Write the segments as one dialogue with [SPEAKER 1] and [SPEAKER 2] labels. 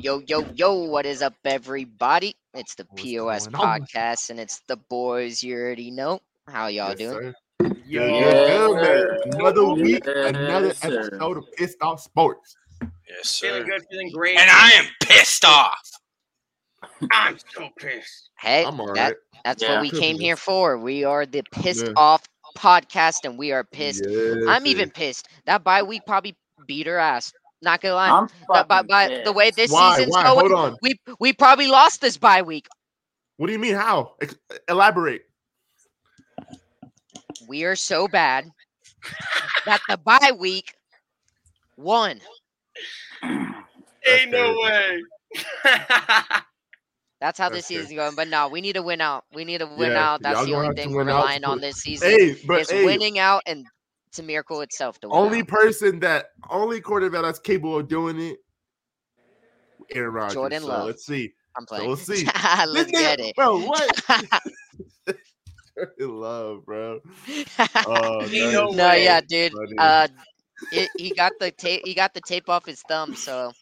[SPEAKER 1] yo, yo, what is up, everybody? It's the
[SPEAKER 2] What's
[SPEAKER 1] POS
[SPEAKER 2] going on?
[SPEAKER 1] podcast, and it's the boys you already know. How y'all
[SPEAKER 2] Yes,
[SPEAKER 1] doing?
[SPEAKER 2] sir.
[SPEAKER 3] Yeah.
[SPEAKER 2] Yeah,
[SPEAKER 3] sir.
[SPEAKER 2] Another week,
[SPEAKER 3] Yes,
[SPEAKER 2] another
[SPEAKER 3] sir.
[SPEAKER 2] episode of Pissed Off Sports.
[SPEAKER 4] Yes,
[SPEAKER 3] Feeling
[SPEAKER 4] sir.
[SPEAKER 3] good, feeling great.
[SPEAKER 4] And I am pissed off.
[SPEAKER 3] I'm so pissed.
[SPEAKER 1] Hey,
[SPEAKER 2] I'm all
[SPEAKER 1] that-
[SPEAKER 2] right.
[SPEAKER 1] that's
[SPEAKER 3] Yeah.
[SPEAKER 1] what we came here for. We are the pissed
[SPEAKER 2] Yeah.
[SPEAKER 1] off podcast, and we are pissed.
[SPEAKER 2] Yes,
[SPEAKER 1] I'm
[SPEAKER 2] yes.
[SPEAKER 1] even pissed. That bye week probably beat her ass. Not gonna lie.
[SPEAKER 3] I'm
[SPEAKER 1] That bye- bye- the way this
[SPEAKER 2] Why?
[SPEAKER 1] season's
[SPEAKER 2] Why?
[SPEAKER 1] going,
[SPEAKER 2] Hold on.
[SPEAKER 1] we we probably lost this bye week.
[SPEAKER 2] What do you mean? How? Ex- elaborate.
[SPEAKER 1] We are so bad that the bye week won.
[SPEAKER 3] Ain't
[SPEAKER 2] That's
[SPEAKER 3] no way.
[SPEAKER 1] That's how
[SPEAKER 2] That's
[SPEAKER 1] this
[SPEAKER 2] fair.
[SPEAKER 1] season's going. But no, we need to win out. We need to win
[SPEAKER 2] Yeah,
[SPEAKER 1] out. That's
[SPEAKER 2] y'all
[SPEAKER 1] the
[SPEAKER 2] gonna
[SPEAKER 1] only
[SPEAKER 2] have to
[SPEAKER 1] thing we're
[SPEAKER 2] win out
[SPEAKER 1] relying
[SPEAKER 2] to-
[SPEAKER 1] on this season
[SPEAKER 2] Hey, but
[SPEAKER 1] is
[SPEAKER 2] hey,
[SPEAKER 1] winning out, and it's a miracle itself to win.
[SPEAKER 2] only
[SPEAKER 1] out.
[SPEAKER 2] person that only quarterback that's capable of doing it, Aaron Rodgers.
[SPEAKER 1] Jordan
[SPEAKER 2] so
[SPEAKER 1] Love.
[SPEAKER 2] Let's see.
[SPEAKER 1] I'm playing.
[SPEAKER 2] we'll see.
[SPEAKER 1] Let's
[SPEAKER 2] This
[SPEAKER 1] get
[SPEAKER 2] nigga-
[SPEAKER 1] it.
[SPEAKER 2] bro. What? Jordan Love, bro. Oh, that
[SPEAKER 3] Ain't no
[SPEAKER 2] is
[SPEAKER 1] no,
[SPEAKER 2] so
[SPEAKER 3] way.
[SPEAKER 1] yeah, dude.
[SPEAKER 2] funny.
[SPEAKER 1] Uh, it, he got the tape. He got the tape off his thumb, so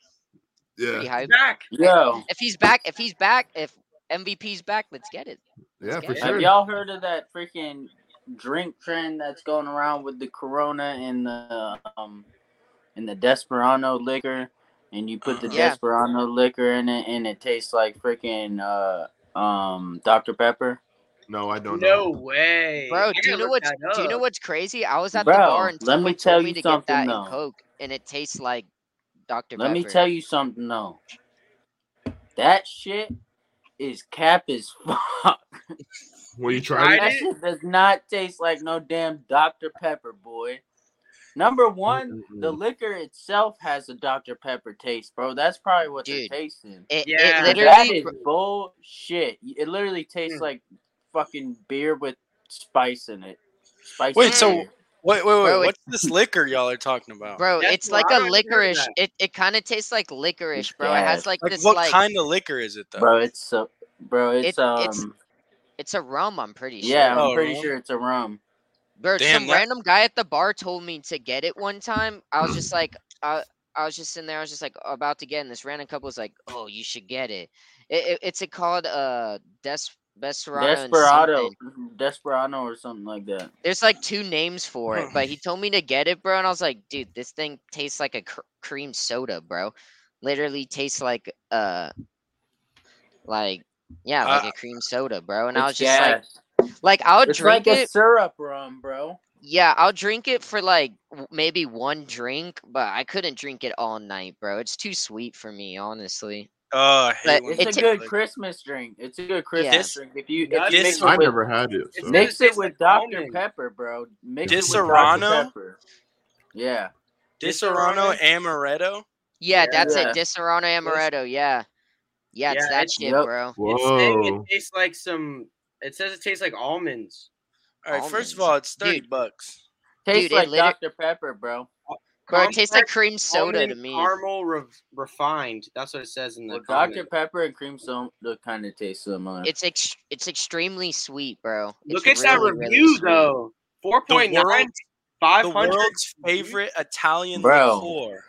[SPEAKER 1] pretty
[SPEAKER 2] yeah,
[SPEAKER 1] hype.
[SPEAKER 3] Zach,
[SPEAKER 5] Yo,
[SPEAKER 1] If he's back, if he's back, if MVP's back, let's get it.
[SPEAKER 2] yeah, for
[SPEAKER 1] Have
[SPEAKER 5] have
[SPEAKER 2] sure.
[SPEAKER 5] y'all heard of that freaking drink trend that's going around with the Corona and the um and the Desperado liquor, and you put the
[SPEAKER 1] Yeah.
[SPEAKER 5] Desperado liquor in it, and it tastes like freaking uh um Dr Pepper.
[SPEAKER 2] No, I don't know.
[SPEAKER 3] no way.
[SPEAKER 1] Bro, do
[SPEAKER 3] I
[SPEAKER 1] you
[SPEAKER 3] gotta
[SPEAKER 1] know
[SPEAKER 3] look
[SPEAKER 1] what's
[SPEAKER 3] that
[SPEAKER 1] do you know
[SPEAKER 3] up.
[SPEAKER 1] what's crazy? I was at the
[SPEAKER 5] Bro,
[SPEAKER 1] bar and
[SPEAKER 5] let
[SPEAKER 1] someone
[SPEAKER 5] me
[SPEAKER 1] told
[SPEAKER 5] tell
[SPEAKER 1] me
[SPEAKER 5] you
[SPEAKER 1] to get that
[SPEAKER 5] something,
[SPEAKER 1] in
[SPEAKER 5] though.
[SPEAKER 1] Coke, and it tastes like Dr.
[SPEAKER 5] Let me
[SPEAKER 1] Pepper.
[SPEAKER 5] tell you something though. That shit is cap as fuck.
[SPEAKER 2] Were you
[SPEAKER 3] I
[SPEAKER 2] trying?
[SPEAKER 5] that
[SPEAKER 3] did-
[SPEAKER 5] shit does not taste like no damn Dr Pepper, boy. Number one, The
[SPEAKER 4] Mm.
[SPEAKER 5] liquor itself has a Dr. Pepper taste, bro. That's probably what
[SPEAKER 1] Dude.
[SPEAKER 5] they're tasting.
[SPEAKER 1] It, it
[SPEAKER 3] Yeah.
[SPEAKER 5] that
[SPEAKER 1] literally
[SPEAKER 5] is bullshit. It literally tastes
[SPEAKER 3] Mm.
[SPEAKER 5] like fucking beer with spice in it. Spicy
[SPEAKER 4] Wait, so-
[SPEAKER 5] beer.
[SPEAKER 4] Wait, wait, wait.
[SPEAKER 1] Bro, it-
[SPEAKER 4] What's this liquor y'all are talking about?
[SPEAKER 1] bro,
[SPEAKER 3] That's
[SPEAKER 1] it's
[SPEAKER 3] what
[SPEAKER 1] like
[SPEAKER 3] I
[SPEAKER 1] a
[SPEAKER 3] already heard
[SPEAKER 1] licorice.
[SPEAKER 3] of that.
[SPEAKER 1] It it kind of tastes like licorice, bro. It
[SPEAKER 5] Yes.
[SPEAKER 1] has like,
[SPEAKER 4] like,
[SPEAKER 1] this
[SPEAKER 4] what
[SPEAKER 1] like
[SPEAKER 4] kind of liquor is it, though?
[SPEAKER 5] bro, it's so bro, it's
[SPEAKER 1] It-
[SPEAKER 5] um
[SPEAKER 1] it's- it's a rum, I'm pretty sure.
[SPEAKER 5] yeah,
[SPEAKER 4] Oh,
[SPEAKER 5] I'm pretty
[SPEAKER 4] rum?
[SPEAKER 5] sure it's a rum.
[SPEAKER 1] Bro,
[SPEAKER 4] Damn,
[SPEAKER 1] some
[SPEAKER 4] that-
[SPEAKER 1] random guy at the bar told me to get it one time. I was just like, uh, I was just in there. I was just like about to get, and this random couple was like, "Oh, you should get it." it, it it's a called uh Des Desperado. and
[SPEAKER 5] Desperado. mm-hmm,
[SPEAKER 1] something.
[SPEAKER 5] Desperado or something like that.
[SPEAKER 1] There's like two names for it, but he told me to get it, bro, and I was like, "Dude, this thing tastes like a cr- cream soda, bro. Literally tastes like uh, like yeah, like
[SPEAKER 4] Uh,
[SPEAKER 1] a cream soda, bro." And I was
[SPEAKER 5] It's
[SPEAKER 1] just like,
[SPEAKER 5] gas.
[SPEAKER 1] like I would
[SPEAKER 5] it's
[SPEAKER 1] drink
[SPEAKER 5] like
[SPEAKER 1] it.
[SPEAKER 5] a syrup rum, bro.
[SPEAKER 1] Yeah, I'll drink it for like w- maybe one drink, but I couldn't drink it all night, bro. It's too sweet for me, honestly.
[SPEAKER 4] Oh, I
[SPEAKER 1] But
[SPEAKER 4] hate when
[SPEAKER 5] It's
[SPEAKER 1] it
[SPEAKER 5] a
[SPEAKER 1] ta-
[SPEAKER 5] good
[SPEAKER 4] like-
[SPEAKER 5] Christmas drink. It's a good Christmas
[SPEAKER 1] Yes.
[SPEAKER 5] drink. If you,
[SPEAKER 3] Yes.
[SPEAKER 5] if you mix
[SPEAKER 4] Yes.
[SPEAKER 1] Oh,
[SPEAKER 5] it
[SPEAKER 2] I
[SPEAKER 5] with
[SPEAKER 2] never had it. So.
[SPEAKER 3] It's
[SPEAKER 5] Mix it with Dr.
[SPEAKER 3] Almond.
[SPEAKER 5] Pepper, bro. Mix it with
[SPEAKER 4] Disaronno?
[SPEAKER 5] Dr. Pepper. Yeah.
[SPEAKER 4] Disaronno amaretto.
[SPEAKER 1] Yeah,
[SPEAKER 3] Yeah.
[SPEAKER 1] that's
[SPEAKER 5] Yeah.
[SPEAKER 1] it. Disaronno amaretto. Yeah. Yeah, it's
[SPEAKER 3] Yeah,
[SPEAKER 1] that
[SPEAKER 3] it's-
[SPEAKER 1] shit,
[SPEAKER 5] Yep.
[SPEAKER 1] bro.
[SPEAKER 3] It's saying
[SPEAKER 2] Whoa.
[SPEAKER 3] it tastes like some. It says it tastes like almonds.
[SPEAKER 4] All right, first
[SPEAKER 1] Almonds.
[SPEAKER 4] of all, it's thirty
[SPEAKER 1] Oh Dude.
[SPEAKER 4] bucks.
[SPEAKER 5] Tastes
[SPEAKER 1] Dude, it
[SPEAKER 5] like
[SPEAKER 1] liter-
[SPEAKER 5] Dr. Pepper, bro.
[SPEAKER 1] Bro, it tastes like
[SPEAKER 3] Complex
[SPEAKER 1] cream soda to
[SPEAKER 3] almond
[SPEAKER 1] me.
[SPEAKER 3] Caramel re- refined. That's what it says in the.
[SPEAKER 5] Well,
[SPEAKER 3] comment.
[SPEAKER 5] Dr. Pepper and cream soda kind of taste similar.
[SPEAKER 1] It's ex- it's extremely sweet, bro.
[SPEAKER 3] Look at
[SPEAKER 1] It's
[SPEAKER 3] that
[SPEAKER 1] really, really
[SPEAKER 3] review
[SPEAKER 1] sweet.
[SPEAKER 3] though. Four point nine
[SPEAKER 4] world's-
[SPEAKER 3] five
[SPEAKER 4] The
[SPEAKER 3] hundred.
[SPEAKER 4] world's favorite Italian
[SPEAKER 5] Bro.
[SPEAKER 4] liqueur.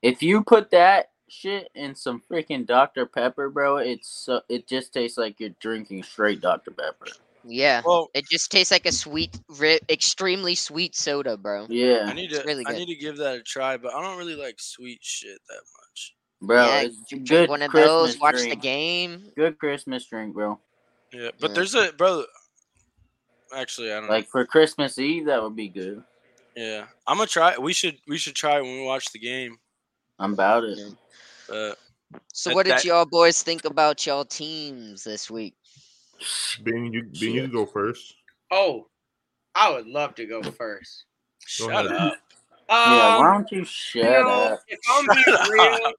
[SPEAKER 5] if you put that shit in some freaking Dr. Pepper, bro, it's so, it just tastes like you're drinking straight Dr. Pepper.
[SPEAKER 1] Yeah.
[SPEAKER 4] Well,
[SPEAKER 1] It just tastes like a sweet ri- extremely sweet soda, bro.
[SPEAKER 4] I
[SPEAKER 5] Yeah,
[SPEAKER 4] need
[SPEAKER 1] It's
[SPEAKER 4] to.
[SPEAKER 1] really
[SPEAKER 4] I
[SPEAKER 1] good.
[SPEAKER 4] need to give that a try, but I don't really like sweet shit that much.
[SPEAKER 5] bro.
[SPEAKER 1] yeah,
[SPEAKER 5] it's a
[SPEAKER 1] drink
[SPEAKER 5] good
[SPEAKER 1] one of
[SPEAKER 5] Christmas
[SPEAKER 1] those, watch
[SPEAKER 5] drink.
[SPEAKER 1] the game.
[SPEAKER 5] Good Christmas drink, bro.
[SPEAKER 4] Yeah, but
[SPEAKER 1] Yeah.
[SPEAKER 4] there's a bro. Actually, I don't know.
[SPEAKER 5] Like for Christmas Eve, that would be good.
[SPEAKER 4] Yeah, I'm gonna try. We should. We should try it when we watch the game.
[SPEAKER 5] I'm about it.
[SPEAKER 1] Yeah.
[SPEAKER 4] But
[SPEAKER 1] So
[SPEAKER 4] That-
[SPEAKER 1] what did
[SPEAKER 4] that-
[SPEAKER 1] y'all boys think about y'all teams this week?
[SPEAKER 2] Being you, being you go first.
[SPEAKER 3] Oh, I would love to go first.
[SPEAKER 4] shut
[SPEAKER 2] ahead.
[SPEAKER 4] up.
[SPEAKER 3] Um,
[SPEAKER 5] yeah, why don't you
[SPEAKER 3] you
[SPEAKER 5] shut
[SPEAKER 3] know,
[SPEAKER 5] up?
[SPEAKER 3] if I'm being
[SPEAKER 4] Shut
[SPEAKER 3] real,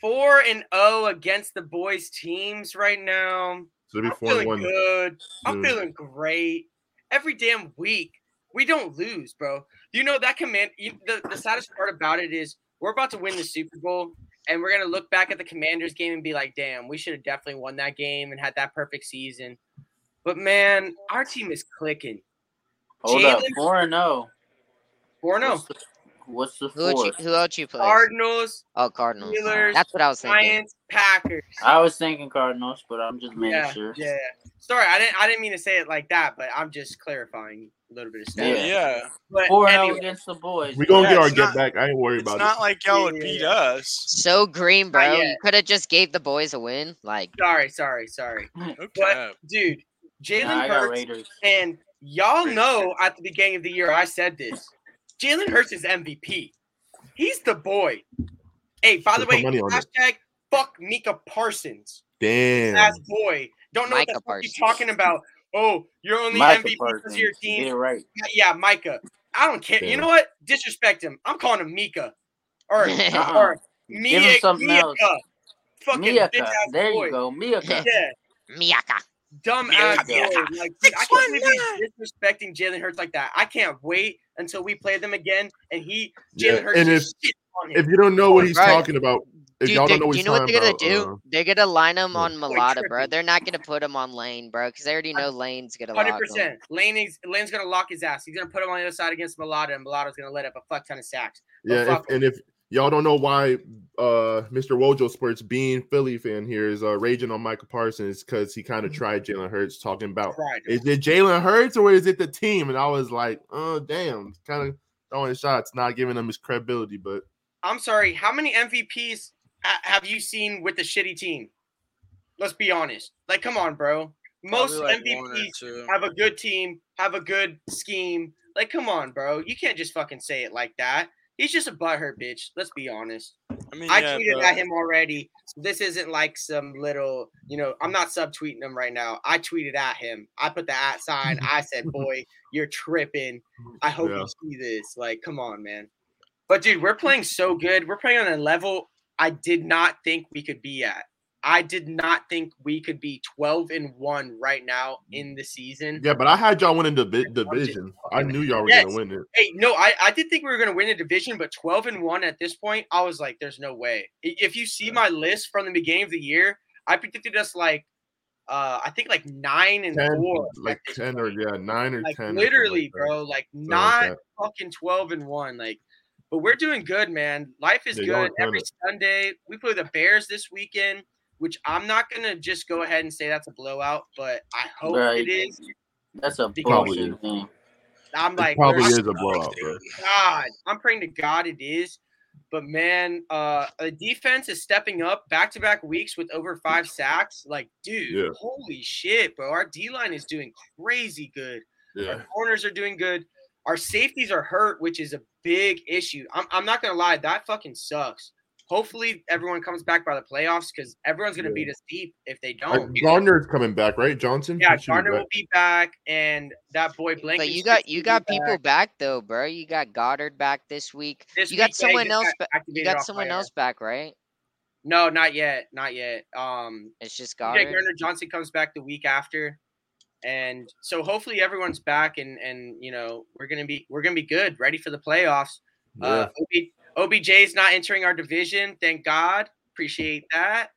[SPEAKER 3] four and zero against the boys' teams right now.
[SPEAKER 2] So it'll
[SPEAKER 3] I'm
[SPEAKER 2] be four and
[SPEAKER 3] feeling
[SPEAKER 2] one. Mm.
[SPEAKER 3] good. I'm
[SPEAKER 2] soon.
[SPEAKER 3] feeling great. Every damn week, we don't lose, bro. You know that command. You, the the saddest part about it is we're about to win the Super Bowl, and we're gonna look back at the Commanders game and be like, "Damn, we should have definitely won that game and had that perfect season." But man, our team is clicking.
[SPEAKER 5] Hold up,
[SPEAKER 3] Jalen-
[SPEAKER 5] four and oh. zero.
[SPEAKER 3] Four no,
[SPEAKER 5] What's the- What's the
[SPEAKER 1] Who else you,
[SPEAKER 5] fourth?
[SPEAKER 1] who else you play?
[SPEAKER 3] Cardinals,
[SPEAKER 1] oh, Cardinals. Uh,
[SPEAKER 3] Steelers,
[SPEAKER 1] That's what I was thinking.
[SPEAKER 3] Giants, Packers.
[SPEAKER 5] I was thinking Cardinals, but I'm just making
[SPEAKER 3] Yeah,
[SPEAKER 5] sure.
[SPEAKER 3] yeah. Sorry, I didn't. I didn't mean to say it like that, but I'm just clarifying a little bit of stuff.
[SPEAKER 4] Yeah.
[SPEAKER 5] Yeah.
[SPEAKER 3] But
[SPEAKER 5] Four and
[SPEAKER 3] anyway,
[SPEAKER 5] oh against the boys.
[SPEAKER 2] We gonna
[SPEAKER 4] Yeah,
[SPEAKER 2] get our
[SPEAKER 4] it's
[SPEAKER 2] get
[SPEAKER 4] not-
[SPEAKER 2] back. I ain't worried
[SPEAKER 4] It's
[SPEAKER 2] about
[SPEAKER 4] not
[SPEAKER 2] it.
[SPEAKER 4] like y'all would
[SPEAKER 3] Yeah.
[SPEAKER 4] beat us.
[SPEAKER 1] So green, bro. You
[SPEAKER 3] yet.
[SPEAKER 1] could have just gave the boys a win. Like,
[SPEAKER 3] sorry, sorry, sorry,
[SPEAKER 4] Okay.
[SPEAKER 3] dude. Jalen
[SPEAKER 5] Nah, I got
[SPEAKER 3] Hurts
[SPEAKER 5] Raiders.
[SPEAKER 3] And y'all know at the beginning of the year, I said this Jalen Hurts is MVP. He's the boy. Hey, by the
[SPEAKER 2] Put
[SPEAKER 3] way,
[SPEAKER 2] money on it.
[SPEAKER 3] hashtag fuck Mika Parsons.
[SPEAKER 2] Damn.
[SPEAKER 3] That's boy. Don't know
[SPEAKER 1] Micah
[SPEAKER 3] what the fuck
[SPEAKER 1] Parsons.
[SPEAKER 3] you're talking about. Oh, you're only MVP because of your team.
[SPEAKER 5] Yeah, right.
[SPEAKER 3] Yeah, Micah. I don't care. You
[SPEAKER 2] Yeah.
[SPEAKER 3] know what? Disrespect him. I'm calling him Mika. Or,
[SPEAKER 1] Uh-uh.
[SPEAKER 3] or Mia,
[SPEAKER 5] Give him something
[SPEAKER 3] Mika.
[SPEAKER 5] else.
[SPEAKER 3] Fucking
[SPEAKER 5] Miyaka.
[SPEAKER 3] bitch ass
[SPEAKER 5] There
[SPEAKER 3] boy.
[SPEAKER 5] you go. Miyaka.
[SPEAKER 3] Yeah.
[SPEAKER 1] Miyaka.
[SPEAKER 3] dumb
[SPEAKER 5] Yeah,
[SPEAKER 3] ass
[SPEAKER 5] yeah.
[SPEAKER 3] boy. Like, dude, I can't believe he's disrespecting Jalen Hurts like that. I can't wait until we play them again and he
[SPEAKER 2] Yeah.
[SPEAKER 3] Jalen Hurts
[SPEAKER 2] And if
[SPEAKER 3] just shit on him.
[SPEAKER 2] if you don't know what he's
[SPEAKER 1] Right.
[SPEAKER 2] talking about, if
[SPEAKER 1] Dude,
[SPEAKER 2] y'all
[SPEAKER 1] they-
[SPEAKER 2] don't know what
[SPEAKER 1] you
[SPEAKER 2] he's
[SPEAKER 1] know what
[SPEAKER 2] talking
[SPEAKER 1] they're gonna
[SPEAKER 2] about,
[SPEAKER 1] do?
[SPEAKER 2] uh,
[SPEAKER 1] they're gonna line him
[SPEAKER 2] yeah.
[SPEAKER 1] on
[SPEAKER 3] Like
[SPEAKER 1] Mulata, bro.
[SPEAKER 3] tripping.
[SPEAKER 1] They're not gonna put him on Lane, bro, because they already know Lane's gonna lock
[SPEAKER 3] Hundred
[SPEAKER 1] him.
[SPEAKER 3] percent. Lane is Lane's gonna lock his ass. He's gonna put him on the other side against Mulatto, and Mulatto's gonna let up a fuck ton of sacks.
[SPEAKER 2] yeah.
[SPEAKER 3] fuck
[SPEAKER 2] if, and if y'all don't know why uh Mr. Wojo Sports being Philly fan here is uh, raging on Michael Parsons because he kind of tried Jalen Hurts talking about
[SPEAKER 3] Right.
[SPEAKER 2] is it Jalen Hurts or is it the team? And I was like, oh damn, kind of throwing shots, not giving him his credibility, but
[SPEAKER 3] I'm sorry. How many MVPs ha- have you seen with the shitty team? Let's be honest. Like, come on, bro. Most MVPs have a good team, have a good scheme. Like, come on, bro. You can't just fucking say it like that. He's just a butthurt bitch. Let's be honest.
[SPEAKER 4] I mean,
[SPEAKER 3] I
[SPEAKER 4] yeah,
[SPEAKER 3] tweeted
[SPEAKER 4] but-
[SPEAKER 3] at him already. So this isn't like some little, you know, I'm not subtweeting him right now. I tweeted at him. I put the at sign. I said, boy, you're tripping. I hope
[SPEAKER 2] Yeah.
[SPEAKER 3] you see this. Like, come on, man. But dude, we're playing so good. We're playing on a level I did not think we could be at. I did not think we could be 12 and 1 right now in the season.
[SPEAKER 2] yeah. But I had y'all winning the vi- division. I knew y'all were
[SPEAKER 3] Yes.
[SPEAKER 2] gonna win it.
[SPEAKER 3] Hey, no, I, I did think we were going to win the division, but 12 and 1 at this point, I was like, there's no way. I- If you see my list from the beginning of the year, I predicted us like, uh, I think like 9 and
[SPEAKER 2] Ten,
[SPEAKER 3] 4. at
[SPEAKER 2] like
[SPEAKER 3] this
[SPEAKER 2] ten
[SPEAKER 3] point.
[SPEAKER 2] or yeah, nine or
[SPEAKER 3] Like
[SPEAKER 2] ten. or something
[SPEAKER 3] literally,
[SPEAKER 2] like that.
[SPEAKER 3] bro, like
[SPEAKER 2] Something
[SPEAKER 3] not
[SPEAKER 2] like that.
[SPEAKER 3] fucking 12 and 1. Like, but we're doing good, man. Life is
[SPEAKER 2] Yeah, y'all are
[SPEAKER 3] good. Every
[SPEAKER 2] killing
[SPEAKER 3] Sunday, we play the Bears this weekend, which I'm not going to just go ahead and say that's a blowout, but I hope
[SPEAKER 5] Right.
[SPEAKER 3] it is.
[SPEAKER 5] That's a
[SPEAKER 3] Probably
[SPEAKER 5] bullshit
[SPEAKER 2] is.
[SPEAKER 5] thing.
[SPEAKER 3] I'm
[SPEAKER 2] It
[SPEAKER 3] like,
[SPEAKER 2] probably
[SPEAKER 3] I-
[SPEAKER 2] is a blowout, bro.
[SPEAKER 3] God, I'm praying to God it is. But man, uh the defense is stepping up back to back weeks with over five sacks. Like, dude,
[SPEAKER 2] Yeah.
[SPEAKER 3] holy shit, bro. Our D line is doing crazy good.
[SPEAKER 2] Yeah,
[SPEAKER 3] Corners are doing good. Our safeties are hurt, which is a big issue. I'm, I'm not gonna lie, that fucking sucks. Hopefully everyone comes back by the playoffs because everyone's gonna
[SPEAKER 2] Yeah.
[SPEAKER 3] beat us deep if they
[SPEAKER 2] Like,
[SPEAKER 3] don't.
[SPEAKER 2] Gardner's coming back, right? Johnson.
[SPEAKER 3] yeah,
[SPEAKER 2] He should be
[SPEAKER 3] Garner
[SPEAKER 2] back.
[SPEAKER 3] will be back and that boy Blank.
[SPEAKER 1] But you got you got people back though, bro. You got Goddard back this week. you got someone else. Ba- you got someone else back, right?
[SPEAKER 3] No, not yet. Not yet. Um
[SPEAKER 1] It's just
[SPEAKER 3] Jake
[SPEAKER 1] Goddard.
[SPEAKER 3] Gardner Johnson comes back the week after. And so hopefully everyone's back and and you know, we're gonna be we're gonna be good, ready for the playoffs. Uh OB, OBJ's not entering our division, thank God. Appreciate that.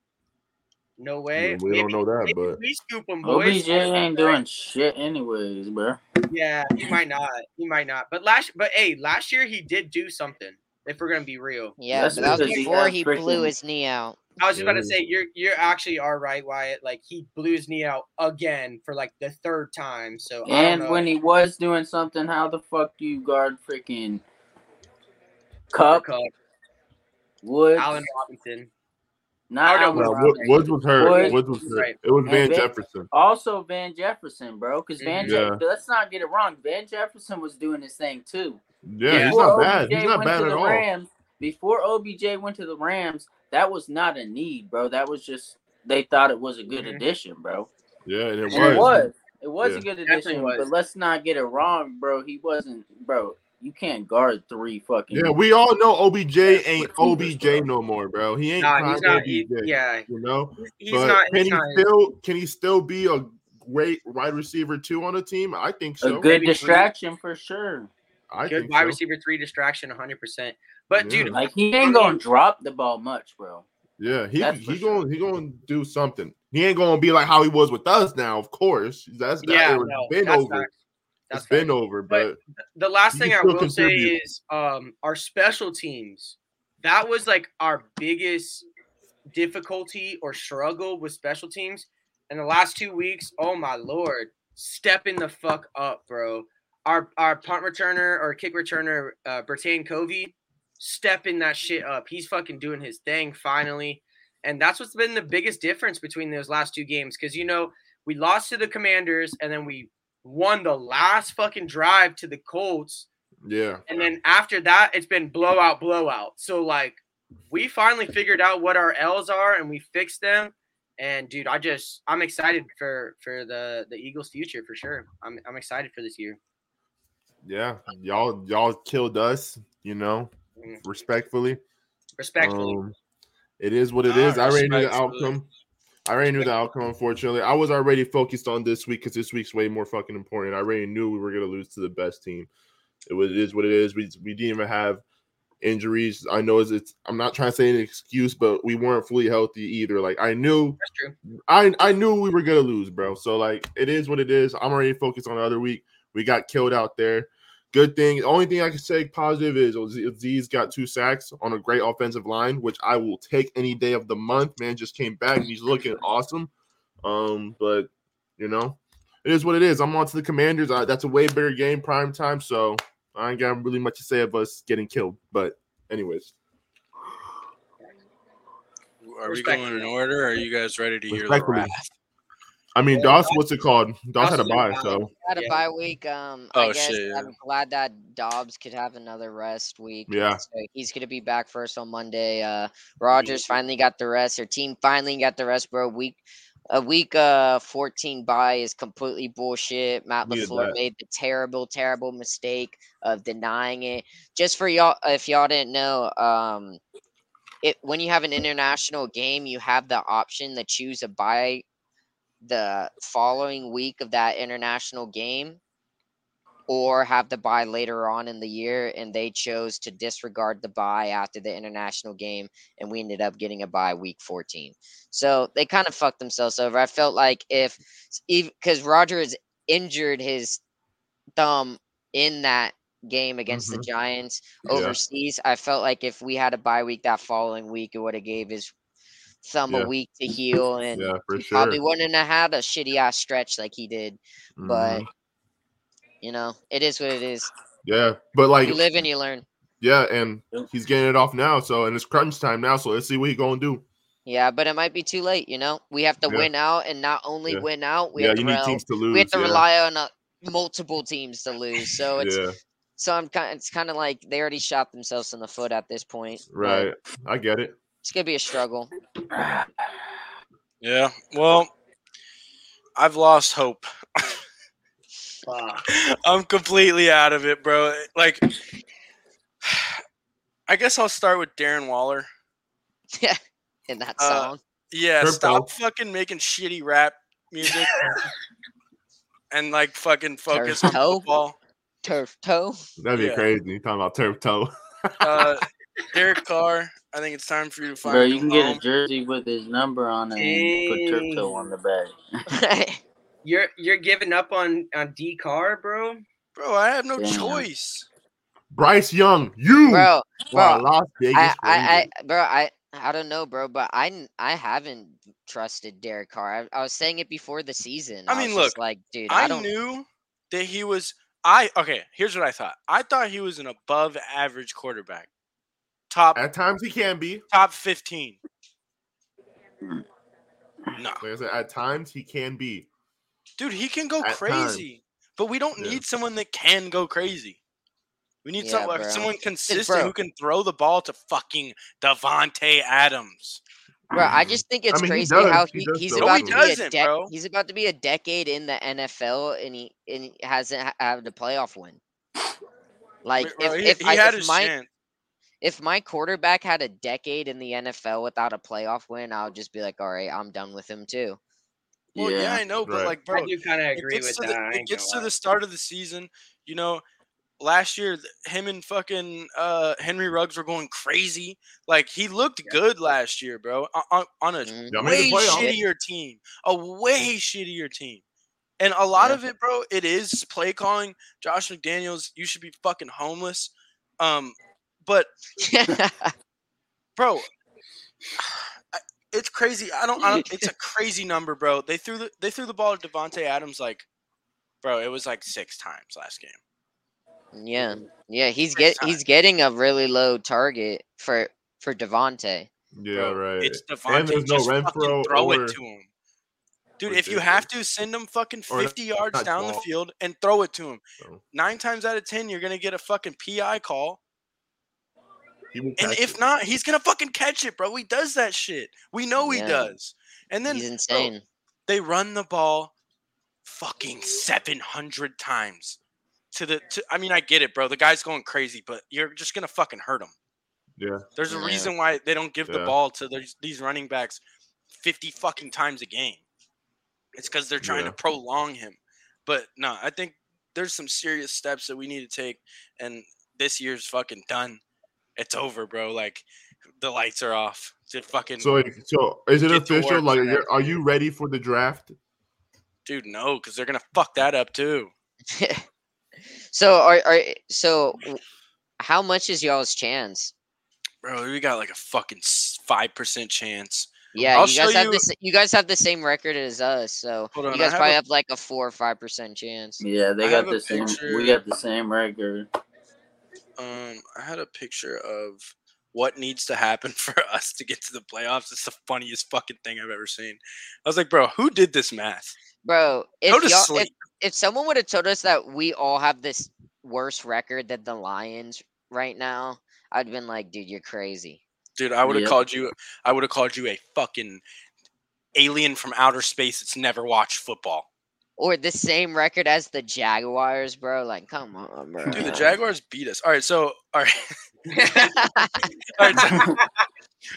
[SPEAKER 3] No
[SPEAKER 2] Yeah.
[SPEAKER 3] way.
[SPEAKER 2] we don't
[SPEAKER 3] Maybe-
[SPEAKER 2] know that,
[SPEAKER 3] maybe
[SPEAKER 2] but
[SPEAKER 3] we scoop him, boys.
[SPEAKER 5] OBJ ain't doing shit anyways, bro.
[SPEAKER 3] Yeah, he might not. He might not. But last but hey, last year he did do something, if we're gonna be real.
[SPEAKER 1] Yeah,
[SPEAKER 5] That's
[SPEAKER 1] but that was
[SPEAKER 5] because he
[SPEAKER 1] before
[SPEAKER 5] had
[SPEAKER 1] he blew
[SPEAKER 5] freaking-
[SPEAKER 1] his knee out.
[SPEAKER 3] I was just about to
[SPEAKER 2] Yeah.
[SPEAKER 3] say you're you are actually are right, Wyatt. Like he blew his knee out again for like the third time. So I don't
[SPEAKER 5] And
[SPEAKER 3] know.
[SPEAKER 5] when he was doing something, how the fuck do you guard freaking Cup,
[SPEAKER 3] Cup,
[SPEAKER 5] Woods,
[SPEAKER 3] Allen Robinson.
[SPEAKER 5] not
[SPEAKER 3] Allen
[SPEAKER 5] Allen
[SPEAKER 2] no, Wo-
[SPEAKER 5] Robinson.
[SPEAKER 2] Woods was hurt.
[SPEAKER 5] Woods-
[SPEAKER 2] Woods was hurt.
[SPEAKER 3] Right.
[SPEAKER 2] It was Van
[SPEAKER 5] And Van-
[SPEAKER 2] Jefferson.
[SPEAKER 5] Also Van Jefferson, bro. Because Van
[SPEAKER 2] Mm-hmm. Yeah.
[SPEAKER 5] Jefferson, let's not get it wrong. Van Jefferson was doing his thing too.
[SPEAKER 2] Yeah,
[SPEAKER 3] Yeah.
[SPEAKER 2] he's
[SPEAKER 5] Before
[SPEAKER 2] not bad.
[SPEAKER 5] OBJ
[SPEAKER 2] He's not
[SPEAKER 5] went
[SPEAKER 2] bad
[SPEAKER 5] to
[SPEAKER 2] at
[SPEAKER 5] the
[SPEAKER 2] all.
[SPEAKER 5] Rams, before OBJ went to the Rams, that was not a need, bro. That was just they thought it was a good
[SPEAKER 3] Mhm.
[SPEAKER 5] addition, bro.
[SPEAKER 2] Yeah, and Mm-hmm. it
[SPEAKER 5] And it
[SPEAKER 2] was.
[SPEAKER 5] was. It was
[SPEAKER 2] Yeah.
[SPEAKER 5] a good
[SPEAKER 3] Definitely
[SPEAKER 5] addition,
[SPEAKER 3] was.
[SPEAKER 5] but let's not get it wrong, bro. He wasn't, bro. You can't guard three fucking.
[SPEAKER 2] Yeah, we all know OBJ
[SPEAKER 5] That's
[SPEAKER 2] ain't
[SPEAKER 5] what he was, bro.
[SPEAKER 2] OBJ no more, bro. He ain't
[SPEAKER 3] Nah,
[SPEAKER 2] prime
[SPEAKER 3] he's not.
[SPEAKER 2] OBJ.
[SPEAKER 3] he- yeah,
[SPEAKER 2] You know,
[SPEAKER 3] he's, he's
[SPEAKER 2] but
[SPEAKER 3] not.
[SPEAKER 2] can
[SPEAKER 3] He's
[SPEAKER 2] he
[SPEAKER 3] not.
[SPEAKER 2] still can he still be a great wide receiver too on a team? I think
[SPEAKER 5] a
[SPEAKER 2] so.
[SPEAKER 5] good
[SPEAKER 3] maybe three.
[SPEAKER 5] distraction for sure.
[SPEAKER 2] I
[SPEAKER 3] good
[SPEAKER 2] think
[SPEAKER 3] wide
[SPEAKER 2] so.
[SPEAKER 3] receiver three distraction, 100. percent But
[SPEAKER 2] Yeah.
[SPEAKER 3] dude,
[SPEAKER 5] Like he ain't gonna drop the ball much, bro.
[SPEAKER 2] Yeah, he
[SPEAKER 5] That's for
[SPEAKER 2] he
[SPEAKER 5] sure.
[SPEAKER 2] going he going to do something. He ain't going to be like how he was with us now. Of course, that's that
[SPEAKER 3] yeah,
[SPEAKER 2] era
[SPEAKER 3] no,
[SPEAKER 2] been
[SPEAKER 3] that's
[SPEAKER 2] over.
[SPEAKER 3] facts. That's
[SPEAKER 2] it's been over, but,
[SPEAKER 3] the last
[SPEAKER 2] You
[SPEAKER 3] thing
[SPEAKER 2] can
[SPEAKER 3] I
[SPEAKER 2] still
[SPEAKER 3] will say
[SPEAKER 2] contribute.
[SPEAKER 3] is um our special teams. That was like our biggest difficulty or struggle with special teams in the last two weeks. Oh my lord, stepping the fuck up, bro. Our our punt returner or kick returner, uh Bertan Covey, stepping that shit up. He's fucking doing his thing finally. And that's what's been the biggest difference between those last two games. Cause you know, we lost to the commanders and then we won the last fucking drive to the Colts.
[SPEAKER 2] yeah.
[SPEAKER 3] And then after that, it's been blowout, blowout. So, like, we finally figured out what our L's are and we fixed them. And dude, I just I'm excited for for the the Eagles' future for sure. I'm I'm excited for this year.
[SPEAKER 2] Yeah, y'all y'all killed us, you know,
[SPEAKER 3] Mm.
[SPEAKER 2] respectfully.
[SPEAKER 3] Respectfully,
[SPEAKER 2] Um, it is what it
[SPEAKER 4] Ah,
[SPEAKER 2] is. I already knew the
[SPEAKER 4] respectfully.
[SPEAKER 2] outcome. I already knew the outcome. Unfortunately, I was already focused on this week because this week's way more fucking important. I already knew we were gonna lose to the best team. It was it is what it is. We we didn't even have injuries. I know it's, it's I'm not trying to say an excuse, but we weren't fully healthy either. Like I knew
[SPEAKER 3] that's true.
[SPEAKER 2] I I knew we were gonna lose, bro. So like it is what it is. I'm already focused on the other week. We got killed out there. Good thing. The only thing I can say positive is Aziz got two sacks on a great offensive line, which I will take any day of the month. Man just came back and he's looking awesome. Um, but you know, it is what it is. I'm on to the Commanders. I, that's a way bigger game, prime time. So I ain't got really much to say of us getting killed. But anyways,
[SPEAKER 4] Are we going in order? Or are you guys ready to hear the
[SPEAKER 2] Respectfully.
[SPEAKER 4] wrath?
[SPEAKER 2] I mean, Doss, what's it called? Doss had a
[SPEAKER 3] Doss is
[SPEAKER 2] bye,
[SPEAKER 3] out.
[SPEAKER 2] so
[SPEAKER 1] Had a
[SPEAKER 3] Yeah.
[SPEAKER 1] bye week. Um, I
[SPEAKER 4] Oh,
[SPEAKER 1] guess
[SPEAKER 4] shit, yeah.
[SPEAKER 1] I'm glad that Dobbs could have another rest week.
[SPEAKER 2] Yeah.
[SPEAKER 1] So he's gonna be back first on Monday. Uh, Rogers finally got the rest. Their team finally got the rest, bro. Week, a week uh 14 bye is completely bullshit. Matt
[SPEAKER 2] Needed
[SPEAKER 1] Lafleur
[SPEAKER 2] that.
[SPEAKER 1] made the terrible, terrible mistake of denying it. Just for y'all, if y'all didn't know, um, it when you have an international game, you have the option to choose a bye the following week of that international game or have the buy later on in the year and they chose to disregard the buy after the international game and we ended up getting a buy week 14 so they kind of fucked themselves over i felt like if because rogers injured his thumb in that game against the giants
[SPEAKER 2] Mm-hmm. Yeah.
[SPEAKER 1] overseas i felt like if we had a bye week that following week it would have gave his thumb
[SPEAKER 2] Yeah.
[SPEAKER 1] a week to heal and
[SPEAKER 2] yeah, for
[SPEAKER 1] he
[SPEAKER 2] sure.
[SPEAKER 1] probably wouldn't have had a shitty ass stretch like he did. But
[SPEAKER 2] Mhm.
[SPEAKER 1] you know, it is what it is.
[SPEAKER 2] yeah, but like
[SPEAKER 1] You live and you learn.
[SPEAKER 2] yeah, and he's getting it off now. So and it's crunch time now. So let's see what he gonna do.
[SPEAKER 1] Yeah, but it might be too late. You know, we have to
[SPEAKER 2] Yeah.
[SPEAKER 1] win out, and not only
[SPEAKER 2] Yeah.
[SPEAKER 1] win out, we
[SPEAKER 2] yeah,
[SPEAKER 1] have to,
[SPEAKER 2] you need
[SPEAKER 1] rel-
[SPEAKER 2] teams to lose.
[SPEAKER 1] we have to
[SPEAKER 2] yeah.
[SPEAKER 1] rely on uh, multiple teams to lose. So it's
[SPEAKER 2] yeah,
[SPEAKER 1] so I'm kind. It's kind of like they already shot themselves in the foot at this point. but
[SPEAKER 2] right. I get it.
[SPEAKER 1] It's gonna be a struggle.
[SPEAKER 4] Yeah. Well, I've lost hope.
[SPEAKER 3] Fuck.
[SPEAKER 4] I'm completely out of it, bro. Like, I guess I'll start with Darren Waller.
[SPEAKER 1] Yeah, in that
[SPEAKER 4] Uh,
[SPEAKER 1] song.
[SPEAKER 4] Yeah,
[SPEAKER 2] Sure,
[SPEAKER 4] stop fucking making shitty rap music and like fucking focus on
[SPEAKER 1] Toe.
[SPEAKER 4] football.
[SPEAKER 1] Turf toe.
[SPEAKER 2] That'd be
[SPEAKER 4] Yeah.
[SPEAKER 2] crazy. You talking about turf toe?
[SPEAKER 4] Uh, Derek Carr, I think it's time for you to find
[SPEAKER 5] Bro,
[SPEAKER 4] a
[SPEAKER 5] you
[SPEAKER 4] new
[SPEAKER 5] can get
[SPEAKER 4] home.
[SPEAKER 5] a jersey with his number on it and put
[SPEAKER 3] Dang.
[SPEAKER 5] turf toe on the back.
[SPEAKER 3] You're you're giving up on on D Car, bro.
[SPEAKER 4] bro. I have no
[SPEAKER 5] Damn.
[SPEAKER 4] choice.
[SPEAKER 2] Bryce Young, you
[SPEAKER 1] bro,
[SPEAKER 2] wow,
[SPEAKER 1] bro,
[SPEAKER 2] Las Vegas.
[SPEAKER 1] I, I,
[SPEAKER 2] Raiders.
[SPEAKER 1] I, bro, I, I don't know, bro, but I, n- I haven't trusted Derek Carr. I, I was saying it before the season.
[SPEAKER 4] I
[SPEAKER 1] was
[SPEAKER 4] mean,
[SPEAKER 1] just
[SPEAKER 4] look,
[SPEAKER 1] like, dude, I,
[SPEAKER 4] I,
[SPEAKER 1] don't.
[SPEAKER 4] knew that he was. I okay. Here's what I thought. I thought he was an above average quarterback, top
[SPEAKER 2] At times he can be.
[SPEAKER 4] top fifteen.
[SPEAKER 2] Hmm.
[SPEAKER 4] No,
[SPEAKER 2] Like I said, at times he can be.
[SPEAKER 4] dude, he can go
[SPEAKER 2] At times.
[SPEAKER 4] crazy, but we don't
[SPEAKER 2] Yeah.
[SPEAKER 4] need someone that can go crazy. We need
[SPEAKER 1] Yeah,
[SPEAKER 4] some, like,
[SPEAKER 1] bro.
[SPEAKER 4] someone consistent
[SPEAKER 1] bro.
[SPEAKER 4] who can throw the ball to fucking Devonte Adams.
[SPEAKER 1] Bro, I just think it's
[SPEAKER 2] mean, he
[SPEAKER 1] crazy
[SPEAKER 2] does-
[SPEAKER 1] how
[SPEAKER 2] he
[SPEAKER 1] he,
[SPEAKER 2] does
[SPEAKER 1] he's
[SPEAKER 2] though.
[SPEAKER 4] No, he
[SPEAKER 1] about to be a
[SPEAKER 4] doesn't,
[SPEAKER 1] dec
[SPEAKER 4] bro.
[SPEAKER 1] he's about to be a decade in the NFL and he and he hasn't ha- had a playoff win. Like
[SPEAKER 4] Bro,
[SPEAKER 1] if
[SPEAKER 4] he,
[SPEAKER 1] if,
[SPEAKER 4] he
[SPEAKER 1] I,
[SPEAKER 4] had
[SPEAKER 1] if
[SPEAKER 4] his
[SPEAKER 1] my
[SPEAKER 4] chance.
[SPEAKER 1] if my quarterback had a decade in the NFL without a playoff win, I would just be like, all right, I'm done with him too.
[SPEAKER 4] Well, yeah.
[SPEAKER 5] Yeah.
[SPEAKER 4] I know, but
[SPEAKER 2] Right.
[SPEAKER 4] like, bro,
[SPEAKER 3] I do kind of
[SPEAKER 4] it
[SPEAKER 3] agree
[SPEAKER 4] gets
[SPEAKER 3] with
[SPEAKER 4] to the,
[SPEAKER 3] that. I
[SPEAKER 4] it
[SPEAKER 3] ain't gonna
[SPEAKER 4] gets to
[SPEAKER 3] lie.
[SPEAKER 4] the start of the season. You know, last year th- him and fucking uh, Henry Ruggs were going crazy. Like he looked good last year, bro. o- On, on a
[SPEAKER 3] Mm,
[SPEAKER 1] Mhm.
[SPEAKER 2] Y'all made
[SPEAKER 4] way
[SPEAKER 2] the playoffs.
[SPEAKER 4] shittier team, a way shittier team, And a lot
[SPEAKER 1] Yeah.
[SPEAKER 4] of it, bro, it is play calling. Josh McDaniels, you should be fucking homeless. Um, but bro, I- it's crazy. I don't. I don't it's a crazy number, bro. They threw the they threw the ball to Devonte Adams like, bro. It was like six times last game.
[SPEAKER 1] yeah, yeah. He's
[SPEAKER 4] Next
[SPEAKER 1] get
[SPEAKER 4] time.
[SPEAKER 1] he's getting a really low target for for Devonte.
[SPEAKER 2] Yeah,
[SPEAKER 4] Bro,
[SPEAKER 2] right.
[SPEAKER 4] It's
[SPEAKER 2] And
[SPEAKER 4] Devontae.
[SPEAKER 2] there's no
[SPEAKER 4] Just fucking
[SPEAKER 2] Renfro
[SPEAKER 4] throw
[SPEAKER 2] or-
[SPEAKER 4] it to him. Dude, if you have to, send him fucking
[SPEAKER 2] Or
[SPEAKER 4] 50 yards
[SPEAKER 2] not
[SPEAKER 4] down the
[SPEAKER 2] ball.
[SPEAKER 4] field and throw it to him.
[SPEAKER 2] So,
[SPEAKER 4] Nine times out of 10, you're going to get a fucking PI call.
[SPEAKER 2] he will
[SPEAKER 4] And
[SPEAKER 2] catch
[SPEAKER 4] if
[SPEAKER 2] it.
[SPEAKER 4] not, he's going to fucking catch it, bro. He does that shit. We know he
[SPEAKER 1] Yeah.
[SPEAKER 4] does. And then
[SPEAKER 1] He's insane.
[SPEAKER 4] they run the ball fucking 700 times to the to, I mean I get it bro the guy's going crazy but you're just going to fucking hurt him.
[SPEAKER 2] Yeah.
[SPEAKER 4] There's a
[SPEAKER 1] Yeah.
[SPEAKER 4] reason why they don't give the
[SPEAKER 2] Yeah.
[SPEAKER 4] ball to these these running backs 50 fucking times a game. It's cuz they're trying
[SPEAKER 2] Yeah.
[SPEAKER 4] to prolong him. But no, I think there's some serious steps that we need to take and this year's fucking done. It's over, bro. Like the lights are off. To fucking
[SPEAKER 2] So, like, so is it
[SPEAKER 4] Get to
[SPEAKER 2] official?
[SPEAKER 4] work,
[SPEAKER 2] Like,
[SPEAKER 4] man.
[SPEAKER 2] you're- are you ready for the draft?
[SPEAKER 4] dude, no, cuz they're going to fuck that up too.
[SPEAKER 1] so are are so w- how much is y'all's chance?
[SPEAKER 4] Bro, we got like a fucking five percent chance.
[SPEAKER 1] Yeah,
[SPEAKER 4] I'll
[SPEAKER 1] you
[SPEAKER 4] show
[SPEAKER 1] guys have
[SPEAKER 4] you-
[SPEAKER 1] this. You guys have the same record as us, so
[SPEAKER 4] Hold on,
[SPEAKER 1] you
[SPEAKER 4] I
[SPEAKER 1] guys
[SPEAKER 4] have
[SPEAKER 1] probably
[SPEAKER 4] a-
[SPEAKER 1] have like a four or five percent chance.
[SPEAKER 5] Yeah, they
[SPEAKER 4] I
[SPEAKER 5] got
[SPEAKER 4] have a
[SPEAKER 5] the same.
[SPEAKER 4] picture.
[SPEAKER 5] We got the same record.
[SPEAKER 4] Um, I had a picture of what needs to happen for us to get to the playoffs. It's the funniest fucking thing I've ever seen. I was like, bro, who did this math?
[SPEAKER 1] Bro,
[SPEAKER 4] Go to
[SPEAKER 1] if, y'all, if
[SPEAKER 4] sleep.
[SPEAKER 1] if someone would have told us that we all have this worse record than the Lions right now, I'd been like, dude, you're crazy.
[SPEAKER 4] Dude, I would have
[SPEAKER 5] Yep.
[SPEAKER 4] called you I would have called you a fucking alien from outer space that's never watched football.
[SPEAKER 1] Or the same record as the Jaguars, bro. Like, come on, bro.
[SPEAKER 4] Dude, the Jaguars beat us. All right, so all right, all right so,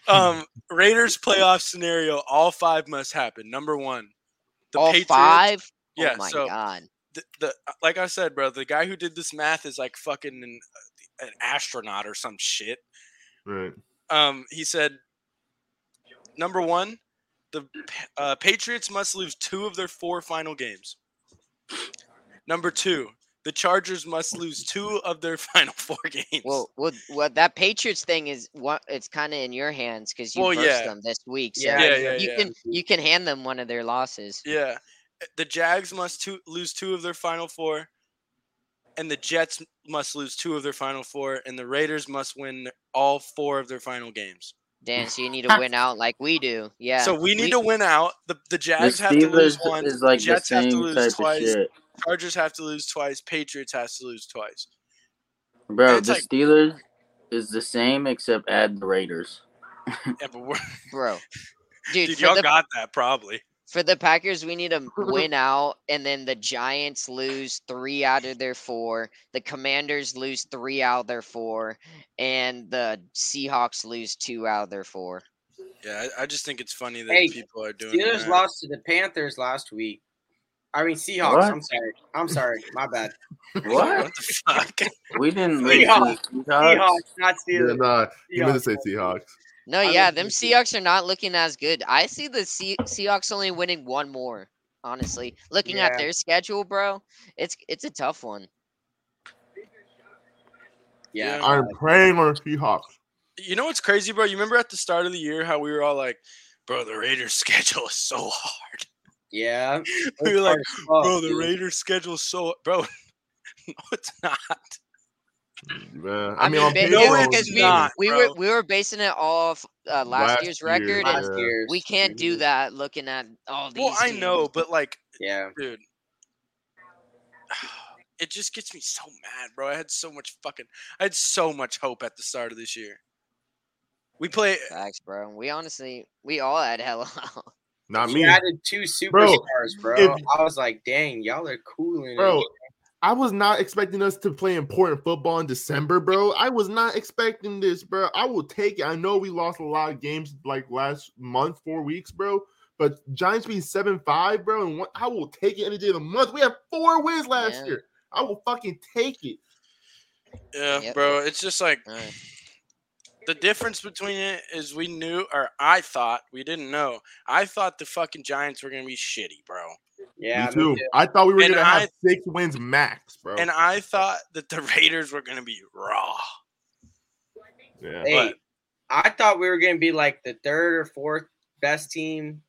[SPEAKER 4] um Raiders playoff scenario, all five must happen. Number one. The
[SPEAKER 1] all
[SPEAKER 4] Patriots
[SPEAKER 1] five.
[SPEAKER 4] Yeah,
[SPEAKER 1] oh my
[SPEAKER 4] so-
[SPEAKER 1] god.
[SPEAKER 4] the, the uh, like I said, bro, the guy who did this math is like fucking an, uh, an astronaut or some shit.
[SPEAKER 2] Right.
[SPEAKER 4] Um, he said, number one, the Pa- uh, Patriots must lose two of their four final games. Number two, the Chargers must lose two of their final four games.
[SPEAKER 1] Well, well, well, that Patriots thing is what it's kind of in your hands because you
[SPEAKER 4] Well,
[SPEAKER 1] versed
[SPEAKER 4] yeah.
[SPEAKER 1] them this week. So
[SPEAKER 3] Yeah,
[SPEAKER 4] yeah, yeah,
[SPEAKER 1] you
[SPEAKER 4] yeah.
[SPEAKER 1] can you can hand them one of their losses.
[SPEAKER 4] yeah, the Jags must two, lose two of their final four, and the Jets must lose two of their final four, and the Raiders must win all four of their final games.
[SPEAKER 1] Dan, so you need to win out like we do. Yeah.
[SPEAKER 4] So we need
[SPEAKER 1] we-
[SPEAKER 4] to win out. The the
[SPEAKER 5] The
[SPEAKER 4] Jags have to lose
[SPEAKER 5] Steelers
[SPEAKER 4] one.
[SPEAKER 5] is like the
[SPEAKER 4] Jets have to
[SPEAKER 5] same type
[SPEAKER 4] lose
[SPEAKER 5] of
[SPEAKER 4] twice.
[SPEAKER 5] shit,
[SPEAKER 4] Chargers have to lose twice. Patriots has to lose twice.
[SPEAKER 5] bro.
[SPEAKER 4] It's
[SPEAKER 5] The
[SPEAKER 4] like-
[SPEAKER 5] Steelers is the same except add the Raiders.
[SPEAKER 4] Yeah, but we're,
[SPEAKER 1] bro. Dude,
[SPEAKER 4] dude,
[SPEAKER 1] for
[SPEAKER 4] y'all
[SPEAKER 1] the
[SPEAKER 4] got that probably.
[SPEAKER 1] for the Packers, we need to win out, and then the Giants lose three out of their four. The Commanders lose three out of their four, and the Seahawks lose two out of their four.
[SPEAKER 4] Yeah, I, I just think it's funny that
[SPEAKER 3] Hey,
[SPEAKER 4] people are doing.
[SPEAKER 3] Steelers
[SPEAKER 4] that.
[SPEAKER 3] lost to the Panthers last week. I mean Seahawks.
[SPEAKER 5] What?
[SPEAKER 3] I'm sorry. I'm sorry. My bad.
[SPEAKER 5] What?
[SPEAKER 4] the fuck?
[SPEAKER 5] we didn't lose to the
[SPEAKER 3] Seahawks,
[SPEAKER 5] Seahawks.
[SPEAKER 3] not
[SPEAKER 2] Yeah,
[SPEAKER 3] Steelers.
[SPEAKER 2] nah, he meant to
[SPEAKER 3] Seahawks.
[SPEAKER 2] say Seahawks.
[SPEAKER 1] No,
[SPEAKER 3] I
[SPEAKER 1] yeah,
[SPEAKER 3] love
[SPEAKER 1] them
[SPEAKER 3] you, dude.
[SPEAKER 1] Seahawks are not looking as good. I see the Se- Seahawks only winning one more. Honestly, looking at
[SPEAKER 3] Yeah.
[SPEAKER 1] their schedule, bro, it's it's a tough one.
[SPEAKER 3] Yeah.
[SPEAKER 4] Yeah.
[SPEAKER 2] I'm praying on Seahawks.
[SPEAKER 4] You know what's crazy, bro? You remember at the start of the year how we were all like, "Bro, the Raiders' schedule is so hard."
[SPEAKER 3] Yeah.
[SPEAKER 4] We were like,
[SPEAKER 3] Oh,
[SPEAKER 4] "Bro, the
[SPEAKER 3] dude.
[SPEAKER 4] Raiders' schedule is so bro." no, it's not.
[SPEAKER 2] Man,
[SPEAKER 1] I, mean,
[SPEAKER 2] on
[SPEAKER 1] ba-
[SPEAKER 2] paper,
[SPEAKER 4] No, it's
[SPEAKER 2] it
[SPEAKER 1] because
[SPEAKER 2] was
[SPEAKER 1] we
[SPEAKER 4] not,
[SPEAKER 1] we
[SPEAKER 4] bro.
[SPEAKER 1] were we were basing it off uh, last, year's
[SPEAKER 2] year,
[SPEAKER 1] record, and
[SPEAKER 3] last
[SPEAKER 2] yeah.
[SPEAKER 3] year's.
[SPEAKER 1] we can't do that looking at all these.
[SPEAKER 4] Well, I know,
[SPEAKER 1] teams.
[SPEAKER 4] but like,
[SPEAKER 3] Yeah.
[SPEAKER 4] dude. It just gets me so mad, bro. I had so much fucking, I had so much hope at the start of this year. We play,
[SPEAKER 1] Facts, bell. We honestly, we all had hella. out.
[SPEAKER 2] Not
[SPEAKER 3] You
[SPEAKER 2] me.
[SPEAKER 3] added two superstars, bro.
[SPEAKER 2] if-
[SPEAKER 3] I was like, dang, y'all are cool. in
[SPEAKER 2] bro.
[SPEAKER 3] it.
[SPEAKER 2] I was not expecting us to play important football in December, bro. I was not expecting this, bro. I will take it. I know we lost a lot of games like last month, four weeks, bro. But Giants being seven five, bro, and one, I will take it any day of the month. We had four wins last
[SPEAKER 1] Yeah.
[SPEAKER 2] year. I will fucking take it.
[SPEAKER 4] yeah,
[SPEAKER 1] Yep.
[SPEAKER 4] bro. It's just like
[SPEAKER 1] Alright.
[SPEAKER 4] the difference between it is we knew, or I thought we didn't know. I thought the fucking Giants were gonna be shitty, bro.
[SPEAKER 3] Yeah,
[SPEAKER 2] me too. I thought we were
[SPEAKER 4] And
[SPEAKER 2] gonna have
[SPEAKER 4] I-
[SPEAKER 2] six wins max, bro.
[SPEAKER 4] And I thought that the Raiders were going to be raw.
[SPEAKER 2] yeah.
[SPEAKER 3] Hey, I thought we were gonna be like the third or fourth best team,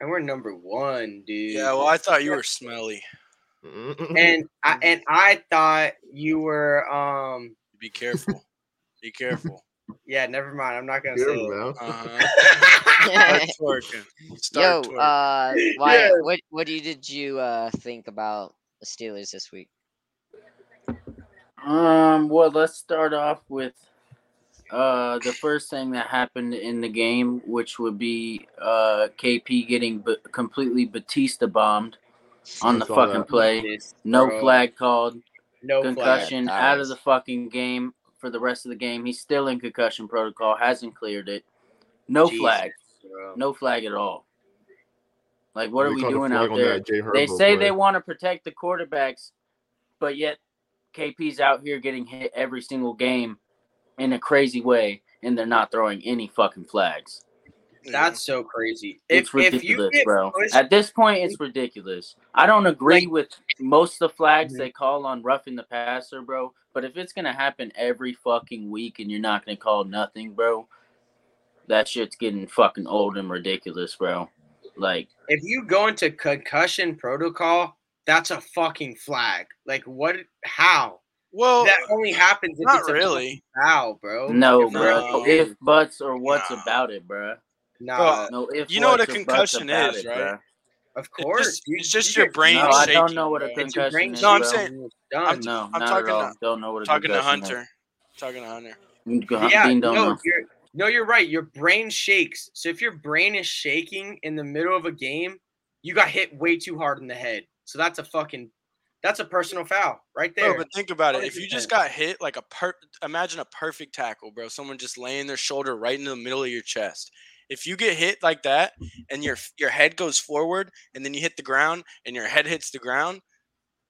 [SPEAKER 3] and we're number one, dude.
[SPEAKER 4] Yeah, well, I thought you were smelly.
[SPEAKER 3] and I and I thought you were um
[SPEAKER 4] Be careful. Be careful.
[SPEAKER 3] yeah. Never mind. I'm not gonna
[SPEAKER 2] Here,
[SPEAKER 3] say. it.
[SPEAKER 2] bro.
[SPEAKER 4] Uh-huh. Start
[SPEAKER 1] Yo,
[SPEAKER 4] twerking. Start twerking.
[SPEAKER 1] uh, why?
[SPEAKER 3] Yeah.
[SPEAKER 1] What what do you, did you uh think about the Steelers this week?
[SPEAKER 5] Um. Well, let's start off with uh the first thing that happened in the game, which would be uh KP getting b- completely Batista bombed on the
[SPEAKER 2] saw
[SPEAKER 5] fucking
[SPEAKER 2] that.
[SPEAKER 5] play.
[SPEAKER 3] This,
[SPEAKER 5] No
[SPEAKER 3] bro.
[SPEAKER 5] flag called.
[SPEAKER 3] No flag.
[SPEAKER 5] concussion
[SPEAKER 1] That
[SPEAKER 5] out of
[SPEAKER 1] was-
[SPEAKER 5] the fucking game for the rest of the game. He's still in concussion protocol, hasn't cleared it. No
[SPEAKER 3] Jesus,
[SPEAKER 5] flag,
[SPEAKER 3] bro.
[SPEAKER 5] no flag at all. Like, what
[SPEAKER 2] They
[SPEAKER 5] are we
[SPEAKER 2] called a
[SPEAKER 5] doing
[SPEAKER 2] flag
[SPEAKER 5] out
[SPEAKER 2] on
[SPEAKER 5] there?
[SPEAKER 2] that Jay
[SPEAKER 5] They
[SPEAKER 2] Herbo
[SPEAKER 5] say
[SPEAKER 2] play.
[SPEAKER 5] they want to protect the quarterbacks, but yet KP's out here getting hit every single game in a crazy way, and they're not throwing any fucking flags.
[SPEAKER 3] That's so crazy.
[SPEAKER 5] Mm. It's
[SPEAKER 3] If, if you
[SPEAKER 5] ridiculous,
[SPEAKER 3] get
[SPEAKER 5] bro.
[SPEAKER 3] pushed-
[SPEAKER 5] At this point, it's ridiculous. I don't agree
[SPEAKER 3] Like-
[SPEAKER 5] with most of the flags
[SPEAKER 3] Mhm.
[SPEAKER 4] Mm-hmm.
[SPEAKER 5] they call on roughing the passer, bro. But if it's gonna happen every fucking week and you're not gonna call nothing, bro, that shit's getting fucking old and ridiculous, bro. Like,
[SPEAKER 3] if you go into concussion protocol, that's a fucking flag. Like what? How?
[SPEAKER 4] well,
[SPEAKER 3] that only happens if
[SPEAKER 4] Oh, not
[SPEAKER 3] it's a
[SPEAKER 4] really.
[SPEAKER 3] foul, bro.
[SPEAKER 5] no,
[SPEAKER 3] If
[SPEAKER 5] bro.
[SPEAKER 4] No.
[SPEAKER 5] If buts or what's
[SPEAKER 4] No.
[SPEAKER 5] about it, bro.
[SPEAKER 3] Nah,
[SPEAKER 5] No, if
[SPEAKER 4] You know what
[SPEAKER 5] buts
[SPEAKER 4] a
[SPEAKER 5] or buts
[SPEAKER 4] concussion
[SPEAKER 5] about
[SPEAKER 4] is,
[SPEAKER 5] it,
[SPEAKER 4] right?
[SPEAKER 5] bruh.
[SPEAKER 3] of
[SPEAKER 4] just-
[SPEAKER 3] course.
[SPEAKER 4] it's
[SPEAKER 3] dude.
[SPEAKER 4] just
[SPEAKER 3] You
[SPEAKER 4] your
[SPEAKER 3] get-
[SPEAKER 4] brain
[SPEAKER 5] No, I don't
[SPEAKER 4] shaking,
[SPEAKER 5] know what a
[SPEAKER 4] bro.
[SPEAKER 3] It's your
[SPEAKER 5] concussion
[SPEAKER 3] brain
[SPEAKER 5] is.
[SPEAKER 4] No, I'm
[SPEAKER 5] bro.
[SPEAKER 4] saying-
[SPEAKER 3] done.
[SPEAKER 5] no,
[SPEAKER 4] I'm
[SPEAKER 5] not
[SPEAKER 4] talking
[SPEAKER 5] at all.
[SPEAKER 4] to-
[SPEAKER 5] don't know what a
[SPEAKER 4] Talking to
[SPEAKER 5] concussion is.
[SPEAKER 4] Hunter. Talking to Hunter.
[SPEAKER 5] Yeah,
[SPEAKER 3] yeah,
[SPEAKER 5] Dean don't
[SPEAKER 3] no,
[SPEAKER 5] know.
[SPEAKER 3] you're no, you're right. Your brain shakes. So if your brain is shaking in the middle of a game, you got hit way too hard in the head. So that's a fucking, that's a personal foul right there.
[SPEAKER 4] No, but think about it. If you just got hit like a per, imagine a perfect tackle, bro. Someone just laying their shoulder right in the middle of your chest. If you get hit like that and your your head goes forward and then you hit the ground and your head hits the ground,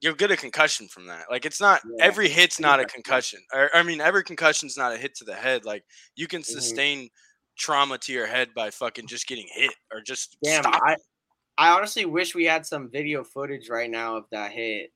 [SPEAKER 4] you'll get a concussion from that. Like it's not
[SPEAKER 3] Yeah.
[SPEAKER 4] every hit's not a
[SPEAKER 3] Yeah.
[SPEAKER 4] concussion. Or, I mean, every concussion's not a hit to the head. Like you can
[SPEAKER 3] Mm-hmm.
[SPEAKER 4] sustain trauma to your head by fucking just getting hit or just
[SPEAKER 3] Damn,
[SPEAKER 4] stop.
[SPEAKER 3] I, I honestly wish we had some video footage right now of that hit.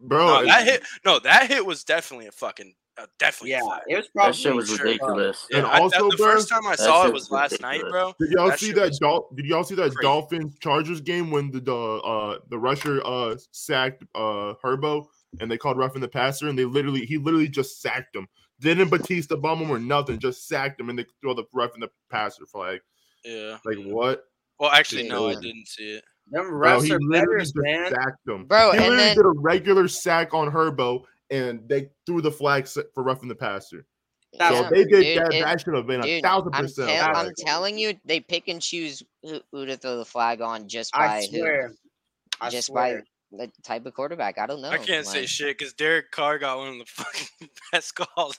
[SPEAKER 2] bro.
[SPEAKER 4] No,
[SPEAKER 2] it-
[SPEAKER 4] that hit. No, that hit was definitely a fucking uh, definitely. a
[SPEAKER 3] Yeah,
[SPEAKER 4] flag.
[SPEAKER 3] it was probably
[SPEAKER 5] That shit was
[SPEAKER 4] sure.
[SPEAKER 5] ridiculous.
[SPEAKER 2] And
[SPEAKER 4] I- that-
[SPEAKER 2] also,
[SPEAKER 4] the
[SPEAKER 2] bro,
[SPEAKER 4] first time I
[SPEAKER 5] that
[SPEAKER 4] saw
[SPEAKER 5] shit
[SPEAKER 4] it was
[SPEAKER 5] was
[SPEAKER 4] last night,
[SPEAKER 5] ridiculous.
[SPEAKER 4] bro.
[SPEAKER 2] Did y'all
[SPEAKER 4] That
[SPEAKER 2] see
[SPEAKER 4] shit
[SPEAKER 2] that?
[SPEAKER 4] was
[SPEAKER 2] Dol- did y'all see that
[SPEAKER 4] crazy.
[SPEAKER 2] Dolphins Chargers game when the the uh, the rusher uh, sacked uh, Herbo and they called roughing the passer and they literally he literally just sacked him. Didn't Batista bomb him or nothing? Just sacked him and they throw the ref in the passer flag.
[SPEAKER 4] Yeah.
[SPEAKER 2] Like what?
[SPEAKER 4] Well, actually, no, I
[SPEAKER 2] Yeah.
[SPEAKER 4] didn't see it.
[SPEAKER 3] Them
[SPEAKER 2] Bro,
[SPEAKER 3] refs
[SPEAKER 2] he
[SPEAKER 3] are
[SPEAKER 2] literally
[SPEAKER 3] betters,
[SPEAKER 2] just
[SPEAKER 3] man.
[SPEAKER 2] sacked him.
[SPEAKER 1] Bro,
[SPEAKER 2] he
[SPEAKER 1] and
[SPEAKER 2] literally
[SPEAKER 1] then
[SPEAKER 2] did a regular sack on Herbo and they threw the flag s- for roughing the passer.
[SPEAKER 3] That's
[SPEAKER 2] so
[SPEAKER 1] Yeah,
[SPEAKER 2] if they did
[SPEAKER 1] dude,
[SPEAKER 2] that.
[SPEAKER 1] it-
[SPEAKER 2] that should have been a
[SPEAKER 1] dude,
[SPEAKER 2] thousand
[SPEAKER 1] I'm,
[SPEAKER 2] percent.
[SPEAKER 1] tell-
[SPEAKER 2] a
[SPEAKER 1] I'm
[SPEAKER 2] flag.
[SPEAKER 1] telling you, they pick and choose who, who to throw the flag on just by
[SPEAKER 3] I
[SPEAKER 1] who.
[SPEAKER 3] swear. I
[SPEAKER 1] just
[SPEAKER 3] swear.
[SPEAKER 1] by the type of quarterback. I don't know.
[SPEAKER 4] I can't say
[SPEAKER 1] like,
[SPEAKER 4] shit because Derek Carr got one of the fucking best calls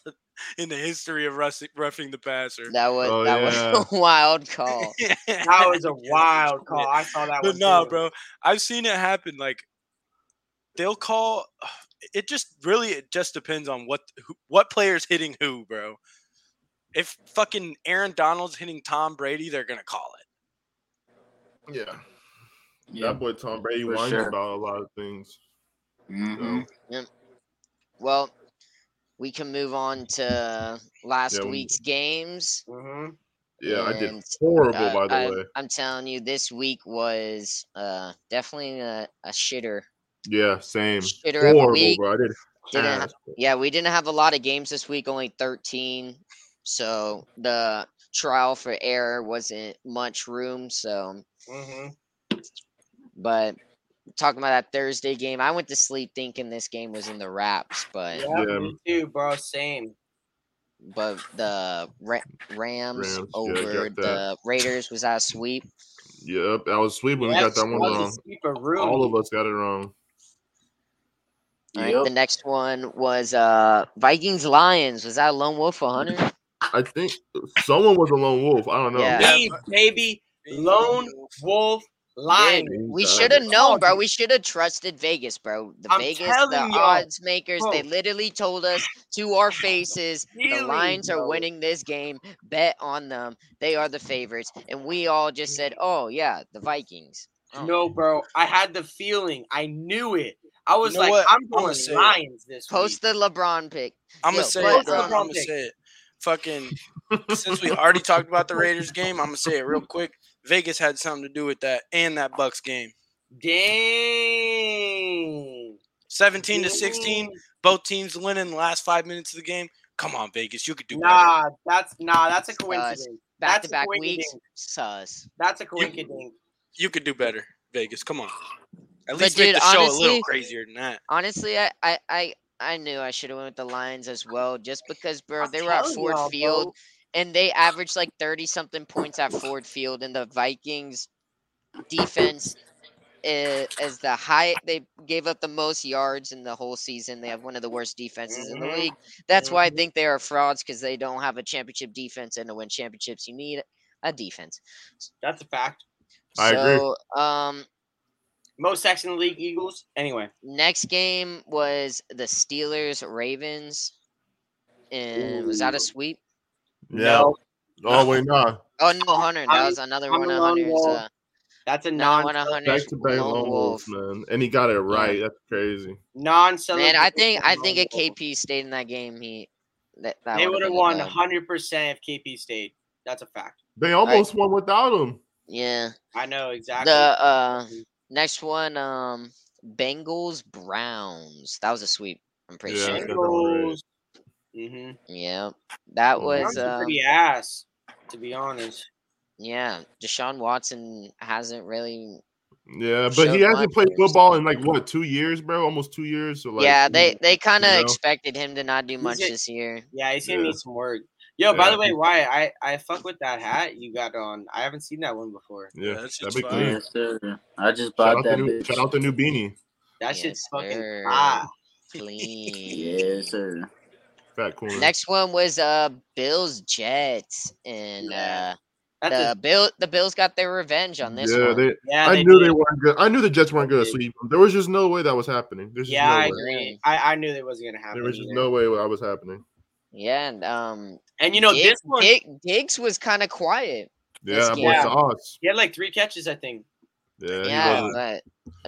[SPEAKER 4] in the history of rushing, roughing the passer.
[SPEAKER 1] That was
[SPEAKER 2] Oh,
[SPEAKER 1] that
[SPEAKER 2] yeah.
[SPEAKER 1] was a wild call.
[SPEAKER 3] That was a wild call. I saw that
[SPEAKER 4] but
[SPEAKER 3] one.
[SPEAKER 4] no,
[SPEAKER 3] too.
[SPEAKER 4] bro, I've seen it happen. Like they'll call. It just really it just depends on what who, what player's hitting who, bro. If fucking Aaron Donald's hitting Tom Brady, they're gonna call it.
[SPEAKER 2] Yeah,
[SPEAKER 5] Yeah.
[SPEAKER 2] that boy Tom Brady
[SPEAKER 5] for
[SPEAKER 2] whines
[SPEAKER 5] sure.
[SPEAKER 2] about a lot of things. So.
[SPEAKER 5] Mhm.
[SPEAKER 1] Mm-hmm. Well, we can move on to last
[SPEAKER 2] Yeah, we-
[SPEAKER 1] week's games.
[SPEAKER 3] Mhm.
[SPEAKER 2] Yeah, I did
[SPEAKER 1] And,
[SPEAKER 2] horrible,
[SPEAKER 1] Uh,
[SPEAKER 2] by the
[SPEAKER 1] I'm,
[SPEAKER 2] way.
[SPEAKER 1] I'm telling you, this week was uh, definitely a, a shitter.
[SPEAKER 2] Yeah, same.
[SPEAKER 1] Shitter of a
[SPEAKER 2] Horrible,
[SPEAKER 1] week.
[SPEAKER 2] bro. I did.
[SPEAKER 1] Didn't
[SPEAKER 2] ass,
[SPEAKER 1] ha-
[SPEAKER 2] bro.
[SPEAKER 1] yeah, we didn't have a lot of games this week, only 13. So the trial for error wasn't much room. So
[SPEAKER 3] Mhm.
[SPEAKER 1] But talking about that Thursday game, I went to sleep thinking this game was in the wraps, but
[SPEAKER 3] Yeah,
[SPEAKER 2] Yeah.
[SPEAKER 3] me too, bro. Same.
[SPEAKER 1] but the Ra- Rams,
[SPEAKER 2] Rams, yeah, I
[SPEAKER 1] over
[SPEAKER 2] got that.
[SPEAKER 1] the Raiders was out sweep.
[SPEAKER 2] Yep, I was sweet when we got
[SPEAKER 3] Yes,
[SPEAKER 2] that one
[SPEAKER 3] was a
[SPEAKER 2] wrong.
[SPEAKER 3] sleeper room.
[SPEAKER 2] All of us got it wrong.
[SPEAKER 1] All right,
[SPEAKER 5] Yep.
[SPEAKER 1] the next one was uh Vikings Lions. Was that a lone wolf for Hunter?
[SPEAKER 2] I think someone was a lone wolf. I don't know.
[SPEAKER 1] Yeah.
[SPEAKER 3] Leave, baby. Lone wolf line.
[SPEAKER 1] Dude,
[SPEAKER 2] Lions.
[SPEAKER 1] we
[SPEAKER 2] Jesus.
[SPEAKER 1] should have known, bro.
[SPEAKER 3] Dog.
[SPEAKER 1] We should have trusted Vegas, bro. The
[SPEAKER 3] I'm
[SPEAKER 1] Vegas, the
[SPEAKER 3] telling y'all,
[SPEAKER 1] odds makers, they
[SPEAKER 3] bro.
[SPEAKER 1] literally told us to our faces the
[SPEAKER 3] Really,
[SPEAKER 1] Lions are
[SPEAKER 3] bro.
[SPEAKER 1] winning this game. Bet on them. They are the favorites. And we all just said, oh, yeah, the Vikings. Oh.
[SPEAKER 3] No, bro. I had the feeling. I knew it. I was
[SPEAKER 4] know
[SPEAKER 3] like,
[SPEAKER 4] what?
[SPEAKER 3] I'm
[SPEAKER 4] I'ma
[SPEAKER 3] going
[SPEAKER 4] say it.
[SPEAKER 3] Lions this week.
[SPEAKER 1] Post the LeBron pick.
[SPEAKER 4] I'm
[SPEAKER 1] Yo,
[SPEAKER 4] gonna say
[SPEAKER 1] but-
[SPEAKER 4] it, bro. I'm gonna say it. Fucking since we already talked about the Raiders game, I'm gonna say it real quick. Vegas had something to do with that and that Bucks game.
[SPEAKER 3] Dang.
[SPEAKER 4] 17 to 16, both teams winning the last five minutes of the game. Come on, Vegas, you could do better.
[SPEAKER 3] Nah, that's nah, that's a coincidence.
[SPEAKER 1] Back
[SPEAKER 3] That's
[SPEAKER 1] to back
[SPEAKER 3] what we
[SPEAKER 1] weeks.
[SPEAKER 3] did.
[SPEAKER 1] Sus.
[SPEAKER 3] That's a coincidence.
[SPEAKER 4] You could do better, Vegas. Come on. At
[SPEAKER 1] But
[SPEAKER 4] least
[SPEAKER 1] dude,
[SPEAKER 4] make the show a little
[SPEAKER 1] honestly-
[SPEAKER 4] crazier than that.
[SPEAKER 1] Honestly, I I I, I knew I should have went with the Lions as well, just because, bro,
[SPEAKER 3] I'm
[SPEAKER 1] they were at
[SPEAKER 3] telling
[SPEAKER 1] Ford
[SPEAKER 3] y'all, bro.
[SPEAKER 1] Field and they averaged like thirty something points at Ford Field, and the Vikings defense. i- Is the high they gave up the most yards in the whole season. They have one of the worst defenses in the
[SPEAKER 3] Mhm.
[SPEAKER 1] league. That's why I think they are frauds because they don't have a championship defense. And to win championships, you need a defense.
[SPEAKER 3] That's a fact.
[SPEAKER 2] I agree.
[SPEAKER 1] so, Um,
[SPEAKER 3] Most sacks in the league, Eagles. Anyway,
[SPEAKER 1] next game was the Steelers Ravens, and was that
[SPEAKER 5] Ooh.
[SPEAKER 1] a sweep?
[SPEAKER 2] Yeah.
[SPEAKER 3] no,
[SPEAKER 2] Oh wait, nah.
[SPEAKER 1] Oh no, Hunter! That
[SPEAKER 3] I'm-
[SPEAKER 1] was another
[SPEAKER 3] I'm
[SPEAKER 1] one.
[SPEAKER 3] a
[SPEAKER 1] of
[SPEAKER 3] lone
[SPEAKER 1] Hunter's.
[SPEAKER 3] wolf.
[SPEAKER 1] Uh,
[SPEAKER 3] that's a
[SPEAKER 1] another
[SPEAKER 3] non
[SPEAKER 1] one. of Hunter's
[SPEAKER 2] Back to back
[SPEAKER 1] lone
[SPEAKER 2] lone wolves,
[SPEAKER 1] wolf.
[SPEAKER 2] man, and he got it right. That's crazy.
[SPEAKER 3] non
[SPEAKER 1] Man, I think I think if KP stayed in that game, he that, that
[SPEAKER 3] They
[SPEAKER 1] would've
[SPEAKER 3] would have
[SPEAKER 1] been a
[SPEAKER 3] won
[SPEAKER 1] dub.
[SPEAKER 3] 100 percent if KP stayed. That's a fact.
[SPEAKER 2] They almost won without him.
[SPEAKER 1] Yeah.
[SPEAKER 3] I know exactly.
[SPEAKER 1] The uh next one, um, Bengals Browns. That was a sweep. I'm pretty
[SPEAKER 2] Yeah, I got
[SPEAKER 1] sure.
[SPEAKER 2] that one right.
[SPEAKER 3] Mm-hmm.
[SPEAKER 1] Yeah, that
[SPEAKER 2] Mhm.
[SPEAKER 1] was. Um,
[SPEAKER 3] pretty ass, to be honest.
[SPEAKER 1] yeah, Deshaun Watson hasn't really
[SPEAKER 2] Yeah, but
[SPEAKER 1] Showed
[SPEAKER 2] he hasn't
[SPEAKER 1] much
[SPEAKER 2] played
[SPEAKER 1] or
[SPEAKER 2] football in like what two years, bro? Almost two years. So like,
[SPEAKER 1] yeah, they they kind of
[SPEAKER 2] know?
[SPEAKER 1] expected him to not do much
[SPEAKER 3] it-
[SPEAKER 1] this year.
[SPEAKER 3] Yeah, he's gonna
[SPEAKER 2] Yeah.
[SPEAKER 3] need some work. Yo, by
[SPEAKER 2] Yeah.
[SPEAKER 3] the way, why I I fuck with that hat you got on? I haven't seen that one before.
[SPEAKER 2] yeah,
[SPEAKER 4] that
[SPEAKER 2] that'd
[SPEAKER 4] shit's
[SPEAKER 2] be
[SPEAKER 4] fire.
[SPEAKER 2] clean.
[SPEAKER 5] Yes, sir. I just
[SPEAKER 2] Shout
[SPEAKER 5] bought
[SPEAKER 2] out, the
[SPEAKER 5] that
[SPEAKER 2] new, shout
[SPEAKER 5] bitch.
[SPEAKER 2] out the new beanie,
[SPEAKER 3] That shit's
[SPEAKER 1] Yes,
[SPEAKER 3] fucking
[SPEAKER 1] sir.
[SPEAKER 3] hot.
[SPEAKER 1] Clean.
[SPEAKER 5] Yes, sir.
[SPEAKER 2] fat corner.
[SPEAKER 1] Next one was uh Bills Jets and
[SPEAKER 3] Yeah,
[SPEAKER 1] uh
[SPEAKER 3] That's
[SPEAKER 1] the
[SPEAKER 3] a,
[SPEAKER 1] Bill the Bills got their revenge on this
[SPEAKER 2] yeah,
[SPEAKER 1] one.
[SPEAKER 2] they.
[SPEAKER 3] yeah.
[SPEAKER 2] I knew
[SPEAKER 3] did.
[SPEAKER 2] they weren't good. I knew the Jets weren't good.
[SPEAKER 3] They
[SPEAKER 2] So there was just no way that was happening. There's just
[SPEAKER 3] Yeah, I
[SPEAKER 2] no way.
[SPEAKER 3] agree. I, I knew that wasn't gonna happen.
[SPEAKER 2] There was just
[SPEAKER 3] either.
[SPEAKER 2] no way that was happening.
[SPEAKER 1] yeah, and um
[SPEAKER 3] And you know
[SPEAKER 1] Dig-
[SPEAKER 3] this one,
[SPEAKER 1] Dig- Diggs was kind of quiet.
[SPEAKER 2] Yeah,
[SPEAKER 1] This
[SPEAKER 2] that
[SPEAKER 1] game-
[SPEAKER 2] boy sauce.
[SPEAKER 3] he had like three catches, I think.
[SPEAKER 2] Yeah, he
[SPEAKER 1] Yeah,
[SPEAKER 2] wasn't-
[SPEAKER 1] but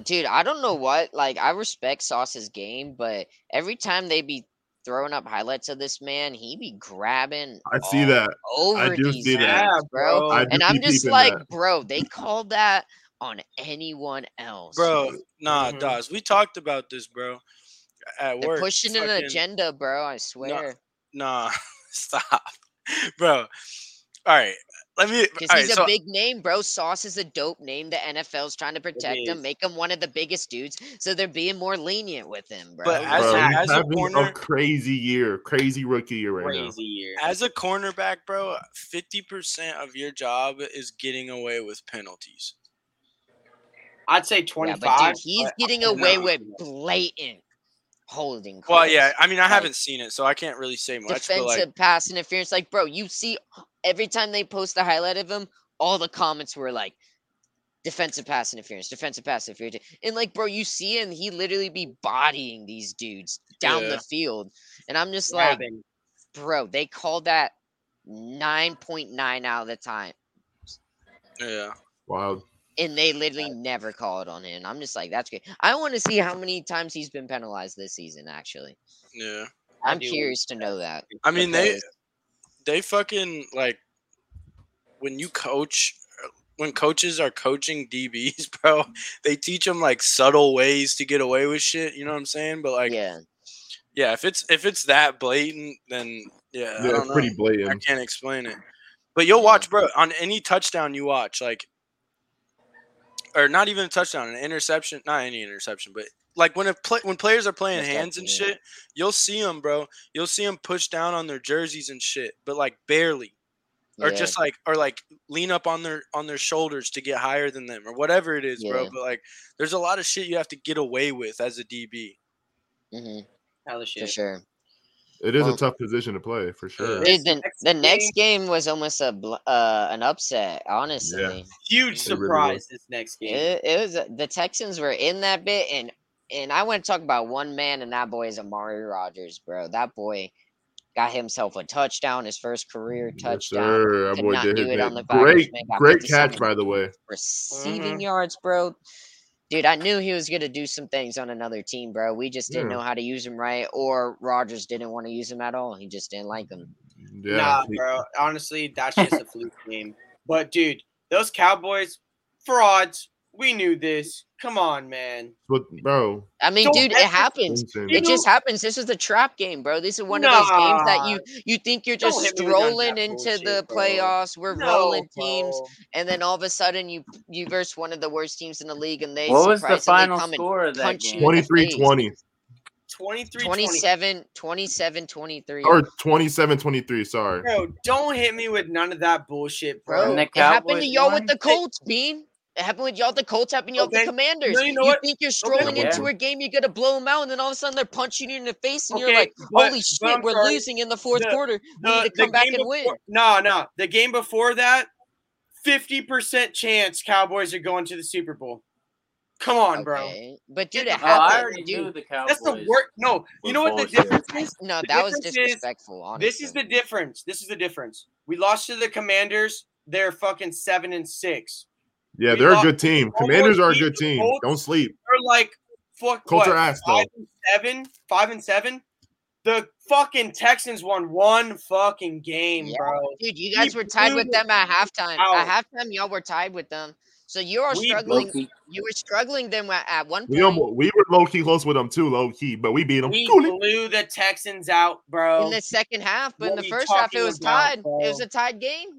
[SPEAKER 1] dude, I don't know what. Like, I respect Sauce's game, but every time they be throwing up highlights of this man, he be grabbing.
[SPEAKER 2] I see
[SPEAKER 1] all
[SPEAKER 2] that.
[SPEAKER 1] Over
[SPEAKER 2] I do
[SPEAKER 1] these
[SPEAKER 2] see that.
[SPEAKER 1] guys,
[SPEAKER 3] Yeah,
[SPEAKER 1] bro.
[SPEAKER 3] bro.
[SPEAKER 2] I
[SPEAKER 1] And
[SPEAKER 2] do
[SPEAKER 1] I'm
[SPEAKER 2] keep
[SPEAKER 1] just
[SPEAKER 2] peeping
[SPEAKER 1] like,
[SPEAKER 2] that.
[SPEAKER 1] bro, they called that on anyone else.
[SPEAKER 4] Bro, nah,
[SPEAKER 3] Mhm.
[SPEAKER 4] Dawes. We talked about this, bro. At
[SPEAKER 1] they're
[SPEAKER 4] work.
[SPEAKER 1] pushing an
[SPEAKER 4] Fucking-
[SPEAKER 1] agenda, bro. I swear.
[SPEAKER 4] Nah, stop. Bro. All right. Let me all
[SPEAKER 1] Because
[SPEAKER 4] right,
[SPEAKER 1] he's a
[SPEAKER 4] so
[SPEAKER 1] big name, bro. Sauce is a dope name. The NFL's trying to protect him,
[SPEAKER 3] is.
[SPEAKER 1] make him one of the biggest dudes, so they're being more lenient with him, bro.
[SPEAKER 4] But as
[SPEAKER 2] Bro,
[SPEAKER 4] a-
[SPEAKER 2] he's
[SPEAKER 4] as a
[SPEAKER 2] having
[SPEAKER 4] corner-
[SPEAKER 2] crazy year, crazy rookie year right now.
[SPEAKER 3] Crazy year.
[SPEAKER 4] as a cornerback, bro, fifty percent of your job is getting away with penalties.
[SPEAKER 3] I'd say
[SPEAKER 1] Yeah,
[SPEAKER 3] twenty-five.
[SPEAKER 1] but dude, he's
[SPEAKER 3] but-
[SPEAKER 1] getting
[SPEAKER 3] I
[SPEAKER 1] away
[SPEAKER 3] know.
[SPEAKER 1] with blatant holding. Calls,
[SPEAKER 4] Well, yeah, I mean, I
[SPEAKER 1] Like-
[SPEAKER 4] haven't seen it, so I can't really say much. But
[SPEAKER 1] defensive
[SPEAKER 4] like,
[SPEAKER 1] pass interference. Like, bro, you see every time they post a highlight of him, all the comments were like defensive pass interference, defensive pass interference, and like, bro, you see him, he literally be bodying these dudes down
[SPEAKER 4] Yeah.
[SPEAKER 1] the field, and I'm just like,
[SPEAKER 3] Grabbing.
[SPEAKER 1] bro, they called that nine point nine out of the time.
[SPEAKER 4] yeah,
[SPEAKER 2] Wow.
[SPEAKER 1] And they literally never call it on him. I'm just like, that's great. I want to see how many times he's been penalized this season, actually.
[SPEAKER 4] yeah.
[SPEAKER 3] I
[SPEAKER 1] I'm
[SPEAKER 3] do.
[SPEAKER 1] curious to know that.
[SPEAKER 4] I mean, they
[SPEAKER 1] Because-
[SPEAKER 4] they fucking like when you coach when coaches are coaching DBs, bro, they teach them like subtle ways to get away with shit. You know what I'm saying? But like, yeah,
[SPEAKER 1] yeah.
[SPEAKER 4] if it's if it's that blatant, then yeah, I
[SPEAKER 2] Yeah,
[SPEAKER 4] don't
[SPEAKER 2] it's
[SPEAKER 4] know.
[SPEAKER 2] pretty
[SPEAKER 4] I
[SPEAKER 2] blatant.
[SPEAKER 4] can't explain it. But you'll
[SPEAKER 1] Yeah.
[SPEAKER 4] watch, bro, on any touchdown you watch, like, or not even a touchdown, an interception, not any interception, but like when a play, when players are playing
[SPEAKER 1] Interception,
[SPEAKER 4] hands and
[SPEAKER 1] yeah.
[SPEAKER 4] shit, you'll see them, bro. You'll see them push down on their jerseys and shit, but like barely, or
[SPEAKER 1] yeah.
[SPEAKER 4] just like, or like lean up on their on their shoulders to get higher than them, or whatever it is, bro.
[SPEAKER 1] Yeah.
[SPEAKER 4] But like, there's a lot of shit you have to get away with as a DB.
[SPEAKER 1] hmm
[SPEAKER 3] Hella
[SPEAKER 1] for
[SPEAKER 3] shit.
[SPEAKER 1] sure.
[SPEAKER 2] It is
[SPEAKER 1] Well-
[SPEAKER 2] a tough position to play for sure.
[SPEAKER 3] Yeah.
[SPEAKER 1] Dude, the,
[SPEAKER 3] next
[SPEAKER 1] the next game was almost a bl- uh, an upset. Honestly,
[SPEAKER 3] Huge
[SPEAKER 2] They really
[SPEAKER 3] surprise this next game.
[SPEAKER 1] it, it was the Texans were in that bit, and and I want to talk about one man, and that boy is Amari Rogers, bro. That boy got himself a touchdown, his first career
[SPEAKER 2] Yes,
[SPEAKER 1] touchdown.
[SPEAKER 2] sir. That
[SPEAKER 1] Could
[SPEAKER 2] boy
[SPEAKER 1] not
[SPEAKER 2] did
[SPEAKER 1] do
[SPEAKER 2] his
[SPEAKER 1] it
[SPEAKER 2] bit.
[SPEAKER 1] on the Vikings,
[SPEAKER 2] great,
[SPEAKER 1] man. Got
[SPEAKER 2] great
[SPEAKER 1] 57
[SPEAKER 2] catch, by Mm-hmm. the way.
[SPEAKER 1] Receiving
[SPEAKER 3] Mhm.
[SPEAKER 1] yards, bro. Dude, I knew he was gonna do some things on another team, bro. We just didn't
[SPEAKER 2] Yeah.
[SPEAKER 1] know how to use him right, or Rogers didn't want to use him at all. He just didn't like him.
[SPEAKER 2] Yeah,
[SPEAKER 3] Nah,
[SPEAKER 2] he-
[SPEAKER 3] bro. Honestly, that's just a fluke game. But dude, those Cowboys frauds. We knew this. Come on, man.
[SPEAKER 2] but bro,
[SPEAKER 1] I mean,
[SPEAKER 3] Don't
[SPEAKER 1] dude, it
[SPEAKER 3] ever-
[SPEAKER 1] happens.
[SPEAKER 2] listen,
[SPEAKER 3] You
[SPEAKER 1] It just happens. This is a trap game, bro. This is one of those games that you you think you're
[SPEAKER 3] Don't
[SPEAKER 1] just
[SPEAKER 3] hit me with none of
[SPEAKER 1] strolling
[SPEAKER 3] that
[SPEAKER 1] into
[SPEAKER 3] bullshit,
[SPEAKER 1] the
[SPEAKER 3] bro.
[SPEAKER 1] playoffs. We're
[SPEAKER 3] No,
[SPEAKER 1] rolling teams,
[SPEAKER 3] bro.
[SPEAKER 1] and then all of a sudden you you verse one of the worst teams in the league, and they
[SPEAKER 5] What was the
[SPEAKER 1] surprisingly
[SPEAKER 5] final
[SPEAKER 1] come and
[SPEAKER 5] score of that
[SPEAKER 1] punch you
[SPEAKER 5] game?
[SPEAKER 1] in the
[SPEAKER 2] 23-20
[SPEAKER 3] 23
[SPEAKER 1] 27 27 23
[SPEAKER 2] or 27-23, Sorry.
[SPEAKER 3] Bro, don't hit me with none of that bullshit, bro.
[SPEAKER 1] bro
[SPEAKER 5] And the
[SPEAKER 1] it happened to
[SPEAKER 5] Cowboys
[SPEAKER 1] y'all with
[SPEAKER 5] won?
[SPEAKER 1] the colts bean it happened with y'all with the colts happened to y'all with
[SPEAKER 3] Okay.
[SPEAKER 1] the commanders
[SPEAKER 3] No, you know what?
[SPEAKER 1] think you're strolling
[SPEAKER 5] Okay.
[SPEAKER 1] into
[SPEAKER 5] Yeah.
[SPEAKER 1] a game you're gonna blow them out and then all of a sudden they're punching you in the face and you're
[SPEAKER 3] Okay,
[SPEAKER 1] like
[SPEAKER 3] but-
[SPEAKER 1] holy shit
[SPEAKER 3] but I'm
[SPEAKER 1] we're
[SPEAKER 3] sorry.
[SPEAKER 1] losing in the fourth
[SPEAKER 3] The-
[SPEAKER 1] quarter we
[SPEAKER 3] The-
[SPEAKER 1] need to
[SPEAKER 3] the
[SPEAKER 1] come back
[SPEAKER 3] game
[SPEAKER 1] and win
[SPEAKER 3] before, No, no. The game before that, 50% chance Cowboys are going to the Super Bowl. Come on, bro.
[SPEAKER 1] Okay. but dude
[SPEAKER 3] Get
[SPEAKER 1] it
[SPEAKER 3] the
[SPEAKER 5] Oh, I
[SPEAKER 1] happened
[SPEAKER 5] already knew
[SPEAKER 1] dude
[SPEAKER 5] the Cowboys.
[SPEAKER 3] That's the worst. No,
[SPEAKER 5] were
[SPEAKER 3] you know what the
[SPEAKER 5] bullshit.
[SPEAKER 3] difference
[SPEAKER 1] I-
[SPEAKER 3] is?
[SPEAKER 1] no
[SPEAKER 3] the
[SPEAKER 1] that was
[SPEAKER 3] difference is-
[SPEAKER 1] disrespectful honestly
[SPEAKER 3] This is the difference. This is the difference. We lost to the Commanders. They're fucking seven and six.
[SPEAKER 2] Yeah,
[SPEAKER 3] We
[SPEAKER 2] they're a
[SPEAKER 3] lost-
[SPEAKER 2] good team.
[SPEAKER 3] Cowboys
[SPEAKER 2] Commanders are a
[SPEAKER 3] beat
[SPEAKER 2] good
[SPEAKER 3] the
[SPEAKER 2] team.
[SPEAKER 3] Colts.
[SPEAKER 2] Don't sleep.
[SPEAKER 3] They're like fuck.
[SPEAKER 2] Colts
[SPEAKER 3] what,
[SPEAKER 2] are ass though.
[SPEAKER 3] five and seven, five and seven. The fucking Texans won one fucking game,
[SPEAKER 1] Yeah.
[SPEAKER 3] bro.
[SPEAKER 1] Dude, you guys
[SPEAKER 3] We
[SPEAKER 1] were tied
[SPEAKER 3] blew
[SPEAKER 1] with
[SPEAKER 3] the
[SPEAKER 1] them at halftime.
[SPEAKER 3] out.
[SPEAKER 1] At halftime, y'all were tied with them. So you are
[SPEAKER 3] We
[SPEAKER 1] struggling. You were struggling them at, at one
[SPEAKER 2] We
[SPEAKER 1] point
[SPEAKER 2] almost, we were low key close with them too, low key, but we beat them.
[SPEAKER 3] We
[SPEAKER 2] Cool it.
[SPEAKER 3] blew the Texans out, bro.
[SPEAKER 1] in the second half, but in
[SPEAKER 3] What
[SPEAKER 1] the
[SPEAKER 3] are you
[SPEAKER 1] first half, it
[SPEAKER 3] talking
[SPEAKER 1] was
[SPEAKER 3] about,
[SPEAKER 1] tied. It was
[SPEAKER 3] bro?
[SPEAKER 1] a tied game.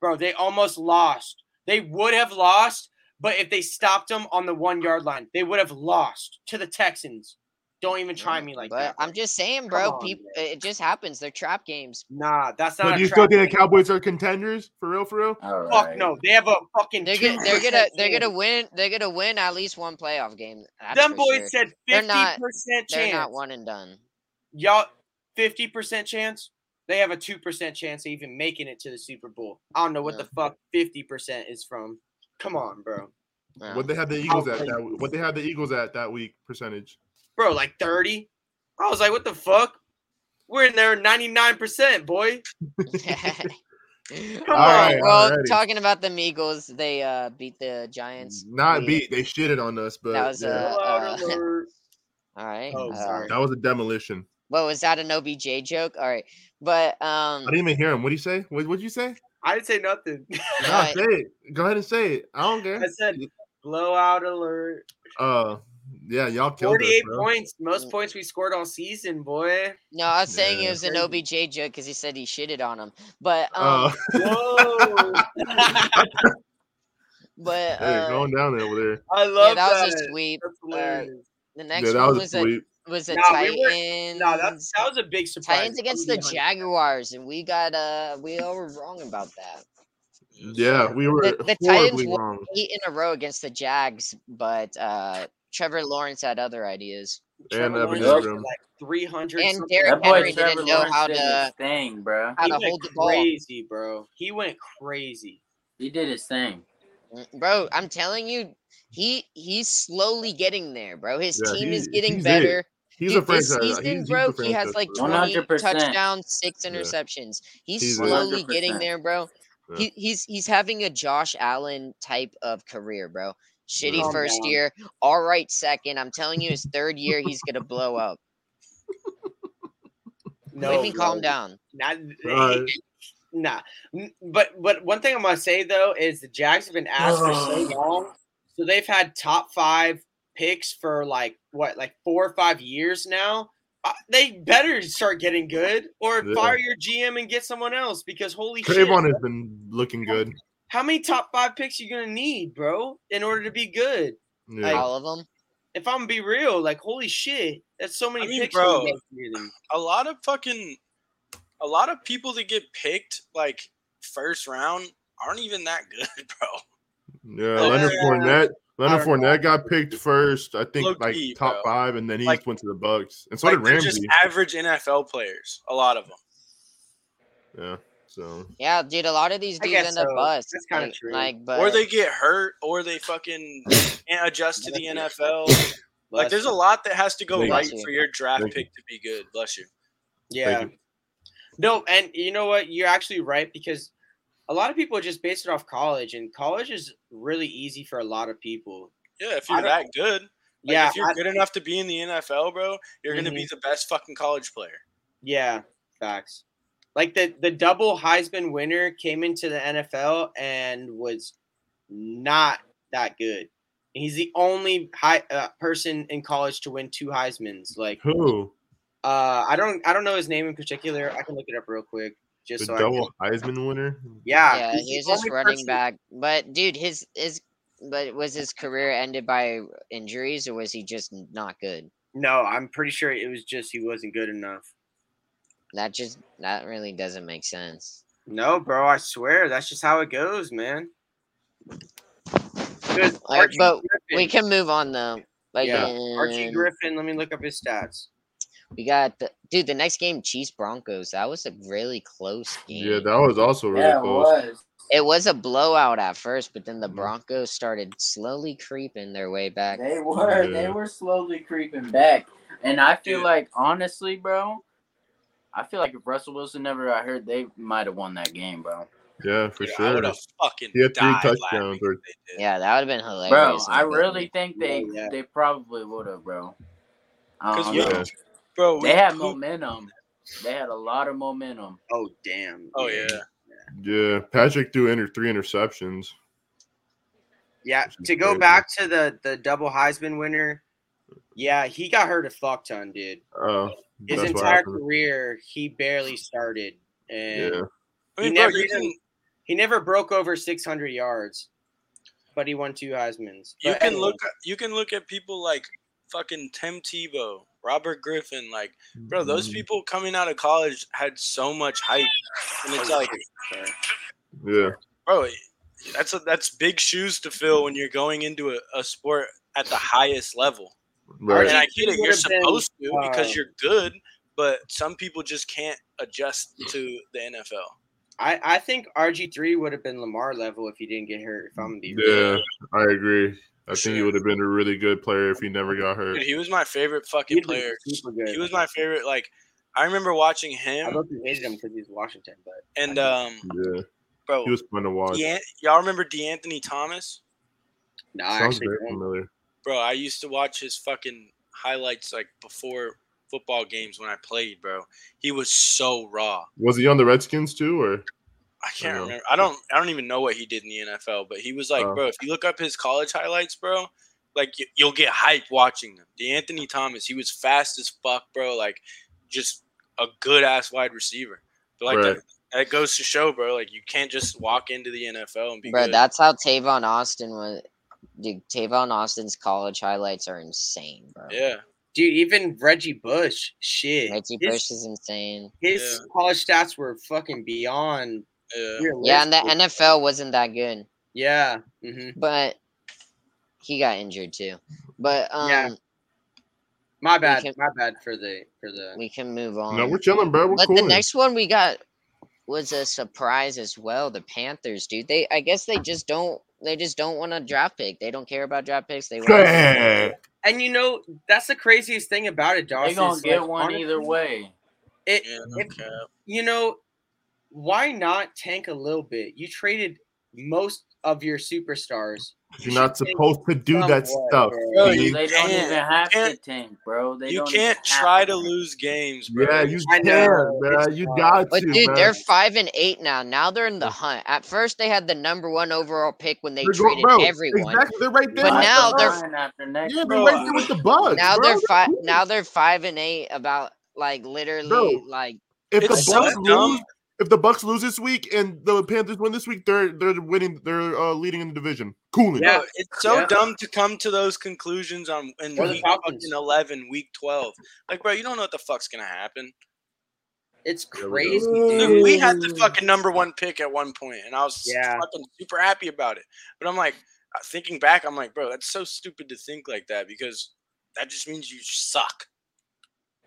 [SPEAKER 3] bro, they almost lost. They would have lost, but if they stopped them on the one yard line, they would have lost to the Texans. Don't even try me like
[SPEAKER 1] but
[SPEAKER 3] that.
[SPEAKER 1] I'm just saying,
[SPEAKER 3] Come
[SPEAKER 1] bro.
[SPEAKER 3] on,
[SPEAKER 1] People,
[SPEAKER 3] man.
[SPEAKER 1] it just happens. They're trap games.
[SPEAKER 3] nah, that's
[SPEAKER 2] So
[SPEAKER 3] not.
[SPEAKER 2] do
[SPEAKER 3] a
[SPEAKER 2] you still
[SPEAKER 3] trap.
[SPEAKER 2] think the Cowboys are contenders for real? For real?
[SPEAKER 5] All right.
[SPEAKER 3] Fuck no, they have a fucking.
[SPEAKER 1] They're gonna, they're
[SPEAKER 3] 2%
[SPEAKER 1] gonna, they're gonna
[SPEAKER 3] chance.
[SPEAKER 1] win. They're gonna win at least one playoff game. That's
[SPEAKER 3] Them
[SPEAKER 1] for
[SPEAKER 3] boys
[SPEAKER 1] sure.
[SPEAKER 3] said
[SPEAKER 1] They're
[SPEAKER 3] fifty
[SPEAKER 1] not-
[SPEAKER 3] percent
[SPEAKER 1] They're not
[SPEAKER 3] chance.
[SPEAKER 1] one and done.
[SPEAKER 3] Y'all, fifty percent chance. They have a two percent chance of even making it to the Super Bowl. I don't know what
[SPEAKER 1] Yeah.
[SPEAKER 3] the fuck fifty percent is from. Come on, bro.
[SPEAKER 1] No.
[SPEAKER 2] What they had the Eagles at that? What they had the Eagles at that week percentage?
[SPEAKER 3] bro, like 30. I was like, what the fuck? We're in there 99%, boy.
[SPEAKER 1] All
[SPEAKER 3] Come
[SPEAKER 1] right.
[SPEAKER 2] on.
[SPEAKER 1] Well,
[SPEAKER 2] Alrighty.
[SPEAKER 1] talking about the Eagles, they uh, beat the Giants.
[SPEAKER 2] Not
[SPEAKER 1] We-
[SPEAKER 2] beat. They shitted on us, but
[SPEAKER 1] That was,
[SPEAKER 2] yeah.
[SPEAKER 1] uh,
[SPEAKER 3] Loud alert.
[SPEAKER 2] Mm-hmm.
[SPEAKER 1] All right.
[SPEAKER 3] Oh,
[SPEAKER 1] uh,
[SPEAKER 3] sorry.
[SPEAKER 2] that was a demolition.
[SPEAKER 1] What was that an OBJ joke? All right, but um,
[SPEAKER 2] I didn't even hear him. What would he say? What would you say?
[SPEAKER 3] I didn't say nothing.
[SPEAKER 2] Nah,
[SPEAKER 1] Alright.
[SPEAKER 2] say it. Go ahead and say it. I don't
[SPEAKER 3] I
[SPEAKER 2] care.
[SPEAKER 3] said blowout alert.
[SPEAKER 2] Uh, yeah, y'all killed us,
[SPEAKER 3] 48
[SPEAKER 2] bro.
[SPEAKER 3] points, most
[SPEAKER 1] Mm.
[SPEAKER 3] points we scored all season, boy.
[SPEAKER 1] no, I was saying
[SPEAKER 2] Yeah.
[SPEAKER 1] it was an
[SPEAKER 3] Crazy.
[SPEAKER 1] OBJ joke because he said he shitted on him. But um,
[SPEAKER 2] Uh,
[SPEAKER 3] Whoa.
[SPEAKER 1] but
[SPEAKER 2] hey,
[SPEAKER 1] uh,
[SPEAKER 2] going down there over there.
[SPEAKER 3] I
[SPEAKER 1] yeah,
[SPEAKER 3] love
[SPEAKER 1] that
[SPEAKER 3] that.
[SPEAKER 1] was a sweep.
[SPEAKER 3] That's hilarious.
[SPEAKER 1] The
[SPEAKER 2] Yeah,
[SPEAKER 1] next
[SPEAKER 2] that was
[SPEAKER 1] one
[SPEAKER 2] a
[SPEAKER 1] was a
[SPEAKER 2] sweep.
[SPEAKER 1] was a
[SPEAKER 3] Nah, we were-
[SPEAKER 1] Titans.
[SPEAKER 3] No, that's that was a big surprise.
[SPEAKER 1] Mm. Titans against
[SPEAKER 3] I'm
[SPEAKER 1] the
[SPEAKER 3] gonna be
[SPEAKER 1] Jaguars, and we got uh, we all were wrong about that.
[SPEAKER 2] Yeah, we were
[SPEAKER 1] The- the Titans
[SPEAKER 2] horribly
[SPEAKER 1] won.
[SPEAKER 2] wrong.
[SPEAKER 1] Eight in a row against the Jags, but uh, Trevor Lawrence had other ideas.
[SPEAKER 3] honest.
[SPEAKER 2] And
[SPEAKER 3] Trevor
[SPEAKER 2] Evan
[SPEAKER 3] Lawrence
[SPEAKER 2] Ingram.
[SPEAKER 3] was Like 300
[SPEAKER 1] And
[SPEAKER 3] something.
[SPEAKER 1] Derrick
[SPEAKER 5] That
[SPEAKER 1] Derrick
[SPEAKER 5] boy
[SPEAKER 1] Henry didn't
[SPEAKER 5] Trevor
[SPEAKER 1] know
[SPEAKER 5] Lawrence
[SPEAKER 1] how
[SPEAKER 5] did
[SPEAKER 1] to-
[SPEAKER 5] his thing, bro.
[SPEAKER 1] How
[SPEAKER 3] He
[SPEAKER 1] to
[SPEAKER 3] went
[SPEAKER 1] hold the ball.
[SPEAKER 3] crazy, bro. He went crazy.
[SPEAKER 5] He did his thing.
[SPEAKER 1] Mm, bro i'm telling you he he's slowly getting there bro his
[SPEAKER 2] Yeah,
[SPEAKER 1] team is
[SPEAKER 2] he-
[SPEAKER 1] getting
[SPEAKER 2] he's it.
[SPEAKER 1] better
[SPEAKER 2] He's
[SPEAKER 1] Dude,
[SPEAKER 2] a franchise. uh,
[SPEAKER 1] this
[SPEAKER 2] he's,
[SPEAKER 1] season
[SPEAKER 2] he's
[SPEAKER 1] bro
[SPEAKER 2] a franchise
[SPEAKER 1] he has like
[SPEAKER 2] player.
[SPEAKER 1] 20
[SPEAKER 5] 100%.
[SPEAKER 1] touchdowns six
[SPEAKER 2] Yeah.
[SPEAKER 1] interceptions he's,
[SPEAKER 2] He's it.
[SPEAKER 1] slowly getting
[SPEAKER 5] 100%.
[SPEAKER 1] there bro
[SPEAKER 2] Yeah.
[SPEAKER 1] he, he's he's having a josh allen type of career bro shitty
[SPEAKER 2] Calm
[SPEAKER 1] first
[SPEAKER 3] down.
[SPEAKER 1] year all right second i'm telling you his third year he's gonna blow up
[SPEAKER 3] No,
[SPEAKER 1] let me
[SPEAKER 3] bro.
[SPEAKER 1] calm down
[SPEAKER 3] Not,
[SPEAKER 2] Right.
[SPEAKER 3] nah. N- But but one thing I'm gonna say though is the Jags have been asked for so long, so they've had top five picks for like what like four or five years now. Uh, they better start getting good, or
[SPEAKER 2] Yeah.
[SPEAKER 3] fire your GM and get someone else because holy shit,
[SPEAKER 2] Trayvon has been looking good.
[SPEAKER 3] how many top five picks you gonna need, bro, in order to be good?
[SPEAKER 2] Yeah.
[SPEAKER 1] all of them
[SPEAKER 3] If I'm gonna be real, like holy shit, that's so many
[SPEAKER 4] I mean,
[SPEAKER 3] picks,
[SPEAKER 4] bro,
[SPEAKER 3] you guys needed.
[SPEAKER 4] a lot of fucking a lot of people that get picked like first round aren't even that good, bro.
[SPEAKER 2] Yeah,
[SPEAKER 4] Uh,
[SPEAKER 2] Leonard Fournette. Leonard
[SPEAKER 3] I don't know.
[SPEAKER 2] Fournette got picked first, I think, like
[SPEAKER 4] Low-key,
[SPEAKER 2] top
[SPEAKER 4] bro.
[SPEAKER 2] five, and then he
[SPEAKER 4] Like-
[SPEAKER 2] went to the Bucks, and so
[SPEAKER 4] Like
[SPEAKER 2] did
[SPEAKER 4] they're just
[SPEAKER 2] Ramsey.
[SPEAKER 4] average NFL players, a lot of them.
[SPEAKER 2] yeah, so
[SPEAKER 1] yeah dude a lot of these
[SPEAKER 3] I
[SPEAKER 1] dudes
[SPEAKER 3] guess
[SPEAKER 1] end up
[SPEAKER 3] so.
[SPEAKER 1] bust
[SPEAKER 3] That's kinda
[SPEAKER 1] like,
[SPEAKER 3] true.
[SPEAKER 1] like but
[SPEAKER 4] Or they get hurt, or they fucking can't adjust to the NFL. Like there's a lot that has to go
[SPEAKER 2] Thank
[SPEAKER 4] right
[SPEAKER 1] you.
[SPEAKER 4] for your draft
[SPEAKER 2] Thank you.
[SPEAKER 4] pick to be good. Bless you.
[SPEAKER 3] yeah.
[SPEAKER 2] Thank
[SPEAKER 3] No, and you know what? You're actually right because a lot of people just base it off college, and college is really easy for a lot of people.
[SPEAKER 4] Yeah, if
[SPEAKER 3] I
[SPEAKER 4] you're that good, like,
[SPEAKER 3] yeah,
[SPEAKER 4] if you're
[SPEAKER 3] I-
[SPEAKER 4] good enough to be in the NFL, bro, you're gonna be the best fucking college player.
[SPEAKER 3] yeah, facts. Like the the double Heisman winner came into the NFL and was not that good. He's the only high, uh, person in college to win two Heisman's. Like
[SPEAKER 2] Who?
[SPEAKER 3] uh, I don't I don't know his name in particular. I can look it up real quick. Just
[SPEAKER 2] The
[SPEAKER 3] so I can,
[SPEAKER 2] double Heisman winner?
[SPEAKER 3] yeah,
[SPEAKER 1] yeah,
[SPEAKER 3] he's the
[SPEAKER 1] he was just
[SPEAKER 3] only
[SPEAKER 1] running
[SPEAKER 3] person-
[SPEAKER 1] back. But dude, his his but was his career ended by injuries or was he just not good?
[SPEAKER 3] No, I'm pretty sure it was just he wasn't good enough.
[SPEAKER 1] That just that really doesn't make sense.
[SPEAKER 3] No, bro, I swear that's just how it goes, man. Good.
[SPEAKER 1] Like,
[SPEAKER 3] Archie
[SPEAKER 1] but
[SPEAKER 3] Griffin.
[SPEAKER 1] We can move on though. Like
[SPEAKER 3] Yeah, Archie
[SPEAKER 1] and
[SPEAKER 3] Griffin. Let me look up his stats.
[SPEAKER 1] we got the dude. The next game, Chiefs Broncos. That was a really close game.
[SPEAKER 2] Yeah, that was also really
[SPEAKER 5] yeah, it
[SPEAKER 2] close.
[SPEAKER 5] was.
[SPEAKER 1] it was a blowout at first, but then the
[SPEAKER 2] Mhm.
[SPEAKER 1] Broncos started slowly creeping their way back.
[SPEAKER 5] They were.
[SPEAKER 2] Yeah.
[SPEAKER 5] They were slowly creeping back, and I feel
[SPEAKER 4] Dude.
[SPEAKER 5] like honestly, bro, I feel like if Russell Wilson never got hurt, they might have won that game, bro.
[SPEAKER 2] Yeah, for
[SPEAKER 4] Dude, I
[SPEAKER 2] sure.
[SPEAKER 4] would have fucking
[SPEAKER 2] He had three
[SPEAKER 4] died
[SPEAKER 2] touchdowns
[SPEAKER 4] laughing
[SPEAKER 2] or-
[SPEAKER 4] if they did.
[SPEAKER 1] Yeah, that would have been hilarious.
[SPEAKER 5] Bro,
[SPEAKER 1] in
[SPEAKER 5] I
[SPEAKER 1] the
[SPEAKER 5] really
[SPEAKER 1] game.
[SPEAKER 5] think they
[SPEAKER 3] Yeah, yeah.
[SPEAKER 5] they probably would have, bro. I don't
[SPEAKER 4] 'Cause
[SPEAKER 5] know.
[SPEAKER 4] we-
[SPEAKER 2] Yeah.
[SPEAKER 4] Bro, we
[SPEAKER 5] They had
[SPEAKER 4] pooped-
[SPEAKER 5] momentum. They had a lot of momentum.
[SPEAKER 3] Oh damn.
[SPEAKER 4] Oh yeah.
[SPEAKER 2] Yeah, Patrick threw inter- three interceptions.
[SPEAKER 3] Yeah.
[SPEAKER 2] Which is
[SPEAKER 3] To go
[SPEAKER 2] crazy.
[SPEAKER 3] back to the the double Heisman winner. Yeah, he got hurt a fuck ton, dude.
[SPEAKER 2] Oh,
[SPEAKER 3] His
[SPEAKER 2] that's what
[SPEAKER 3] entire
[SPEAKER 2] happened.
[SPEAKER 3] career, he barely started, and
[SPEAKER 2] Yeah,
[SPEAKER 4] I
[SPEAKER 3] He
[SPEAKER 4] mean, bro,
[SPEAKER 3] never
[SPEAKER 4] you
[SPEAKER 3] even-
[SPEAKER 4] can
[SPEAKER 3] he never broke over 600 yards. But he won two Heisman's.
[SPEAKER 4] you
[SPEAKER 3] But
[SPEAKER 4] can
[SPEAKER 3] anyway,
[SPEAKER 4] look you can look at people like fucking Tim Tebow, Robert Griffin, like bro, those
[SPEAKER 2] Mm,
[SPEAKER 3] Mm-hmm.
[SPEAKER 4] people coming out of college had so much hype, and it's like,
[SPEAKER 3] sorry.
[SPEAKER 2] Yeah,
[SPEAKER 4] bro, that's a, that's big shoes to fill when you're going into a, a sport at the highest level.
[SPEAKER 2] right.
[SPEAKER 4] And I
[SPEAKER 3] He
[SPEAKER 4] get it, you're
[SPEAKER 3] would've been,
[SPEAKER 4] supposed to
[SPEAKER 3] uh,
[SPEAKER 4] because you're good, but some people just can't adjust to the NFL.
[SPEAKER 3] I, I think RG three would have been Lamar level if he didn't get hurt. If I'm gonna be real.
[SPEAKER 2] Yeah, I agree. I think he
[SPEAKER 4] Sure.
[SPEAKER 2] would have been a really good player if he never got hurt.
[SPEAKER 4] Dude, he was my favorite fucking
[SPEAKER 3] He'd been
[SPEAKER 4] player.
[SPEAKER 3] super good.
[SPEAKER 4] He was my favorite. Like, I remember watching
[SPEAKER 3] I
[SPEAKER 4] him
[SPEAKER 3] don't think hated him because he's Washington, but
[SPEAKER 4] and um,
[SPEAKER 2] Yeah,
[SPEAKER 4] bro,
[SPEAKER 2] he was fun to watch.
[SPEAKER 4] Dean- y'all remember D'Anthony Thomas?
[SPEAKER 3] no, I
[SPEAKER 2] Sounds
[SPEAKER 3] actually
[SPEAKER 2] very
[SPEAKER 3] don't.
[SPEAKER 2] familiar.
[SPEAKER 4] Bro, I used to watch his fucking highlights like before football games when I played, bro. He was so raw.
[SPEAKER 2] Was he on the Redskins too, or
[SPEAKER 4] I can't
[SPEAKER 2] Yeah.
[SPEAKER 4] remember. I don't. I don't even know what he did in the NFL, but he was like,
[SPEAKER 2] Oh.
[SPEAKER 4] bro. If you look up his college highlights, bro, like you, you'll get hype watching them. Anthony Thomas, he was fast as fuck, bro. Like, just a good ass wide receiver. But like
[SPEAKER 2] Right.
[SPEAKER 4] that, that goes to show, bro. Like you can't just walk into the NFL and be
[SPEAKER 1] Bro,
[SPEAKER 4] good.
[SPEAKER 1] that's how Tavon Austin was. Dude, Tavon Austin's college highlights are insane, bro.
[SPEAKER 4] yeah,
[SPEAKER 3] Dude, even Reggie Bush, shit,
[SPEAKER 1] Reggie
[SPEAKER 3] his,
[SPEAKER 1] Bush is insane.
[SPEAKER 3] his
[SPEAKER 4] Yeah.
[SPEAKER 3] college stats were fucking beyond.
[SPEAKER 4] yeah.
[SPEAKER 3] realistic.
[SPEAKER 1] Yeah, and the NFL wasn't that good,
[SPEAKER 3] yeah, hmm
[SPEAKER 4] Mm-hmm.
[SPEAKER 1] but he got injured too. But um,
[SPEAKER 3] Yeah. my bad,
[SPEAKER 1] can-
[SPEAKER 3] my bad for the for the.
[SPEAKER 1] we can move on.
[SPEAKER 2] no? We're chilling, bro. We're
[SPEAKER 1] Um, but
[SPEAKER 2] cool.
[SPEAKER 1] the next one we got was a surprise as well. The Panthers, dude. They, I guess, they just don't. They just don't want a draft pick. They don't care about draft picks. They want.
[SPEAKER 3] And you know that's the craziest thing about it, Dawson.
[SPEAKER 5] They gonna
[SPEAKER 3] is,
[SPEAKER 5] get
[SPEAKER 3] like,
[SPEAKER 5] one
[SPEAKER 3] honestly,
[SPEAKER 5] either way.
[SPEAKER 3] It,
[SPEAKER 4] yeah no
[SPEAKER 3] if-
[SPEAKER 4] cap.
[SPEAKER 3] you know, why not tank a little bit? You traded most of your superstars.
[SPEAKER 2] You're not supposed to do that
[SPEAKER 3] Somewhat,
[SPEAKER 2] stuff.
[SPEAKER 3] bro.
[SPEAKER 4] Bro,
[SPEAKER 5] They
[SPEAKER 4] you
[SPEAKER 5] don't
[SPEAKER 4] can't-
[SPEAKER 5] even have to
[SPEAKER 4] can't-
[SPEAKER 5] tank, bro. They
[SPEAKER 4] You
[SPEAKER 5] don't even
[SPEAKER 4] can't
[SPEAKER 5] have
[SPEAKER 4] try to lose games, bro.
[SPEAKER 2] Yeah, you
[SPEAKER 3] I
[SPEAKER 2] can,
[SPEAKER 3] know,
[SPEAKER 2] bro.
[SPEAKER 3] it's
[SPEAKER 2] You
[SPEAKER 3] hard.
[SPEAKER 2] got
[SPEAKER 1] But
[SPEAKER 2] to,
[SPEAKER 1] dude,
[SPEAKER 2] bro.
[SPEAKER 1] they're five and eight now. Now they're in the hunt. At first, they had the number one overall pick when they
[SPEAKER 2] They're go-
[SPEAKER 1] traded
[SPEAKER 2] bro,
[SPEAKER 1] everyone.
[SPEAKER 2] Exactly, they're right there. with
[SPEAKER 1] But
[SPEAKER 2] the
[SPEAKER 1] now they're-
[SPEAKER 2] Bucks.
[SPEAKER 5] fine after next
[SPEAKER 2] yeah, they're
[SPEAKER 5] bro.
[SPEAKER 2] right there with the Bucks.
[SPEAKER 1] Now
[SPEAKER 2] bro.
[SPEAKER 1] they're five.
[SPEAKER 2] cool.
[SPEAKER 1] Now they're five and eight. About like literally, like
[SPEAKER 2] If
[SPEAKER 4] It's
[SPEAKER 2] the
[SPEAKER 4] so
[SPEAKER 2] Bucks
[SPEAKER 4] dumb.
[SPEAKER 2] lose, if the Bucks lose this week and the Panthers win this week, they're they're winning. They're uh, leading in the division. Cooling.
[SPEAKER 3] Yeah.
[SPEAKER 4] Bro, it's so
[SPEAKER 3] Yeah.
[SPEAKER 4] dumb to come to those conclusions on in
[SPEAKER 3] Or the
[SPEAKER 4] week
[SPEAKER 3] Falcons.
[SPEAKER 4] fucking eleven, week twelve. Like, bro, you don't know what the fuck's gonna happen.
[SPEAKER 3] It's
[SPEAKER 2] There we go.
[SPEAKER 3] crazy.
[SPEAKER 4] Look,
[SPEAKER 3] dude.
[SPEAKER 4] we had the fucking number one pick at one point, and I was
[SPEAKER 3] Yeah.
[SPEAKER 4] fucking super happy about it. But I'm like, uh, thinking back, I'm like, bro, that's so stupid to think like that because that just means you suck.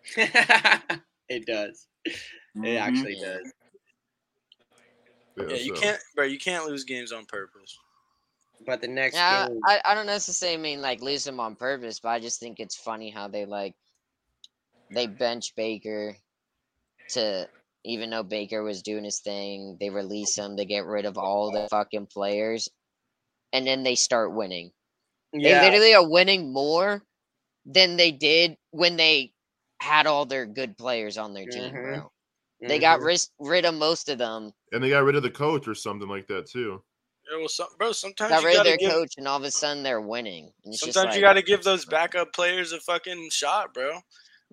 [SPEAKER 3] it does. It
[SPEAKER 2] Mm-hmm.
[SPEAKER 5] Mhm.
[SPEAKER 3] actually does.
[SPEAKER 4] Yeah, you
[SPEAKER 2] so-
[SPEAKER 4] can't, bro. You can't lose games on purpose.
[SPEAKER 3] But the next
[SPEAKER 1] yeah,
[SPEAKER 3] game,
[SPEAKER 1] I, I don't necessarily mean like lose them on purpose, but I just think it's funny how they like they bench Baker to even though Baker was doing his thing, they release him. They get rid of all the fucking players, and then they start winning.
[SPEAKER 3] Yeah.
[SPEAKER 1] They literally are winning more than they did when they had all their good players on their team.
[SPEAKER 3] Mhm.
[SPEAKER 4] Mm-hmm,
[SPEAKER 1] Bro. They got
[SPEAKER 3] Mhm.
[SPEAKER 1] ris- rid of most of them.
[SPEAKER 2] and they got rid of the coach or something like that too.
[SPEAKER 4] Yeah, well, some, bro, sometimes
[SPEAKER 1] Got
[SPEAKER 4] you
[SPEAKER 1] rid of
[SPEAKER 4] gotta
[SPEAKER 1] their
[SPEAKER 4] give,
[SPEAKER 1] coach, and all of a sudden they're winning. And it's just
[SPEAKER 4] Sometimes you
[SPEAKER 1] like-
[SPEAKER 4] gotta give those backup players a fucking shot, bro. I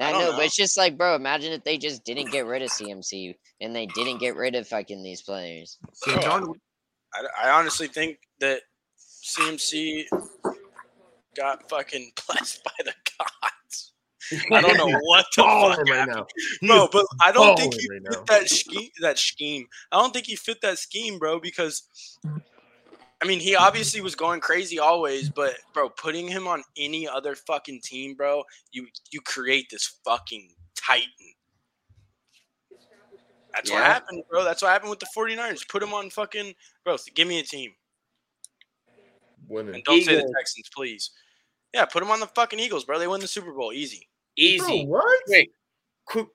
[SPEAKER 1] I know,
[SPEAKER 4] don't know.
[SPEAKER 1] but it's just like, bro, imagine if they just didn't get rid of CMC and they didn't get rid of fucking these players.
[SPEAKER 2] So
[SPEAKER 4] Bro,
[SPEAKER 2] John,
[SPEAKER 4] I, I honestly think that CMC got fucking blessed by the gods. I don't know what the
[SPEAKER 2] balling
[SPEAKER 4] fuck
[SPEAKER 2] right
[SPEAKER 4] happened.
[SPEAKER 2] now. He
[SPEAKER 4] No,
[SPEAKER 2] is
[SPEAKER 4] but I don't think he
[SPEAKER 2] balling right
[SPEAKER 4] fit
[SPEAKER 2] now.
[SPEAKER 4] that scheme. That scheme. I don't think he fit that scheme, bro. Because I mean, he obviously was going crazy always, but bro, putting him on any other fucking team, bro, you you create this fucking titan. That's what
[SPEAKER 3] Yeah.
[SPEAKER 4] happened, bro. That's what happened with the 49ers. Put him on fucking bro. Give me a team.
[SPEAKER 2] winning.
[SPEAKER 4] And don't say the
[SPEAKER 3] Eagles.
[SPEAKER 4] Texans, please. Yeah, put them on the fucking Eagles, bro. They win the Super Bowl easy.
[SPEAKER 2] Bro,
[SPEAKER 3] Easy.
[SPEAKER 2] what?
[SPEAKER 3] Wait. Quick.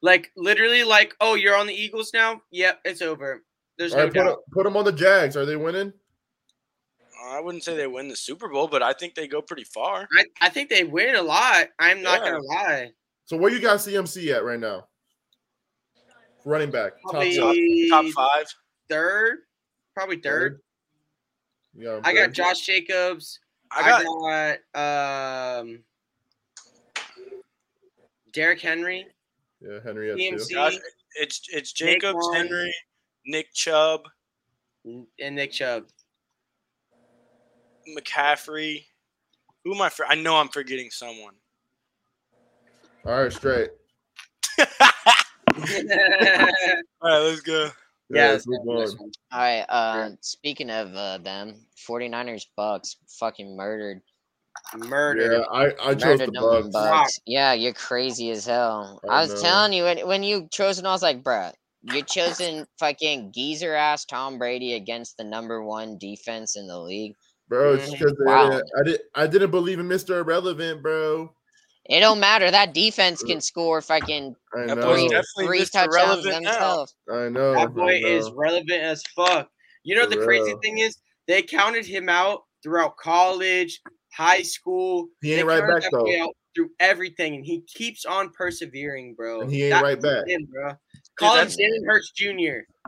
[SPEAKER 3] Like literally, like oh, you're on the Eagles now. Yep, it's over. There's
[SPEAKER 2] All
[SPEAKER 3] no
[SPEAKER 2] right, put,
[SPEAKER 3] doubt.
[SPEAKER 2] them- put them on the Jags. Are they winning?
[SPEAKER 4] I wouldn't say they win the Super Bowl, but I think they go pretty far.
[SPEAKER 3] I, I think they win a lot. I'm not
[SPEAKER 4] Yeah.
[SPEAKER 3] gonna lie.
[SPEAKER 2] So where you got CMC at right now? Running back, top
[SPEAKER 3] Probably
[SPEAKER 2] five.
[SPEAKER 4] Top five.
[SPEAKER 3] third, probably third.
[SPEAKER 2] Yeah,
[SPEAKER 3] I got
[SPEAKER 2] third.
[SPEAKER 3] Josh Jacobs.
[SPEAKER 4] I got
[SPEAKER 3] got, um Derrick Henry.
[SPEAKER 2] Yeah, Henry at
[SPEAKER 3] CMC.
[SPEAKER 2] two.
[SPEAKER 4] Josh, it's it's Jacobs,
[SPEAKER 3] Long.
[SPEAKER 4] Henry, Nick Chubb,
[SPEAKER 3] and Nick Chubb.
[SPEAKER 4] McCaffrey. Who am I? For- I know I'm forgetting someone.
[SPEAKER 2] All right, straight.
[SPEAKER 4] All right, let's go.
[SPEAKER 3] Yeah,
[SPEAKER 2] let's move on.
[SPEAKER 1] All right. Uh, speaking of uh, them, 49ers Bucks fucking murdered.
[SPEAKER 3] murder.
[SPEAKER 2] Yeah, I, I chose the
[SPEAKER 1] Murdered them
[SPEAKER 2] Bucks.
[SPEAKER 1] Bucks. Yeah, you're crazy as hell.
[SPEAKER 2] I
[SPEAKER 1] I was
[SPEAKER 2] know.
[SPEAKER 1] telling you when, when you chosen, I was like, bruh, you're chosen fucking geezer ass Tom Brady against the number one defense in the league.
[SPEAKER 2] bro. It's because
[SPEAKER 1] Wow.
[SPEAKER 2] I didn't I didn't believe in Mister Irrelevant, bro.
[SPEAKER 1] It don't matter. That defense can score fucking
[SPEAKER 2] I
[SPEAKER 4] That
[SPEAKER 2] know.
[SPEAKER 4] boy's
[SPEAKER 1] three,
[SPEAKER 4] definitely
[SPEAKER 1] three
[SPEAKER 4] Mr.
[SPEAKER 1] touchdowns
[SPEAKER 4] Relevant now.
[SPEAKER 1] themselves.
[SPEAKER 2] I know. I
[SPEAKER 3] That boy is
[SPEAKER 2] know.
[SPEAKER 3] relevant as fuck. You know
[SPEAKER 2] For
[SPEAKER 3] the crazy
[SPEAKER 2] real.
[SPEAKER 3] thing is they counted him out throughout college, high school.
[SPEAKER 2] He ain't
[SPEAKER 3] They
[SPEAKER 2] right
[SPEAKER 3] counted
[SPEAKER 2] back,
[SPEAKER 3] that
[SPEAKER 2] though.
[SPEAKER 3] boy out Through everything, and he keeps on persevering, bro.
[SPEAKER 2] And he ain't
[SPEAKER 3] That
[SPEAKER 2] right back.
[SPEAKER 3] is him, bro. Call him
[SPEAKER 4] that's-
[SPEAKER 3] Jalen Hurts Jr.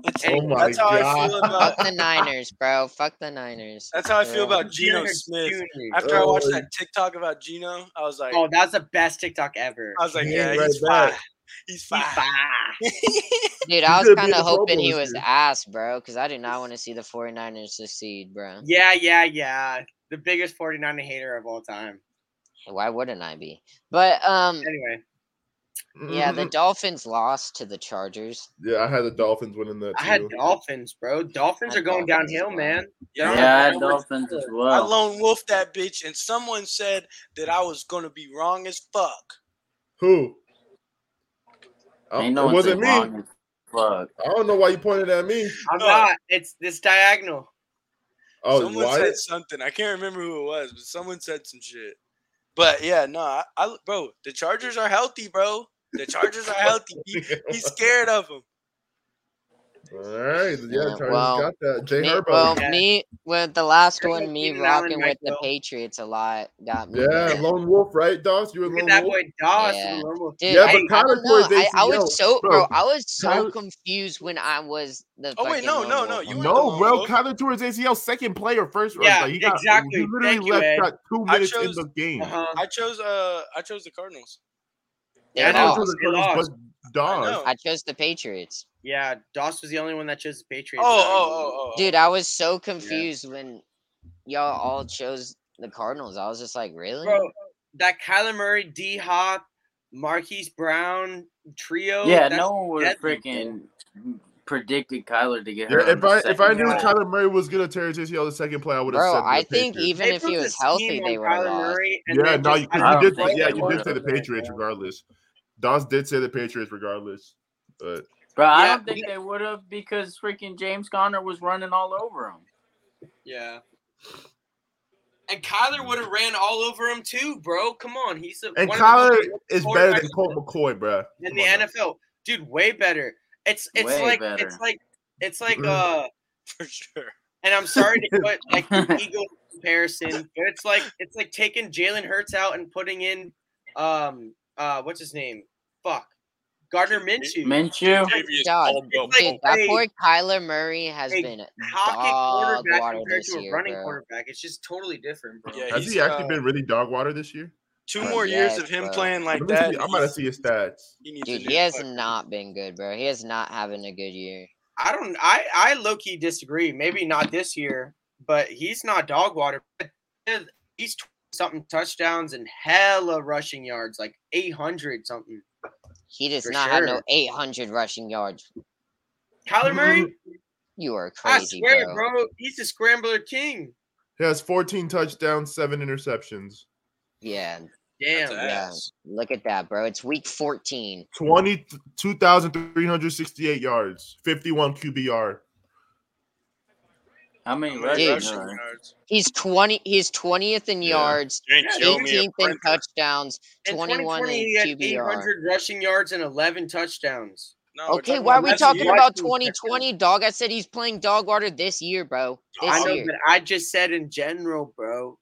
[SPEAKER 4] It's-
[SPEAKER 3] And
[SPEAKER 2] Oh my
[SPEAKER 4] that's how I feel
[SPEAKER 2] God.
[SPEAKER 4] about.
[SPEAKER 1] Fuck the Niners, bro. Fuck the Niners.
[SPEAKER 4] That's how I feel
[SPEAKER 1] Yeah.
[SPEAKER 4] about Geno
[SPEAKER 3] Jalen Hurts
[SPEAKER 4] Smith.
[SPEAKER 3] Jr..
[SPEAKER 4] After I watched
[SPEAKER 2] Oh.
[SPEAKER 4] that TikTok about Geno, I was like,
[SPEAKER 3] Oh, that's the best TikTok ever.
[SPEAKER 4] I was like,
[SPEAKER 2] He
[SPEAKER 4] yeah,
[SPEAKER 2] ain't
[SPEAKER 4] he's
[SPEAKER 2] right
[SPEAKER 4] fine.
[SPEAKER 2] back.
[SPEAKER 4] He's fine.
[SPEAKER 3] Bah.
[SPEAKER 1] Dude,
[SPEAKER 2] He
[SPEAKER 1] I was
[SPEAKER 2] could be in
[SPEAKER 1] kind
[SPEAKER 2] the
[SPEAKER 1] of
[SPEAKER 2] Pro
[SPEAKER 1] hoping
[SPEAKER 2] Bowl
[SPEAKER 1] he
[SPEAKER 2] this
[SPEAKER 1] was
[SPEAKER 2] year.
[SPEAKER 1] ass, bro, because I do not want to see the 49ers succeed, bro.
[SPEAKER 3] Yeah, yeah, yeah. The biggest 49 hater of all time.
[SPEAKER 1] Why wouldn't I be? But um
[SPEAKER 3] Anyway,
[SPEAKER 1] yeah, the
[SPEAKER 2] Mhm.
[SPEAKER 1] Dolphins lost to the Chargers.
[SPEAKER 2] yeah. I had the Dolphins winning that
[SPEAKER 3] I had
[SPEAKER 2] too.
[SPEAKER 3] Dolphins, bro. Dolphins
[SPEAKER 1] I
[SPEAKER 3] are going
[SPEAKER 1] Dolphins as
[SPEAKER 3] downhill,
[SPEAKER 1] well.
[SPEAKER 3] man.
[SPEAKER 4] Yeah,
[SPEAKER 5] Yeah, I
[SPEAKER 4] I
[SPEAKER 5] had
[SPEAKER 4] lone-
[SPEAKER 5] Dolphins as
[SPEAKER 4] I
[SPEAKER 5] well.
[SPEAKER 4] lone wolf that bitch, and someone said that I was gonna be wrong as fuck.
[SPEAKER 2] Who? I-
[SPEAKER 5] Ain't no
[SPEAKER 2] Oh, it
[SPEAKER 5] one
[SPEAKER 2] wasn't
[SPEAKER 5] said
[SPEAKER 2] me.
[SPEAKER 5] wrong as Fuck.
[SPEAKER 2] I don't know why you pointed at me.
[SPEAKER 3] I'm
[SPEAKER 4] No.
[SPEAKER 3] not. It's this diagonal.
[SPEAKER 2] Oh,
[SPEAKER 4] someone
[SPEAKER 2] why?
[SPEAKER 4] said something. I can't remember who it was, but someone said some shit. But yeah, no, I, I bro, the Chargers are healthy, bro. The Chargers are healthy. He, he's scared of them.
[SPEAKER 2] All right, yeah,
[SPEAKER 1] Yeah,
[SPEAKER 2] Chargers
[SPEAKER 1] well,
[SPEAKER 2] got that. Jay
[SPEAKER 1] Me,
[SPEAKER 2] Herbo.
[SPEAKER 1] well,
[SPEAKER 3] Yeah.
[SPEAKER 1] me with the last
[SPEAKER 3] You're like
[SPEAKER 1] one, me
[SPEAKER 3] Keenan Allen
[SPEAKER 1] rocking
[SPEAKER 3] right
[SPEAKER 1] with the
[SPEAKER 3] now.
[SPEAKER 1] Patriots a lot got me.
[SPEAKER 2] yeah,
[SPEAKER 1] man.
[SPEAKER 2] lone wolf, right, Doss? You were
[SPEAKER 3] Look at
[SPEAKER 2] lone
[SPEAKER 3] that
[SPEAKER 2] wolf.
[SPEAKER 3] boy Doss.
[SPEAKER 1] Yeah.
[SPEAKER 3] and Romo.
[SPEAKER 1] Dude,
[SPEAKER 2] Yeah,
[SPEAKER 1] I,
[SPEAKER 2] but
[SPEAKER 1] I
[SPEAKER 2] Tyler
[SPEAKER 1] don't know.
[SPEAKER 2] tore his
[SPEAKER 1] I, I
[SPEAKER 2] ACL,
[SPEAKER 1] was so
[SPEAKER 2] bro.
[SPEAKER 1] bro, I was so
[SPEAKER 2] Tyler-
[SPEAKER 1] confused when I was the.
[SPEAKER 4] Oh, wait,
[SPEAKER 1] fucking
[SPEAKER 4] no,
[SPEAKER 1] lone
[SPEAKER 4] no,
[SPEAKER 1] wolf
[SPEAKER 4] no,
[SPEAKER 1] on
[SPEAKER 4] you
[SPEAKER 1] the
[SPEAKER 4] were the
[SPEAKER 2] No,
[SPEAKER 4] lone
[SPEAKER 2] bro,
[SPEAKER 4] wolf.
[SPEAKER 2] Kyler tore his ACL second play or first. round.
[SPEAKER 3] Yeah,
[SPEAKER 2] Like, he got,
[SPEAKER 3] exactly.
[SPEAKER 2] He literally
[SPEAKER 3] Thank you,
[SPEAKER 2] left
[SPEAKER 3] Ed.
[SPEAKER 2] got two minutes
[SPEAKER 4] chose-
[SPEAKER 2] in the game.
[SPEAKER 3] Uh-huh.
[SPEAKER 4] I chose uh I chose the Cardinals.
[SPEAKER 1] They
[SPEAKER 3] Yeah, I
[SPEAKER 2] I know
[SPEAKER 3] know.
[SPEAKER 2] it
[SPEAKER 1] lost.
[SPEAKER 2] was
[SPEAKER 3] They
[SPEAKER 2] the Cardinals,
[SPEAKER 3] lost.
[SPEAKER 2] but
[SPEAKER 4] I
[SPEAKER 2] Doss.
[SPEAKER 4] know.
[SPEAKER 1] I chose the Patriots.
[SPEAKER 3] Yeah, Doss was the only one that chose the
[SPEAKER 4] Oh,
[SPEAKER 3] Patriots.
[SPEAKER 4] oh, oh, oh.
[SPEAKER 1] Dude, I was so confused when y'all all chose the Cardinals. I was just like, really?
[SPEAKER 3] Bro, that Kyler Murray, D Hop, Marquise Brown trio.
[SPEAKER 5] yeah,
[SPEAKER 3] that's-
[SPEAKER 5] no one would have
[SPEAKER 3] deadly, bro.
[SPEAKER 5] freaking predicted Kyler to get
[SPEAKER 2] Yeah,
[SPEAKER 5] hurt.
[SPEAKER 2] if I if I knew
[SPEAKER 3] round.
[SPEAKER 2] Kyler Murray was gonna tear his ACL the second play, I would have
[SPEAKER 1] Bro,
[SPEAKER 2] said. the
[SPEAKER 1] I think
[SPEAKER 2] Patriots.
[SPEAKER 1] even
[SPEAKER 3] They
[SPEAKER 1] if he
[SPEAKER 3] built a
[SPEAKER 1] was healthy,
[SPEAKER 3] scheme on
[SPEAKER 1] they would have lost.
[SPEAKER 3] Murray, and
[SPEAKER 2] Yeah,
[SPEAKER 3] they
[SPEAKER 2] no,
[SPEAKER 3] just-
[SPEAKER 2] you,
[SPEAKER 5] I
[SPEAKER 3] I
[SPEAKER 2] you
[SPEAKER 5] don't
[SPEAKER 2] did.
[SPEAKER 3] don't
[SPEAKER 2] Say,
[SPEAKER 5] think
[SPEAKER 3] think
[SPEAKER 2] yeah,
[SPEAKER 5] they
[SPEAKER 3] they
[SPEAKER 2] you
[SPEAKER 5] would've.
[SPEAKER 2] did
[SPEAKER 3] would've
[SPEAKER 2] say the
[SPEAKER 3] done it,
[SPEAKER 2] Patriots
[SPEAKER 3] bro.
[SPEAKER 2] regardless. Doss did say the Patriots regardless, but
[SPEAKER 5] Bro, I
[SPEAKER 3] Yeah,
[SPEAKER 5] don't think they would have because freaking James Conner was running all over him.
[SPEAKER 3] Yeah. And Kyler would have ran all over him too, bro. Come on, he's a,
[SPEAKER 2] and
[SPEAKER 3] one of the
[SPEAKER 2] Kyler
[SPEAKER 3] best
[SPEAKER 2] is better
[SPEAKER 3] quarterbacks
[SPEAKER 2] than Colt McCoy, bro.
[SPEAKER 3] in the NFL, dude. Way better. It's it's
[SPEAKER 5] Way
[SPEAKER 3] like
[SPEAKER 5] better.
[SPEAKER 3] it's like it's like
[SPEAKER 1] Mm-hmm.
[SPEAKER 3] uh
[SPEAKER 4] for sure.
[SPEAKER 3] and I'm sorry to put like the ego comparison, but it's like it's like taking Jalen Hurts out and putting in um uh what's his name? Fuck. Gardner Minshew.
[SPEAKER 5] Minshew.
[SPEAKER 4] Davius
[SPEAKER 1] God,
[SPEAKER 4] Caldwell
[SPEAKER 3] like-
[SPEAKER 4] Pope.
[SPEAKER 1] Dude, that
[SPEAKER 3] hey,
[SPEAKER 1] boy Kyler Murray has
[SPEAKER 3] hey,
[SPEAKER 1] been
[SPEAKER 3] Pocket
[SPEAKER 1] dog
[SPEAKER 3] quarterback
[SPEAKER 1] water
[SPEAKER 3] compared
[SPEAKER 1] this
[SPEAKER 3] to a
[SPEAKER 1] year,
[SPEAKER 3] running
[SPEAKER 1] bro.
[SPEAKER 3] quarterback. It's just totally different, bro.
[SPEAKER 4] Yeah,
[SPEAKER 2] Has
[SPEAKER 4] he's,
[SPEAKER 2] he actually
[SPEAKER 4] uh,
[SPEAKER 2] been really dog water this year?
[SPEAKER 4] Two
[SPEAKER 1] Oh,
[SPEAKER 4] more years
[SPEAKER 1] yes,
[SPEAKER 4] of him
[SPEAKER 1] bro.
[SPEAKER 4] playing like
[SPEAKER 2] Let me
[SPEAKER 4] that.
[SPEAKER 2] see- I'm about to see his stats.
[SPEAKER 4] He needs
[SPEAKER 1] Dude,
[SPEAKER 4] a new
[SPEAKER 1] he has
[SPEAKER 4] fucking-
[SPEAKER 1] not been good, bro. He has not having a good year.
[SPEAKER 3] I don't I I low key disagree. Maybe not this year, but he's not dog water. He's 20 something touchdowns and hella rushing yards, like 800 something.
[SPEAKER 1] He does
[SPEAKER 3] For
[SPEAKER 1] not have no
[SPEAKER 3] sure.
[SPEAKER 1] 800 rushing yards.
[SPEAKER 3] Kyler Murray,
[SPEAKER 1] You are crazy,
[SPEAKER 3] I swear,
[SPEAKER 1] bro.
[SPEAKER 3] bro. he's the scrambler king.
[SPEAKER 2] He has 14 touchdowns, seven interceptions,
[SPEAKER 1] Yeah,
[SPEAKER 3] Damn.
[SPEAKER 4] That's
[SPEAKER 1] yeah.
[SPEAKER 4] ass.
[SPEAKER 1] Look at that, bro. It's week 14.
[SPEAKER 2] 20 2,368 yards, 51 QBR.
[SPEAKER 5] How many
[SPEAKER 4] How many
[SPEAKER 1] Dude.
[SPEAKER 5] rushing
[SPEAKER 4] rushing
[SPEAKER 5] yards?
[SPEAKER 4] yards?
[SPEAKER 1] He's 20. He's 20th in
[SPEAKER 2] Yeah.
[SPEAKER 1] yards,
[SPEAKER 4] Jinx,
[SPEAKER 3] Yeah,
[SPEAKER 4] you owe me a
[SPEAKER 1] 18th in
[SPEAKER 4] printer.
[SPEAKER 1] touchdowns,
[SPEAKER 3] In
[SPEAKER 1] 21 in
[SPEAKER 3] 2020, he had
[SPEAKER 1] QBR.
[SPEAKER 3] 800 rushing yards and 11 touchdowns.
[SPEAKER 4] No, we're
[SPEAKER 1] Okay,
[SPEAKER 4] talking
[SPEAKER 1] why are
[SPEAKER 4] about
[SPEAKER 1] we
[SPEAKER 4] last
[SPEAKER 1] talking
[SPEAKER 4] year.
[SPEAKER 1] about
[SPEAKER 3] Rushing touchdowns.
[SPEAKER 1] 2020, dog? I said he's playing dog water this year, bro. This
[SPEAKER 3] I know,
[SPEAKER 1] year.
[SPEAKER 3] but I just said in general, bro.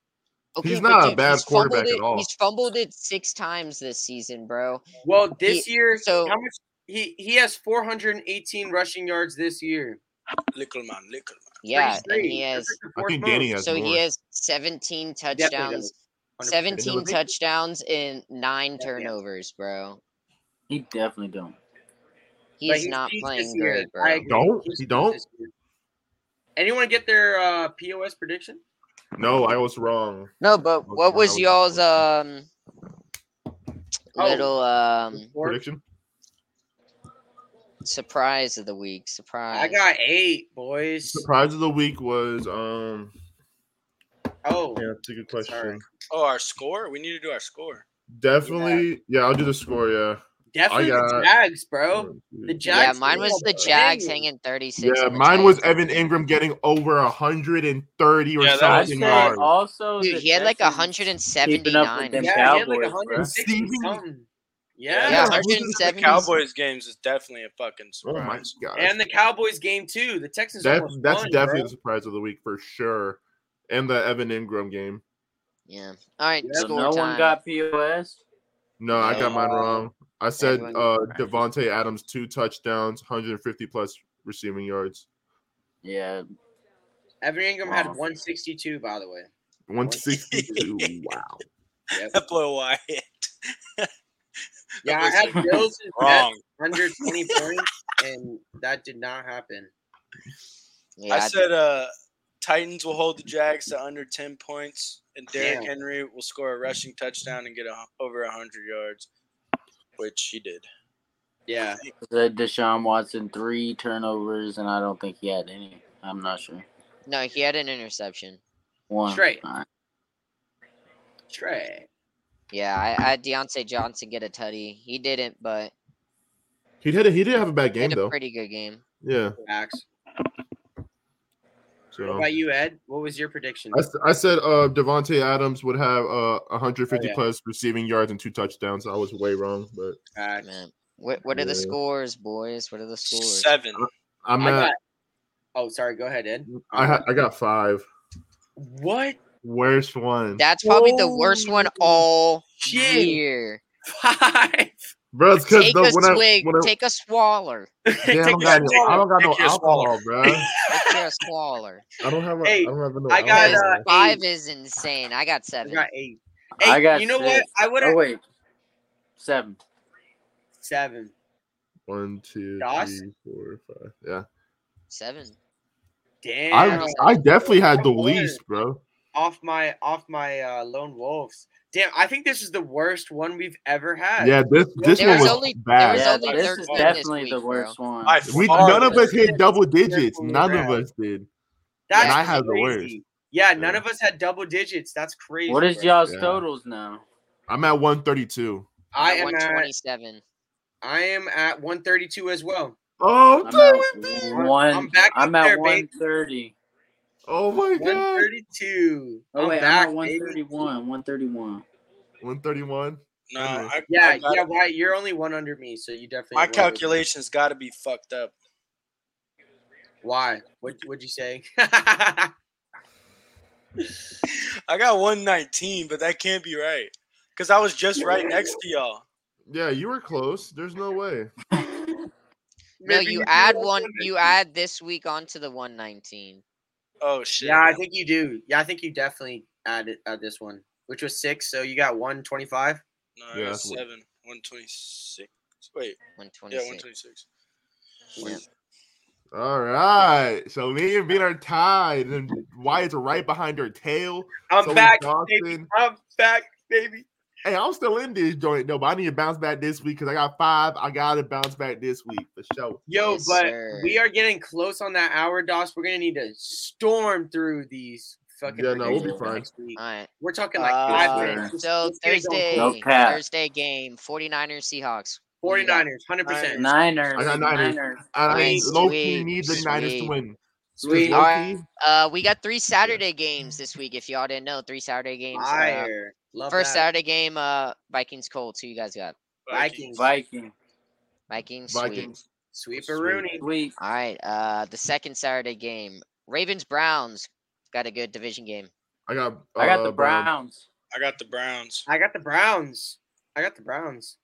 [SPEAKER 1] Okay,
[SPEAKER 2] He's
[SPEAKER 1] but
[SPEAKER 2] not a
[SPEAKER 1] dude,
[SPEAKER 2] bad
[SPEAKER 1] he's
[SPEAKER 2] quarterback
[SPEAKER 1] fumbled
[SPEAKER 2] at
[SPEAKER 1] it-
[SPEAKER 2] all.
[SPEAKER 1] He's fumbled it six times this season, bro.
[SPEAKER 3] Well, this year,
[SPEAKER 1] so-
[SPEAKER 3] how much? He he has 418 rushing yards this year.
[SPEAKER 4] Little man, little man.
[SPEAKER 1] Yeah, and
[SPEAKER 3] Pretty
[SPEAKER 1] he
[SPEAKER 3] straight.
[SPEAKER 1] has.
[SPEAKER 3] That's like the
[SPEAKER 2] I
[SPEAKER 3] fourth
[SPEAKER 2] think Danny
[SPEAKER 3] most.
[SPEAKER 2] has
[SPEAKER 1] So he
[SPEAKER 2] more.
[SPEAKER 1] has 17
[SPEAKER 3] Definitely
[SPEAKER 1] touchdowns,
[SPEAKER 3] does.
[SPEAKER 1] 17
[SPEAKER 2] Definitely.
[SPEAKER 1] touchdowns and nine
[SPEAKER 3] Definitely.
[SPEAKER 1] turnovers, bro.
[SPEAKER 5] He definitely don't.
[SPEAKER 1] He's
[SPEAKER 3] Like,
[SPEAKER 1] not
[SPEAKER 3] peaked this
[SPEAKER 1] playing
[SPEAKER 3] year.
[SPEAKER 1] great,
[SPEAKER 3] I
[SPEAKER 1] bro.
[SPEAKER 3] agree.
[SPEAKER 2] Don't?
[SPEAKER 3] He's
[SPEAKER 2] He
[SPEAKER 3] peaked
[SPEAKER 2] don't?
[SPEAKER 3] this year. Anyone get their uh, POS prediction?
[SPEAKER 2] No, I was wrong.
[SPEAKER 1] No,
[SPEAKER 2] Oh,
[SPEAKER 1] but what
[SPEAKER 2] no,
[SPEAKER 1] was
[SPEAKER 2] that was-
[SPEAKER 1] y'all's um
[SPEAKER 3] Oh.
[SPEAKER 1] little um
[SPEAKER 3] Or-
[SPEAKER 2] Prediction?
[SPEAKER 1] surprise of the week? Surprise!
[SPEAKER 3] I got eight, boys.
[SPEAKER 2] Surprise of the week was um
[SPEAKER 3] Oh,
[SPEAKER 2] yeah, that's a good question.
[SPEAKER 3] Sorry.
[SPEAKER 4] Oh, our score? We need to do our score.
[SPEAKER 2] Definitely yeah, I'll do the score, yeah.
[SPEAKER 3] definitely the
[SPEAKER 2] got-
[SPEAKER 3] Jags, bro.
[SPEAKER 2] One,
[SPEAKER 3] Oh, The
[SPEAKER 2] two,
[SPEAKER 1] yeah,
[SPEAKER 3] Jags
[SPEAKER 1] mine was
[SPEAKER 3] were
[SPEAKER 1] the
[SPEAKER 3] banging.
[SPEAKER 1] Jags hanging 36.
[SPEAKER 2] Yeah,
[SPEAKER 1] and the
[SPEAKER 2] mine was
[SPEAKER 1] Titans.
[SPEAKER 2] Evan Ingram getting over 130 or
[SPEAKER 4] Yeah, that
[SPEAKER 5] I
[SPEAKER 4] was
[SPEAKER 2] something
[SPEAKER 5] said
[SPEAKER 2] yards.
[SPEAKER 5] also
[SPEAKER 1] Dude,
[SPEAKER 5] the
[SPEAKER 1] he had like
[SPEAKER 5] Texans-
[SPEAKER 1] 179.
[SPEAKER 5] them.
[SPEAKER 1] or something.
[SPEAKER 3] Yeah, he had like
[SPEAKER 5] Cowboys, bro.
[SPEAKER 3] 160
[SPEAKER 2] Receiving-
[SPEAKER 3] something.
[SPEAKER 1] Yeah,
[SPEAKER 3] Yeah.
[SPEAKER 2] Yeah,
[SPEAKER 4] losing to
[SPEAKER 1] 170.
[SPEAKER 4] The Cowboys games is definitely a fucking
[SPEAKER 2] Oh my
[SPEAKER 4] surprise.
[SPEAKER 2] god.
[SPEAKER 3] And the Cowboys game too. The Texans
[SPEAKER 2] That,
[SPEAKER 3] almost
[SPEAKER 2] that's
[SPEAKER 3] won,
[SPEAKER 2] definitely the
[SPEAKER 3] bro.
[SPEAKER 2] surprise of the week for sure. And the Evan Ingram game.
[SPEAKER 1] Yeah. All right,
[SPEAKER 3] Yeah,
[SPEAKER 5] So
[SPEAKER 1] score
[SPEAKER 5] no
[SPEAKER 1] time.
[SPEAKER 5] one got POS.
[SPEAKER 2] No, I got mine
[SPEAKER 1] Yeah.
[SPEAKER 2] wrong. I said
[SPEAKER 1] Everyone
[SPEAKER 2] uh
[SPEAKER 1] got it.
[SPEAKER 2] Devontae Adams, two touchdowns, 150 plus receiving yards.
[SPEAKER 5] Yeah,
[SPEAKER 3] Evan Ingram had
[SPEAKER 5] Wow.
[SPEAKER 3] 162, by the way.
[SPEAKER 2] 162. wow.
[SPEAKER 3] Yep.
[SPEAKER 4] That blow Wyatt.
[SPEAKER 3] Yeah, I had Bills and Jets
[SPEAKER 4] Wrong.
[SPEAKER 3] 120 points, and that did not happen.
[SPEAKER 1] Yeah,
[SPEAKER 4] I said uh Titans will hold the Jags to under ten points, and Derrick
[SPEAKER 3] Damn.
[SPEAKER 4] Henry will score a rushing touchdown and get a, over hundred yards, which he did.
[SPEAKER 3] Yeah.
[SPEAKER 5] I said Deshaun Watson three turnovers, and I don't think he had any. I'm not sure.
[SPEAKER 1] no, he had an interception.
[SPEAKER 5] One.
[SPEAKER 3] Straight.
[SPEAKER 5] All right.
[SPEAKER 3] Trey.
[SPEAKER 1] Yeah, I, I had Deontay Johnson get a tutty. He didn't, but
[SPEAKER 2] He did. He did have a bad
[SPEAKER 1] he
[SPEAKER 2] game
[SPEAKER 1] had a
[SPEAKER 2] though.
[SPEAKER 1] pretty good game.
[SPEAKER 2] Yeah.
[SPEAKER 3] Max. What
[SPEAKER 2] So
[SPEAKER 3] about you, Ed? What was your prediction?
[SPEAKER 2] I, s- I said uh Devonte Adams would have uh 150
[SPEAKER 3] Oh, yeah.
[SPEAKER 2] plus receiving yards and two touchdowns. I was way wrong, but
[SPEAKER 3] Facts.
[SPEAKER 1] Man, what what are the
[SPEAKER 2] Yeah.
[SPEAKER 1] scores, boys? What are the scores?
[SPEAKER 4] Seven.
[SPEAKER 2] Uh, I'm Mm.
[SPEAKER 3] I
[SPEAKER 2] at
[SPEAKER 3] got. Oh, sorry. Go ahead, Ed.
[SPEAKER 2] I ha- I got five.
[SPEAKER 3] What?
[SPEAKER 2] Worst one,
[SPEAKER 1] That's probably the worst one
[SPEAKER 3] Holy
[SPEAKER 1] all
[SPEAKER 3] shit.
[SPEAKER 1] year.
[SPEAKER 3] Five.
[SPEAKER 2] bro. It's because
[SPEAKER 1] Take a
[SPEAKER 2] when
[SPEAKER 1] swig,
[SPEAKER 2] I when I,
[SPEAKER 1] take a swaller.
[SPEAKER 2] yeah, I don't got no, I don't got no
[SPEAKER 4] Take your swallow.
[SPEAKER 2] alcohol, bro.
[SPEAKER 1] Take care of swaller.
[SPEAKER 2] I don't have. A,
[SPEAKER 3] Hey,
[SPEAKER 2] I don't have no.
[SPEAKER 3] I got,
[SPEAKER 2] alcohol.
[SPEAKER 3] uh,
[SPEAKER 1] Five is insane. I got
[SPEAKER 3] I
[SPEAKER 1] seven.
[SPEAKER 3] got eight. Hey,
[SPEAKER 5] I got
[SPEAKER 3] you know what?
[SPEAKER 5] six.
[SPEAKER 3] I would have
[SPEAKER 5] Oh wait, seven.
[SPEAKER 3] seven.
[SPEAKER 2] one, two,
[SPEAKER 3] Josh?
[SPEAKER 2] three, four, five. Yeah,
[SPEAKER 1] Seven.
[SPEAKER 3] Damn.
[SPEAKER 2] I I definitely had the
[SPEAKER 3] I'm worried.
[SPEAKER 2] least, bro.
[SPEAKER 3] off my off my uh, lone wolves. Damn, I think this is the worst one we've ever had.
[SPEAKER 2] Yeah, this this
[SPEAKER 1] There
[SPEAKER 2] one
[SPEAKER 1] was
[SPEAKER 2] was
[SPEAKER 1] only- there
[SPEAKER 2] bad.
[SPEAKER 1] was
[SPEAKER 5] yeah,
[SPEAKER 1] only
[SPEAKER 5] this is
[SPEAKER 1] 13 this
[SPEAKER 5] definitely
[SPEAKER 1] week,
[SPEAKER 5] the
[SPEAKER 1] bro.
[SPEAKER 5] worst one.
[SPEAKER 4] By
[SPEAKER 2] uh, we
[SPEAKER 4] far
[SPEAKER 2] none of
[SPEAKER 4] the
[SPEAKER 2] us hit double digits.
[SPEAKER 3] Carefully
[SPEAKER 2] None of
[SPEAKER 3] round.
[SPEAKER 2] us did.
[SPEAKER 3] That's
[SPEAKER 2] and I had the
[SPEAKER 3] crazy. Yeah, none of us had double digits. That's crazy.
[SPEAKER 5] What is
[SPEAKER 3] bro.
[SPEAKER 5] y'all's
[SPEAKER 2] Yeah.
[SPEAKER 5] totals now?
[SPEAKER 2] I'm at 132.
[SPEAKER 3] I
[SPEAKER 1] got
[SPEAKER 3] am at
[SPEAKER 1] 127.
[SPEAKER 3] I am at 132 as well.
[SPEAKER 2] Oh,
[SPEAKER 5] I'm
[SPEAKER 2] dude, we
[SPEAKER 5] at
[SPEAKER 2] did.
[SPEAKER 5] one.
[SPEAKER 3] I'm back up
[SPEAKER 5] I'm at
[SPEAKER 3] there, baby.
[SPEAKER 5] one thirty.
[SPEAKER 2] oh my god.
[SPEAKER 3] 132.
[SPEAKER 5] Oh
[SPEAKER 3] I'm
[SPEAKER 5] wait,
[SPEAKER 3] back,
[SPEAKER 5] I'm at
[SPEAKER 3] baby.
[SPEAKER 5] one thirty one. One thirty one.
[SPEAKER 2] 131.
[SPEAKER 4] No, I,
[SPEAKER 3] Yeah,
[SPEAKER 4] I got-
[SPEAKER 3] yeah, Wyatt, you're only one under me, so you definitely.
[SPEAKER 4] my
[SPEAKER 3] have one over me.
[SPEAKER 4] calculations got to be fucked up.
[SPEAKER 3] Why? What would you say?
[SPEAKER 4] I got 119, but that can't be right because I was just right next to y'all.
[SPEAKER 2] Yeah, you were close. There's no way.
[SPEAKER 1] No,
[SPEAKER 3] Maybe
[SPEAKER 1] you
[SPEAKER 3] do
[SPEAKER 1] add
[SPEAKER 3] have
[SPEAKER 1] one.
[SPEAKER 3] that.
[SPEAKER 1] You add this week onto the 119.
[SPEAKER 4] Oh shit!
[SPEAKER 3] Yeah, I think you do. Yeah, I think you definitely add it- add this one, which was six. So you got one twenty-five.
[SPEAKER 4] no,
[SPEAKER 2] Yeah,
[SPEAKER 4] I got
[SPEAKER 2] that's what-
[SPEAKER 4] seven. 126. Wait, yeah,
[SPEAKER 1] 126.
[SPEAKER 4] 126.
[SPEAKER 2] All right. So me and Bean are tied, and Wyatt's right behind her tail.
[SPEAKER 3] I'm
[SPEAKER 2] So is
[SPEAKER 3] back, baby.
[SPEAKER 2] Dawson.
[SPEAKER 3] I'm back, baby.
[SPEAKER 2] Hey, I'm still in this joint though, but I need to bounce back this week because I got five. I gotta bounce back this week for sure.
[SPEAKER 3] Yo,
[SPEAKER 1] Yes,
[SPEAKER 3] but
[SPEAKER 1] sir.
[SPEAKER 3] we are getting close on that hour, DOS. We're gonna need to storm through these fucking.
[SPEAKER 2] Yeah, no, we'll be
[SPEAKER 3] predictions
[SPEAKER 2] fine.
[SPEAKER 3] next week.
[SPEAKER 1] All right.
[SPEAKER 3] We're talking like
[SPEAKER 4] Uh,
[SPEAKER 3] five
[SPEAKER 1] Uh,
[SPEAKER 3] minutes. Let's-
[SPEAKER 1] so
[SPEAKER 3] let's get it going.
[SPEAKER 1] Thursday,
[SPEAKER 5] No cap.
[SPEAKER 1] Thursday game, 49ers Seahawks. Who you got?
[SPEAKER 3] 49ers, 100%.
[SPEAKER 5] Niners.
[SPEAKER 2] I got Niners. And I
[SPEAKER 1] Sweet,
[SPEAKER 2] low
[SPEAKER 1] sweet,
[SPEAKER 2] key need the Niners to
[SPEAKER 1] sweet.
[SPEAKER 2] win. 'Cause
[SPEAKER 5] Sweet.
[SPEAKER 2] low-key,
[SPEAKER 1] Alright. Uh, we got three Saturday games this week. If y'all didn't know, three Saturday games. uh,
[SPEAKER 3] Fire. Love
[SPEAKER 1] first
[SPEAKER 3] that.
[SPEAKER 1] Saturday game, uh, Vikings Colts. Who you guys got?
[SPEAKER 3] Vikings.
[SPEAKER 5] Viking.
[SPEAKER 1] Vikings. Sweet.
[SPEAKER 2] Vikings.
[SPEAKER 3] Sweeper
[SPEAKER 2] Sweet.
[SPEAKER 3] Rooney.
[SPEAKER 5] Sweet.
[SPEAKER 1] All right. Uh, the second Saturday game, Ravens Browns. Got a good division game.
[SPEAKER 2] I got.
[SPEAKER 5] I got the
[SPEAKER 2] uh, Browns.
[SPEAKER 5] Browns.
[SPEAKER 4] I got the Browns.
[SPEAKER 3] I got the Browns. I got the Browns.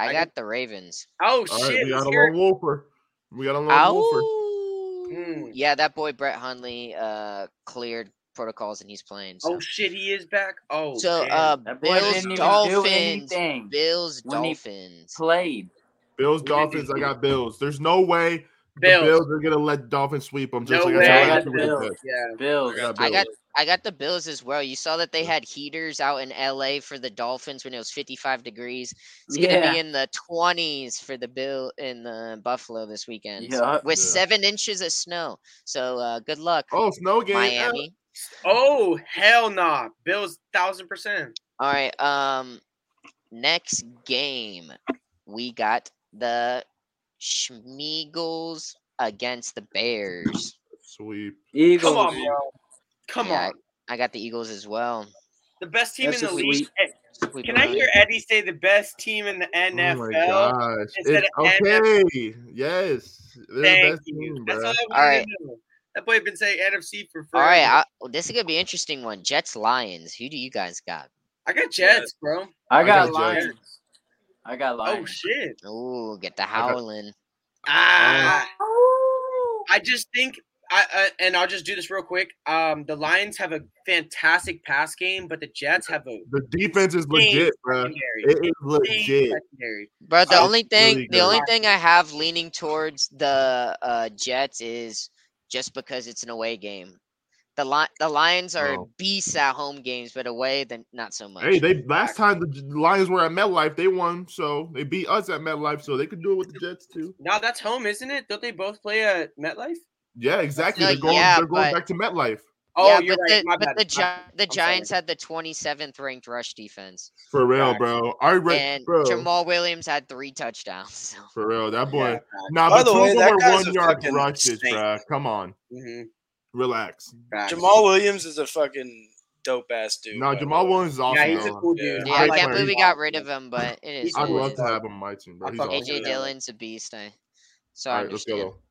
[SPEAKER 1] I
[SPEAKER 3] I
[SPEAKER 1] got the Ravens.
[SPEAKER 3] Oh,
[SPEAKER 2] All right,
[SPEAKER 3] shit.
[SPEAKER 2] we got
[SPEAKER 3] let's
[SPEAKER 2] a
[SPEAKER 3] hear
[SPEAKER 2] lone
[SPEAKER 3] it.
[SPEAKER 2] wolfer. We got a lone wolfer.
[SPEAKER 1] Ow.
[SPEAKER 3] Mm.
[SPEAKER 1] Yeah, that boy Brett Hundley uh cleared protocols and he's playing. So,
[SPEAKER 3] Oh, shit. He is back. Oh,
[SPEAKER 1] so
[SPEAKER 3] damn.
[SPEAKER 1] uh,
[SPEAKER 5] That boy
[SPEAKER 1] Bills
[SPEAKER 5] didn't even do
[SPEAKER 1] Dolphins.
[SPEAKER 5] anything.
[SPEAKER 1] Bills
[SPEAKER 5] when he
[SPEAKER 1] Dolphins.
[SPEAKER 5] Played.
[SPEAKER 2] Bills,
[SPEAKER 3] We did
[SPEAKER 2] Dolphins.
[SPEAKER 3] it.
[SPEAKER 2] I got Bills. There's no way
[SPEAKER 3] Bills.
[SPEAKER 2] the Bills are gonna let Dolphins sweep them. Just
[SPEAKER 3] No
[SPEAKER 2] like
[SPEAKER 3] way.
[SPEAKER 2] I
[SPEAKER 5] I
[SPEAKER 2] said
[SPEAKER 5] got
[SPEAKER 2] last
[SPEAKER 5] the
[SPEAKER 2] year with the
[SPEAKER 5] Bills.
[SPEAKER 2] Jets.
[SPEAKER 3] Yeah.
[SPEAKER 5] Bills.
[SPEAKER 4] I got
[SPEAKER 1] I got
[SPEAKER 4] Bills.
[SPEAKER 1] I got the Bills as well. You saw that they
[SPEAKER 2] Yeah.
[SPEAKER 1] had heaters out in LA for the Dolphins when it was 55 degrees. It's going to
[SPEAKER 5] Yeah.
[SPEAKER 1] be in the 20s for the Bill in the Buffalo this weekend s-
[SPEAKER 5] Yeah.
[SPEAKER 1] with
[SPEAKER 2] Yeah.
[SPEAKER 1] 7 inches of snow. So uh good luck
[SPEAKER 2] Oh, snow game. eh.
[SPEAKER 1] Miami.
[SPEAKER 3] Oh, hell nah. Bills, 1,000%.
[SPEAKER 1] All right, um next game we got the Schmeagles against the Bears.
[SPEAKER 2] Sweep.
[SPEAKER 5] Eagles.
[SPEAKER 3] Come on, bro. Come
[SPEAKER 1] Yeah,
[SPEAKER 3] on.
[SPEAKER 1] I got the Eagles as well.
[SPEAKER 3] The best team
[SPEAKER 5] That's
[SPEAKER 3] in
[SPEAKER 5] a
[SPEAKER 3] the league.
[SPEAKER 5] sweep.
[SPEAKER 3] Hey,
[SPEAKER 1] Sweep
[SPEAKER 3] Can
[SPEAKER 1] them
[SPEAKER 3] I
[SPEAKER 1] out.
[SPEAKER 3] hear Eddie say the best team in the
[SPEAKER 2] Oh my
[SPEAKER 3] NFL?
[SPEAKER 2] gosh.
[SPEAKER 3] instead
[SPEAKER 2] It's
[SPEAKER 3] of NFL.
[SPEAKER 2] okay. Yes. They're the
[SPEAKER 3] Thank
[SPEAKER 2] best
[SPEAKER 3] you.
[SPEAKER 2] team,
[SPEAKER 3] That's
[SPEAKER 2] bro.
[SPEAKER 3] all I wanted
[SPEAKER 1] Alright.
[SPEAKER 3] to know. That boy been saying NFC for
[SPEAKER 1] All
[SPEAKER 3] forever.
[SPEAKER 1] right, I, well, this is gonna be an interesting one. Jets Lions. Who do you guys got?
[SPEAKER 3] I got Jets, bro.
[SPEAKER 5] I got,
[SPEAKER 2] got Jets.
[SPEAKER 5] Lions. I got
[SPEAKER 3] Oh
[SPEAKER 5] Lions.
[SPEAKER 3] shit.
[SPEAKER 1] Ooh, get the
[SPEAKER 2] got-
[SPEAKER 1] howling.
[SPEAKER 3] Ah,
[SPEAKER 1] Oh.
[SPEAKER 3] I just think I uh, and I'll just do this real quick. Um, the Lions have a fantastic pass game, but the Jets have a
[SPEAKER 2] The defense is
[SPEAKER 3] insane
[SPEAKER 2] legit, bro.
[SPEAKER 3] secondary.
[SPEAKER 2] It is
[SPEAKER 3] Insane
[SPEAKER 2] legit.
[SPEAKER 3] secondary.
[SPEAKER 1] Bro, the
[SPEAKER 2] Oh,
[SPEAKER 1] only thing
[SPEAKER 2] really
[SPEAKER 1] the only
[SPEAKER 3] good.
[SPEAKER 1] thing I have leaning towards the uh, Jets is just because it's an away game. The li- the Lions are
[SPEAKER 2] Oh.
[SPEAKER 1] beasts at home games, but away then not so much.
[SPEAKER 2] Hey, they last time the Lions were at MetLife, they won, so they beat us at MetLife, so they could do it with the Jets too.
[SPEAKER 3] Now that's home, isn't it? Don't they both play at MetLife?
[SPEAKER 2] Yeah, exactly.
[SPEAKER 1] No,
[SPEAKER 2] they're going,
[SPEAKER 1] yeah,
[SPEAKER 2] they're going
[SPEAKER 1] but-
[SPEAKER 2] back to MetLife
[SPEAKER 3] Oh,
[SPEAKER 1] yeah,
[SPEAKER 3] you're
[SPEAKER 1] but the,
[SPEAKER 3] right. My
[SPEAKER 1] but
[SPEAKER 3] bad.
[SPEAKER 1] the,
[SPEAKER 3] My
[SPEAKER 1] Gi- the
[SPEAKER 3] I'm sorry.
[SPEAKER 1] Giants had the 27th ranked rush defense,
[SPEAKER 2] for real,
[SPEAKER 3] Facts.
[SPEAKER 2] bro. I read,
[SPEAKER 1] and
[SPEAKER 2] bro.
[SPEAKER 1] Jamal Williams had three touchdowns. so-
[SPEAKER 2] for real, that
[SPEAKER 3] bad.
[SPEAKER 2] boy.
[SPEAKER 3] Yeah,
[SPEAKER 2] Nah,
[SPEAKER 4] By
[SPEAKER 2] but
[SPEAKER 4] the
[SPEAKER 2] two
[SPEAKER 4] way,
[SPEAKER 2] of them
[SPEAKER 4] that
[SPEAKER 2] were
[SPEAKER 4] guy's a
[SPEAKER 2] one yard
[SPEAKER 4] fucking
[SPEAKER 2] rushes,
[SPEAKER 4] saint.
[SPEAKER 2] bro. Come on,
[SPEAKER 3] mhm,
[SPEAKER 2] relax.
[SPEAKER 3] facts.
[SPEAKER 4] Jamal Williams is a fucking dope ass dude.
[SPEAKER 2] No,
[SPEAKER 4] by the
[SPEAKER 2] Jamal
[SPEAKER 4] way.
[SPEAKER 2] Williams is awesome.
[SPEAKER 3] Yeah, he's a
[SPEAKER 2] though.
[SPEAKER 3] cool dude.
[SPEAKER 1] Yeah,
[SPEAKER 2] I
[SPEAKER 1] I,
[SPEAKER 2] like
[SPEAKER 1] can't
[SPEAKER 2] him.
[SPEAKER 1] believe we got rid of him, but it is
[SPEAKER 3] He's
[SPEAKER 2] I'd
[SPEAKER 1] what
[SPEAKER 3] cool.
[SPEAKER 1] it
[SPEAKER 2] love
[SPEAKER 1] is.
[SPEAKER 2] to have him on my team, bro.
[SPEAKER 3] I
[SPEAKER 2] He's
[SPEAKER 3] fuck with
[SPEAKER 2] awesome.
[SPEAKER 1] AJ
[SPEAKER 3] him.
[SPEAKER 1] Dillon's a beast. I so
[SPEAKER 2] All
[SPEAKER 1] I
[SPEAKER 2] right, let's go.
[SPEAKER 1] understand.
[SPEAKER 2] though.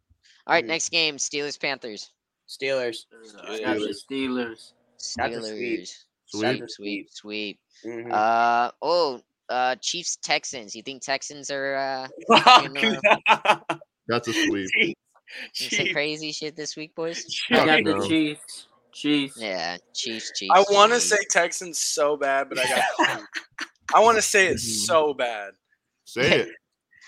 [SPEAKER 1] All right,
[SPEAKER 3] Mhm.
[SPEAKER 1] next game: Steelers Panthers.
[SPEAKER 3] Steelers.
[SPEAKER 5] I got the Steelers.
[SPEAKER 3] That's a sweep.
[SPEAKER 1] Steelers.
[SPEAKER 2] Sweep.
[SPEAKER 1] Sweep, sweep, sweep.
[SPEAKER 3] Mhm.
[SPEAKER 1] Uh oh. Uh, Chiefs Texans. You think Texans are uh
[SPEAKER 3] Fuck.
[SPEAKER 1] know.
[SPEAKER 2] That's a sweep.
[SPEAKER 3] Oh, Jeez.
[SPEAKER 1] doing some
[SPEAKER 3] Jeez.
[SPEAKER 1] crazy shit this week, boys?
[SPEAKER 5] I got
[SPEAKER 2] no.
[SPEAKER 5] the Chiefs. Chiefs.
[SPEAKER 1] Yeah, Chiefs. Chiefs.
[SPEAKER 4] I want to
[SPEAKER 1] Chiefs.
[SPEAKER 4] say Texans so bad, but I got. the Chiefs. I want to say it
[SPEAKER 2] Mhm.
[SPEAKER 4] so bad.
[SPEAKER 2] Say it.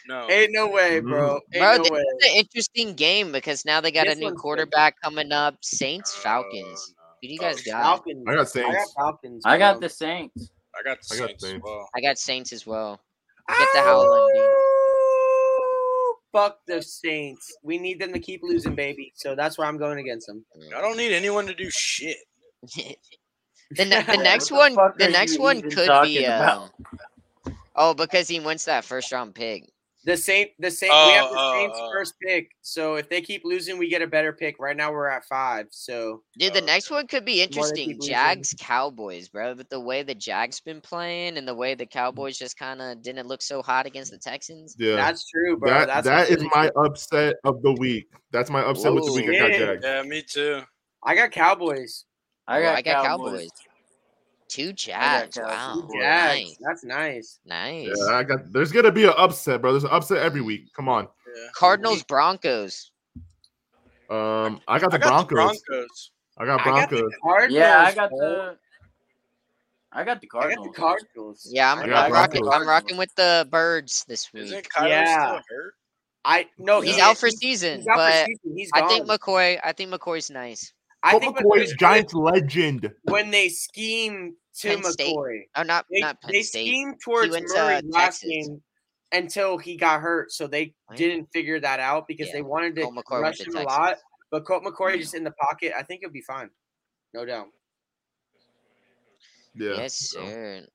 [SPEAKER 4] No,
[SPEAKER 3] Ain't no way, bro.
[SPEAKER 2] Mm-hmm.
[SPEAKER 3] Ain't
[SPEAKER 1] Bro,
[SPEAKER 3] no
[SPEAKER 1] this
[SPEAKER 3] way.
[SPEAKER 1] is an interesting game because now they got
[SPEAKER 3] This
[SPEAKER 1] a new
[SPEAKER 3] one's good.
[SPEAKER 1] quarterback coming up. Saints
[SPEAKER 4] Oh,
[SPEAKER 1] Falcons.
[SPEAKER 4] no.
[SPEAKER 1] Who do you
[SPEAKER 4] Oh,
[SPEAKER 1] guys
[SPEAKER 4] shit.
[SPEAKER 1] got?
[SPEAKER 3] Falcons.
[SPEAKER 2] I got
[SPEAKER 3] I got
[SPEAKER 2] Saints.
[SPEAKER 3] Falcons.
[SPEAKER 5] I got
[SPEAKER 3] bro.
[SPEAKER 5] the Saints.
[SPEAKER 4] I got the
[SPEAKER 2] I got
[SPEAKER 4] Saints.
[SPEAKER 2] Saints.
[SPEAKER 4] Wow.
[SPEAKER 1] I got Saints as well. Get the howling, dude.
[SPEAKER 3] Ow! Oh, Fuck the Saints. We need them to keep losing, baby. So that's why I'm going against them.
[SPEAKER 4] I don't need anyone to do shit.
[SPEAKER 1] the, ne- the
[SPEAKER 5] Yeah,
[SPEAKER 1] next
[SPEAKER 5] what the
[SPEAKER 1] one
[SPEAKER 5] fuck
[SPEAKER 1] the
[SPEAKER 5] are
[SPEAKER 1] next
[SPEAKER 5] you
[SPEAKER 1] one
[SPEAKER 5] even
[SPEAKER 1] could uh,
[SPEAKER 5] talking
[SPEAKER 1] be
[SPEAKER 5] about?
[SPEAKER 1] um, oh because he wins that first round pick
[SPEAKER 3] The Saint, the Saint, we have
[SPEAKER 4] Oh,
[SPEAKER 3] the
[SPEAKER 4] oh,
[SPEAKER 3] Saints
[SPEAKER 4] oh.
[SPEAKER 3] first pick. So if they keep losing, we get a better pick. Right now we're at five. So
[SPEAKER 1] Dude, the
[SPEAKER 4] Uh,
[SPEAKER 1] next one could be
[SPEAKER 3] Um, the more they keep
[SPEAKER 1] interesting.
[SPEAKER 3] losing-
[SPEAKER 1] Jags Cowboys, bro. But the way the Jags been playing and the way
[SPEAKER 3] Mm.
[SPEAKER 1] the Cowboys just kind of didn't look so hot against the Texans.
[SPEAKER 2] Yeah,
[SPEAKER 3] that's true, bro.
[SPEAKER 2] that
[SPEAKER 3] that's
[SPEAKER 2] that is
[SPEAKER 3] really
[SPEAKER 2] my
[SPEAKER 3] true.
[SPEAKER 2] upset of the week. That's my upset with the
[SPEAKER 1] Ooh.
[SPEAKER 2] week. I got
[SPEAKER 3] Yeah.
[SPEAKER 2] Jags.
[SPEAKER 4] Yeah, me too.
[SPEAKER 3] I got Cowboys.
[SPEAKER 5] I
[SPEAKER 1] Oh,
[SPEAKER 5] got,
[SPEAKER 1] I got
[SPEAKER 5] Cowboys.
[SPEAKER 1] Two Jags.
[SPEAKER 5] Cowboys.
[SPEAKER 1] Wow.
[SPEAKER 5] Ooh,
[SPEAKER 3] Jags.
[SPEAKER 1] Oh, Nice.
[SPEAKER 3] That's nice.
[SPEAKER 1] Nice.
[SPEAKER 2] Yeah, I got. There's gonna be an upset, bro. There's an upset every week. Come on.
[SPEAKER 4] Yeah.
[SPEAKER 1] Cardinals Broncos.
[SPEAKER 2] Um, I got the
[SPEAKER 4] I got
[SPEAKER 2] Broncos.
[SPEAKER 4] the Broncos.
[SPEAKER 2] I got
[SPEAKER 3] I got
[SPEAKER 2] Broncos.
[SPEAKER 3] the Cardinals.
[SPEAKER 5] Yeah, I got
[SPEAKER 3] bro.
[SPEAKER 5] the. I got the
[SPEAKER 3] I got the
[SPEAKER 5] Cardinals.
[SPEAKER 3] Cardinals.
[SPEAKER 1] Yeah, I'm,
[SPEAKER 3] I
[SPEAKER 1] I'm
[SPEAKER 2] got
[SPEAKER 1] rocking. I'm
[SPEAKER 5] Broncos.
[SPEAKER 1] rocking with the Birds this week.
[SPEAKER 4] Isn't Kyler
[SPEAKER 3] Yeah.
[SPEAKER 4] still hurt?
[SPEAKER 3] I no,
[SPEAKER 1] He's
[SPEAKER 3] he
[SPEAKER 1] out
[SPEAKER 3] is.
[SPEAKER 1] for
[SPEAKER 3] He's-
[SPEAKER 1] season,
[SPEAKER 3] he's out for
[SPEAKER 1] but
[SPEAKER 3] season. He's
[SPEAKER 1] I think
[SPEAKER 3] gone.
[SPEAKER 1] McCoy. I think McCoy's nice.
[SPEAKER 3] I
[SPEAKER 2] Colt
[SPEAKER 3] think
[SPEAKER 2] McCoy's
[SPEAKER 3] McCoy's
[SPEAKER 2] Giants legend.
[SPEAKER 3] good when they scheme to
[SPEAKER 1] Penn
[SPEAKER 3] McCoy.
[SPEAKER 1] State. Oh, not
[SPEAKER 3] They,
[SPEAKER 1] not Penn
[SPEAKER 3] they
[SPEAKER 1] State.
[SPEAKER 3] schemed towards
[SPEAKER 1] went to,
[SPEAKER 3] Murray
[SPEAKER 1] uh,
[SPEAKER 3] last
[SPEAKER 1] Texas.
[SPEAKER 3] game until he got hurt, so they
[SPEAKER 1] Right.
[SPEAKER 3] didn't figure that out because
[SPEAKER 1] Yeah,
[SPEAKER 3] they wanted to
[SPEAKER 1] Colt McCoy went
[SPEAKER 3] rush
[SPEAKER 1] to
[SPEAKER 3] him a
[SPEAKER 1] Texas. Hmm.
[SPEAKER 3] lot. But Colt McCoy just in the pocket, I think he'll be fine, no doubt.
[SPEAKER 2] Yeah.
[SPEAKER 1] yes,
[SPEAKER 2] so.
[SPEAKER 1] sir.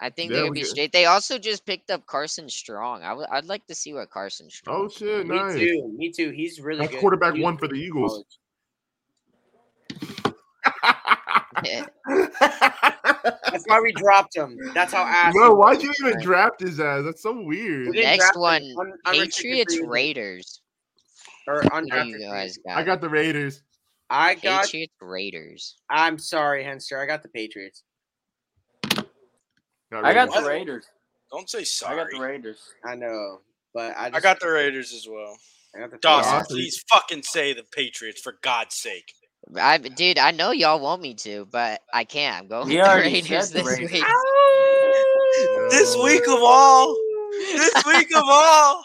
[SPEAKER 1] I think
[SPEAKER 2] Yeah,
[SPEAKER 1] they'll
[SPEAKER 2] we
[SPEAKER 1] be
[SPEAKER 2] get-
[SPEAKER 1] straight. They also just picked up Carson Strong. I would. I'd like to see what Carson Strong.
[SPEAKER 2] Oh shit!
[SPEAKER 3] Me
[SPEAKER 2] Nice.
[SPEAKER 3] too. Me too. He's really
[SPEAKER 2] That's
[SPEAKER 3] good.
[SPEAKER 2] quarterback
[SPEAKER 3] He was
[SPEAKER 2] one for the
[SPEAKER 3] good in
[SPEAKER 2] Eagles.
[SPEAKER 3] college.
[SPEAKER 1] eh,
[SPEAKER 3] That's why we dropped him. That's how ass.
[SPEAKER 2] Bro,
[SPEAKER 3] he was.
[SPEAKER 2] why'd you even draft his ass? That's so
[SPEAKER 3] We
[SPEAKER 2] weird.
[SPEAKER 3] didn't
[SPEAKER 1] Next
[SPEAKER 3] draft him.
[SPEAKER 1] one,
[SPEAKER 3] Un- unrestricted
[SPEAKER 1] Patriots
[SPEAKER 3] free agent.
[SPEAKER 1] Raiders.
[SPEAKER 3] Or
[SPEAKER 1] What do
[SPEAKER 3] undrafted
[SPEAKER 1] you
[SPEAKER 3] free
[SPEAKER 1] guys
[SPEAKER 3] agent.
[SPEAKER 1] got?
[SPEAKER 2] I got the Raiders.
[SPEAKER 3] I got.
[SPEAKER 1] Patriots Raiders.
[SPEAKER 3] I'm sorry, Henster. I got the Patriots.
[SPEAKER 5] I got
[SPEAKER 2] Raiders.
[SPEAKER 5] the Raiders.
[SPEAKER 4] Don't say
[SPEAKER 5] I
[SPEAKER 4] sorry.
[SPEAKER 5] got the Raiders.
[SPEAKER 3] I know, but I, just,
[SPEAKER 4] I got the Raiders as well.
[SPEAKER 3] I got the
[SPEAKER 4] Dawson,
[SPEAKER 2] Dawson.
[SPEAKER 4] please fucking say the Patriots for God's sake.
[SPEAKER 1] I, dude, I know y'all want me to, but I can't. I'm going
[SPEAKER 5] He
[SPEAKER 1] with the
[SPEAKER 5] already
[SPEAKER 1] Raiders
[SPEAKER 5] said the
[SPEAKER 1] this
[SPEAKER 5] Raiders.
[SPEAKER 1] week.
[SPEAKER 4] This week of all, this week of all.